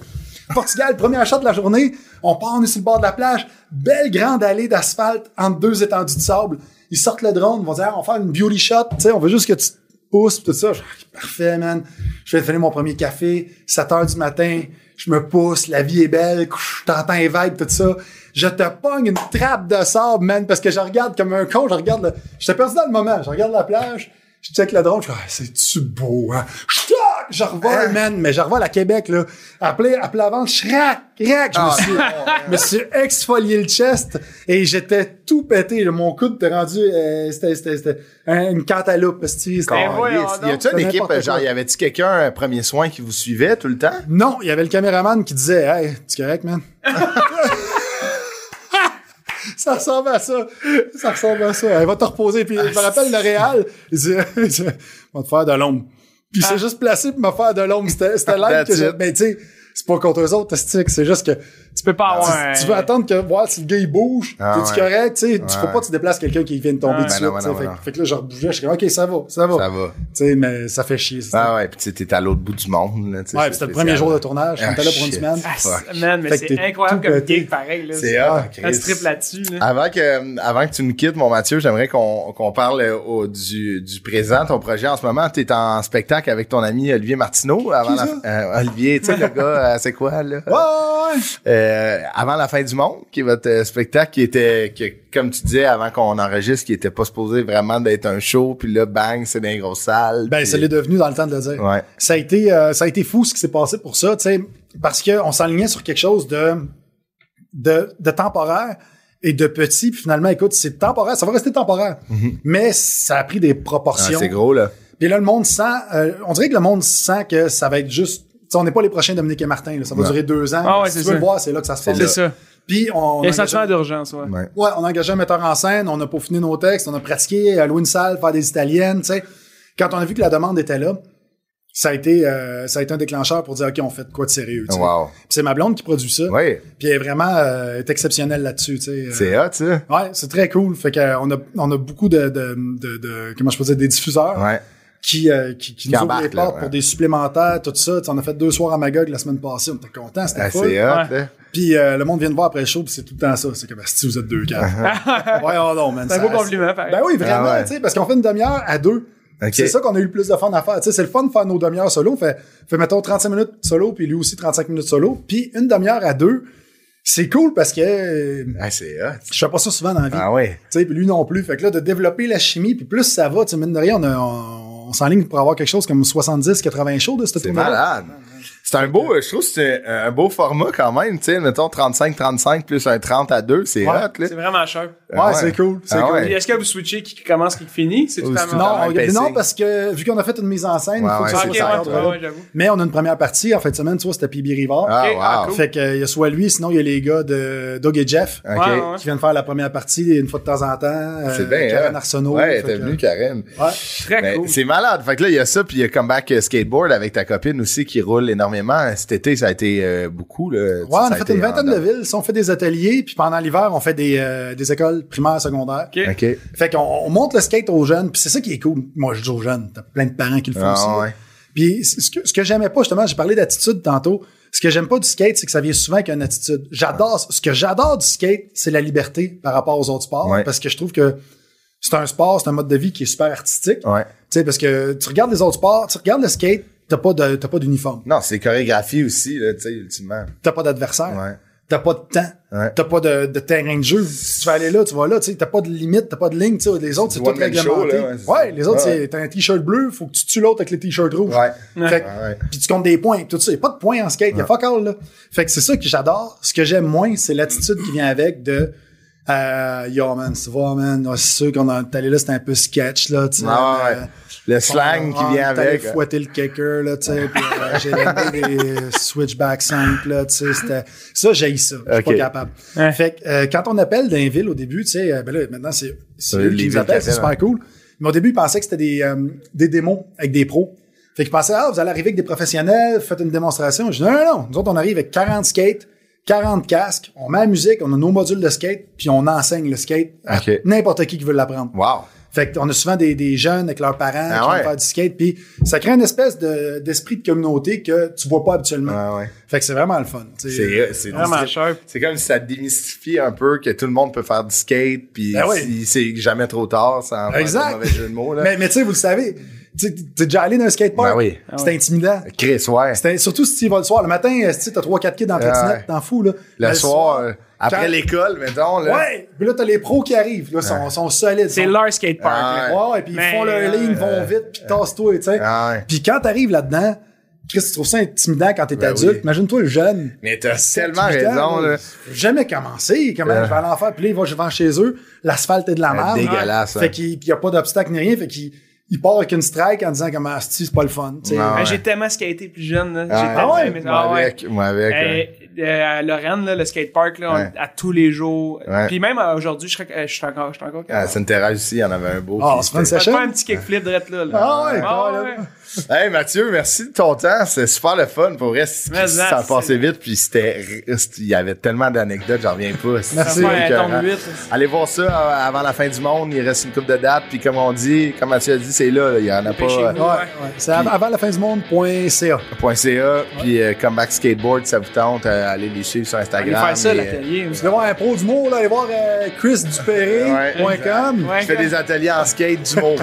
S7: Portugal, première shot de la journée. On part, on est sur le bord de la plage. Belle grande allée d'asphalte entre deux étendues de sable. Ils sortent le drone. Ils vont dire, Ah, on va faire une beauty shot. Tu sais, on veut juste que tu te pousses pis tout ça. Je dis, Ah, parfait, man. Je vais finir mon premier café. 7 heures du matin. Je me pousse. La vie est belle. Je t'entends les vagues, tout ça. Je te pogne une trappe de sable, man, parce que je regarde comme un con. Je regarde le... Je perdu dans le moment. Je regarde la plage je check le drone, je dis, ah, c'est-tu beau, hein? Chtac! Je revole, man, mais je revole à Québec, là. Appelé, appelé avant, chrac, crac, je me suis, je me suis exfolié le chest et j'étais tout pété. là. Mon coude était rendu, euh, c'était, c'était, c'était un- une cantaloupe, esti, c'était-
S3: Et voyons
S2: Yes. Y a-tu
S7: donc.
S2: une équipe,
S7: N'importe quoi.
S2: genre, y avait-tu quelqu'un, un premier soin qui vous suivait tout le temps?
S7: Non, il y avait le caméraman qui disait Hey, tu
S2: <laughs>
S7: correct, man? ça ressemble à ça. Ça ressemble à ça. Elle va te reposer. Puis je me rappelle le Réal, il disait <laughs> il disait, On va te faire de l'ombre. Puis il s'est juste placé pour me faire de l'ombre. C'était c'était live
S2: Ah. That's
S7: que j'ai.
S2: it.
S7: Mais tu sais, c'est pas contre eux autres, esti, que c'est juste que
S3: Tu peux pas avoir un-
S7: Ah, tu, tu veux attendre que voir si le gars il bouge,
S2: Ah
S7: t'es-tu
S2: ouais.
S7: correct, tu sais, tu
S2: Ouais,
S7: peux pas
S2: ouais.
S7: que tu déplaces quelqu'un qui vient de tomber
S3: Ouais.
S7: dessus.
S2: Ben non, ben
S7: tu sais.
S2: non, ben
S7: fait,
S2: non.
S7: fait que là je rebougeais, je suis comme OK, ça va, ça va.
S2: Ça va.
S7: Tu sais, mais ça fait chier. ça.
S2: Ah ouais, puis tu sais, t'es à l'autre bout du monde. là, tu sais,
S7: Ouais,
S2: c'est
S7: puis c'était le
S2: spécial.
S7: premier jour de tournage, on
S2: Ah,
S7: était là pour une
S2: shit.
S7: semaine.
S3: Ah, c'est-
S2: Fuck.
S3: man, mais
S7: Fait que
S3: c'est
S7: t'es
S3: incroyable
S7: tout
S3: comme
S7: pété.
S3: gig, pareil. Là,
S2: C'est hot, en
S3: Un
S2: Christ.
S3: strip là-dessus. Là.
S2: Avant que, avant que tu nous quittes, mon Mathieu, j'aimerais qu'on qu'on parle euh, au- du, du présent, ton projet en ce moment. Tu es en spectacle avec ton ami Olivier Martineau. Avant la, euh, Olivier, tu sais, le gars, euh, c'est quoi, là?
S7: Ouais, ouais,
S2: Euh, avant la fin du monde, qui est votre euh, spectacle, qui était, que, comme tu disais, avant qu'on enregistre, qui était pas supposé vraiment d'être un show, puis là, bang, c'est dans une grosse salle.
S7: Ben,
S2: puis-
S7: ça l'est devenu dans le temps de le dire.
S2: Ouais.
S7: Ça a été, euh, ça a été fou ce qui s'est passé pour ça, tu sais, parce qu'on s'enlignait sur quelque chose de, de, de temporaire et de petit, puis finalement, écoute, c'est temporaire, ça va rester temporaire, mais ça a pris des
S2: Mhm. Ah,
S7: proportions.
S2: c'est gros, là.
S7: Puis là, le monde sent, euh, on dirait que le monde sent que ça va être juste, tu sais, on n'est pas les prochains Dominique et Martin, là, ça va
S2: Ouais.
S7: durer deux ans.
S3: Ah ouais,
S7: si
S3: c'est
S7: tu
S3: ça.
S7: veux le voir, c'est là que ça se passe.
S3: C'est ça.
S7: Puis
S3: Il y a
S7: on.
S3: un
S7: on engage-
S3: sentiment d'urgence, ouais.
S2: Ouais.
S7: Ouais, on a engagé un metteur en scène, on a peaufiné nos textes, on a pratiqué, euh, loué une salle, faire des italiennes, tu sais. Quand on a vu que la demande était là, ça a été, euh, ça a été un déclencheur pour dire, OK, on fait de quoi de sérieux, tu sais.
S2: Wow.
S7: Puis c'est ma blonde qui produit ça.
S2: Ouais.
S7: Puis elle est vraiment, euh, est exceptionnelle là-dessus, tu sais. Euh,
S2: C'est hot, ça.
S7: Ouais, c'est très cool. Fait qu'on a, on a beaucoup de, de, de, de- comment je peux dire, des diffuseurs
S2: Ouais.
S7: qui, euh, qui, qui, nous ouvrent les
S2: embarquent, là,
S7: portes
S2: ouais.
S7: pour des supplémentaires, tout ça. Tu sais, on a fait deux soirs à Magog la semaine passée, on était contents, c'était
S2: Ah,
S7: cool.
S2: c'est hot,
S3: Ouais.
S2: là.
S7: Puis euh, le monde vient de voir après le show, puis c'est tout le temps ça. C'est comme si vous êtes deux quatre. ouais, oh non, man.
S3: Uh-huh. C'est un
S7: ça-
S3: beau compliment, pareil.
S7: Ben oui, vraiment,
S2: Ah ouais.
S7: tu sais, parce qu'on fait une demi-heure à deux.
S2: Ok.
S7: C'est ça qu'on a eu le plus de fun à faire. Tu sais, c'est le fun de faire nos demi-heures solo. Fait, fait mettons 35 minutes solo, puis lui aussi 35 minutes solo, puis une demi-heure à deux. C'est cool parce que euh,
S2: Ah, c'est hot.
S7: je fais pas ça souvent dans la vie.
S2: Ah, ouais.
S7: Tu sais, puis lui non plus. Fait que là, de développer la chimie, puis plus ça va, tu sais, mine de rien, on, a- on, on s'enligne pour avoir quelque chose comme 70-80 shows de cette
S2: C'est
S7: tournée-là.
S2: malade. C'est un beau, je trouve que c'est euh, un beau format quand même, tu sais, mettons 35-35 plus un 30 à 2, c'est
S7: Ouais,
S2: hot, là.
S3: C'est vraiment cher.
S7: Ouais, c'est cool. C'est
S2: Ah
S7: cool.
S2: ouais.
S3: Et Est-ce que vous switchez qui commence, qui finit? C'est
S2: Ou
S3: tout à
S2: c'est-
S3: même-
S7: Non,
S2: Dans le
S7: on-
S2: pacing.
S7: non, parce que vu qu'on a fait une mise en scène,
S2: Ouais,
S7: il faut que
S2: ouais,
S7: ça
S3: Ah,
S2: c'est
S3: ok,
S7: soit
S3: ouais,
S2: ça,
S7: cadre,
S2: ouais,
S7: là.
S3: ouais, j'avoue.
S7: Mais on a une première partie en fin de semaine, tu vois, c'était PB Rivard.
S2: Ah,
S3: Ok, ah,
S2: wow.
S3: cool.
S7: Fait que, euh, il y a soit lui, sinon il y a les gars de Doug et Jeff
S2: Ok.
S3: Ouais, ouais.
S7: qui viennent faire la première partie une fois de temps en temps.
S2: Ah, C'est
S7: euh,
S2: bien,
S7: Karen
S2: hein?
S7: Arsenault.
S2: Ouais,
S7: Fait
S2: t'es
S7: que,
S2: venu, Karen.
S7: ouais.
S3: Très
S2: Ben,
S3: cool.
S2: C'est malade. Fait que là, il y a ça, puis il y a Comeback euh, Skateboard avec ta copine aussi qui roule énormément. Cet été, ça a été euh, beaucoup. Là.
S7: Ouais, on
S2: Ça
S7: a fait une
S2: été
S7: vingtaine
S2: en-
S7: de villes. Si on fait des ateliers, puis pendant l'hiver, on fait des, euh, des écoles primaires, secondaires.
S3: Ok.
S2: OK.
S7: Fait qu'on on monte le skate aux jeunes, puis c'est ça qui est cool. Moi, je dis aux jeunes, t'as plein de parents qui le font
S2: Ah,
S7: aussi.
S2: ouais.
S7: Puis c- ce que, ce que j'aimais pas, justement, j'ai parlé d'attitude tantôt. Ce que j'aime pas du skate, c'est que ça vient souvent avec une attitude. J'adore, ce que j'adore du skate, c'est la liberté par rapport aux autres sports,
S2: Ouais.
S7: parce que je trouve que c'est un sport, c'est un mode de vie qui est super artistique.
S2: Ouais.
S7: Tu sais, parce que tu regardes les autres sports, tu regardes le skate, t'as pas de, t'as pas d'uniforme,
S2: Non, c'est chorégraphie aussi, là, tu sais, ultimement.
S7: t'as pas d'adversaire,
S2: Ouais.
S7: t'as pas de temps,
S2: Ouais.
S7: t'as pas de, de terrain de jeu. Si tu vas aller là, tu vas là, tu sais, t'as pas de limite, t'as pas de ligne, tu sais, les autres, c'est
S2: du
S7: tout
S2: one-man show,
S7: réglementé.
S2: là, ouais, c'est
S7: ouais,
S2: ça.
S7: les autres,
S2: Ouais.
S7: c'est, t'as un t-shirt bleu, faut que tu tues l'autre avec le t-shirt rouge.
S2: Ouais.
S7: Fait que-
S2: Ouais.
S7: puis tu comptes des points, tout ça. Il n'y a pas de points en skate, il y a fuck all, là. Fait que c'est ça que j'adore. Ce que j'aime moins, c'est l'attitude qui vient avec de euh, Yo, man, tu vois, man, ouais, c'est sûr qu'on a allé là, c'était un peu sketch, là, tu sais.
S2: Ah, ouais.
S7: euh,
S2: Le slang
S7: on- on
S2: qui vient
S7: est allé
S2: avec. hein.
S7: fouetter le kicker, là, tu sais. puis, euh,
S2: <laughs>
S7: j'ai laissé des switchbacks simples, là, tu sais. c'était- Ça, j'ai ça. Je suis
S2: Ok.
S7: pas capable.
S3: Ouais.
S7: Fait que euh, quand on appelle dans les villes au début, tu sais, euh, ben là, maintenant, c'est c'est
S2: Euh,
S7: eux
S2: les
S7: qui
S2: villes
S7: nous appellent,
S2: qui
S7: c'est super
S2: appellent,
S7: cool. Mais au début, ils pensaient que c'était des, euh, des démos avec des pros. Fait qu'ils pensaient, ah, vous allez arriver avec des professionnels, faites une démonstration. Je dis, non, non, non. Nous autres, on arrive avec 40 skates, 40 casques, on met la musique, on a nos modules de skate, puis on enseigne le skate à
S2: Ok.
S7: n'importe qui qui veut l'apprendre.
S2: Wow.
S7: Fait qu'on a souvent des, des jeunes avec leurs parents
S2: Ah
S7: qui
S2: ouais.
S7: vont faire du skate, puis ça crée une espèce de- d'esprit de, communauté que tu vois pas habituellement.
S2: Ah ouais.
S7: Fait que c'est vraiment le fun. tu sais.
S2: C'est euh, c'est-
S3: Vraiment
S2: c'est-
S3: sharp.
S2: C'est comme si ça démystifie un peu que tout le monde peut faire du skate, puis
S7: Ben oui.
S2: si- c'est jamais trop tard, sans faire de
S7: Exact.
S2: hein, mauvais jeu de mots. Là.
S7: Mais, mais tu sais, vous le savez, tu sais, t'es déjà allé dans un skatepark,
S2: Ben oui.
S3: Ah
S7: c'est intimidant.
S2: Chris, ouais.
S7: C'était- Surtout si tu y vas le soir. Le matin, euh, si tu sais, t'as 3-4 kids dans la
S2: Ah Ouais.
S7: trottinette, t'en fous. Là.
S2: Le
S7: Mais
S2: soir, euh, après
S7: quand-
S2: l'école, mettons. Là,
S7: Ouais! Puis là, t'as les pros qui arrivent. Là, sont, sont solides.
S3: C'est
S7: sont-
S3: leur skatepark.
S2: Ah,
S3: là.
S2: ouais.
S7: Ouais, et puis
S3: Mais,
S7: ils font leur
S3: euh,
S7: ligne, ils vont vite, puis tasse-toi, tu sais.
S2: Ah ouais.
S7: Puis quand t'arrives là-dedans, Chris, tu trouves ça intimidant quand t'es
S2: Ben
S7: adulte.
S2: oui.
S7: Imagine-toi le jeune.
S2: Mais t'as tellement
S7: 18 ans,
S2: raison.
S7: là.
S2: Là.
S7: J'ai Jamais commencé. Comment je vais aller en faire? Puis là, il va je vais chez eux. L'asphalte est de la merde.
S2: dégueulasse, hein.
S7: Fait qu'il n'y a pas d'obstacle ni rien. Fait qu'il il part avec une strike en disant comme Asti, c'est pas le fun. tu sais.
S2: Ah
S3: Mais
S2: ouais.
S3: Ben, J'ai tellement skaté plus jeune. là. J'ai
S2: Ah
S3: tellement
S2: ouais,
S3: aimé ça.
S2: moi
S3: Ah ouais.
S2: avec, moi avec. ouais.
S3: Hey, euh, à Lorraine, là, le skatepark, là, on-
S2: Ouais.
S3: à tous les jours.
S2: Ouais. Ah,
S3: Puis même euh, aujourd'hui, je serais- euh, je suis encore. Je suis encore
S2: À Sainte-Thérèse aussi, il y en avait un beau.
S7: Ah,
S2: qui-
S7: on se prend une
S3: Je vais te
S7: session.
S3: faire un petit kickflip direct là. là.
S7: Ah ouais,
S3: Ah
S7: ouais.
S2: Hey Mathieu, merci de ton temps. C'est super le fun. Pour vrai, c-
S3: Mais
S2: ça
S3: là,
S2: a passé
S3: c'est-
S2: vite. Puis c'était, il y avait tellement d'anecdotes, j'en reviens pas. C'est
S7: Merci.
S2: super
S3: Ouais, tombe
S2: écœurant.
S3: huit.
S2: Allez voir ça euh, avant la fin du monde. Il reste une coupe de dates. Puis comme on dit, comme Mathieu a dit, c'est là. là. Il y en a pas. euh,
S3: Dépêchez-vous.
S7: Ouais, ouais. C'est av- avant la fin du monde.ca.
S2: .ca, puis euh, Comeback Skateboard, ça vous tente, euh, allez les suivre sur
S3: Allez
S2: Instagram.
S3: faire ça,
S2: et, euh,
S3: l'atelier.
S7: Tu vas voir un pro du mot, là, allez voir euh, chrisdupéré.com.
S3: Ouais.
S2: Je fais des ateliers en skate du mot.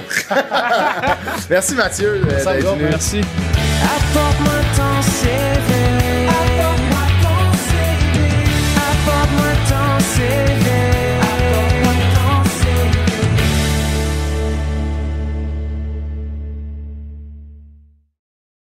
S2: Merci Mathieu euh,
S7: Ça me
S2: d'être
S7: va,
S2: venu.
S3: Merci.
S6: Apporte-moi ton CV.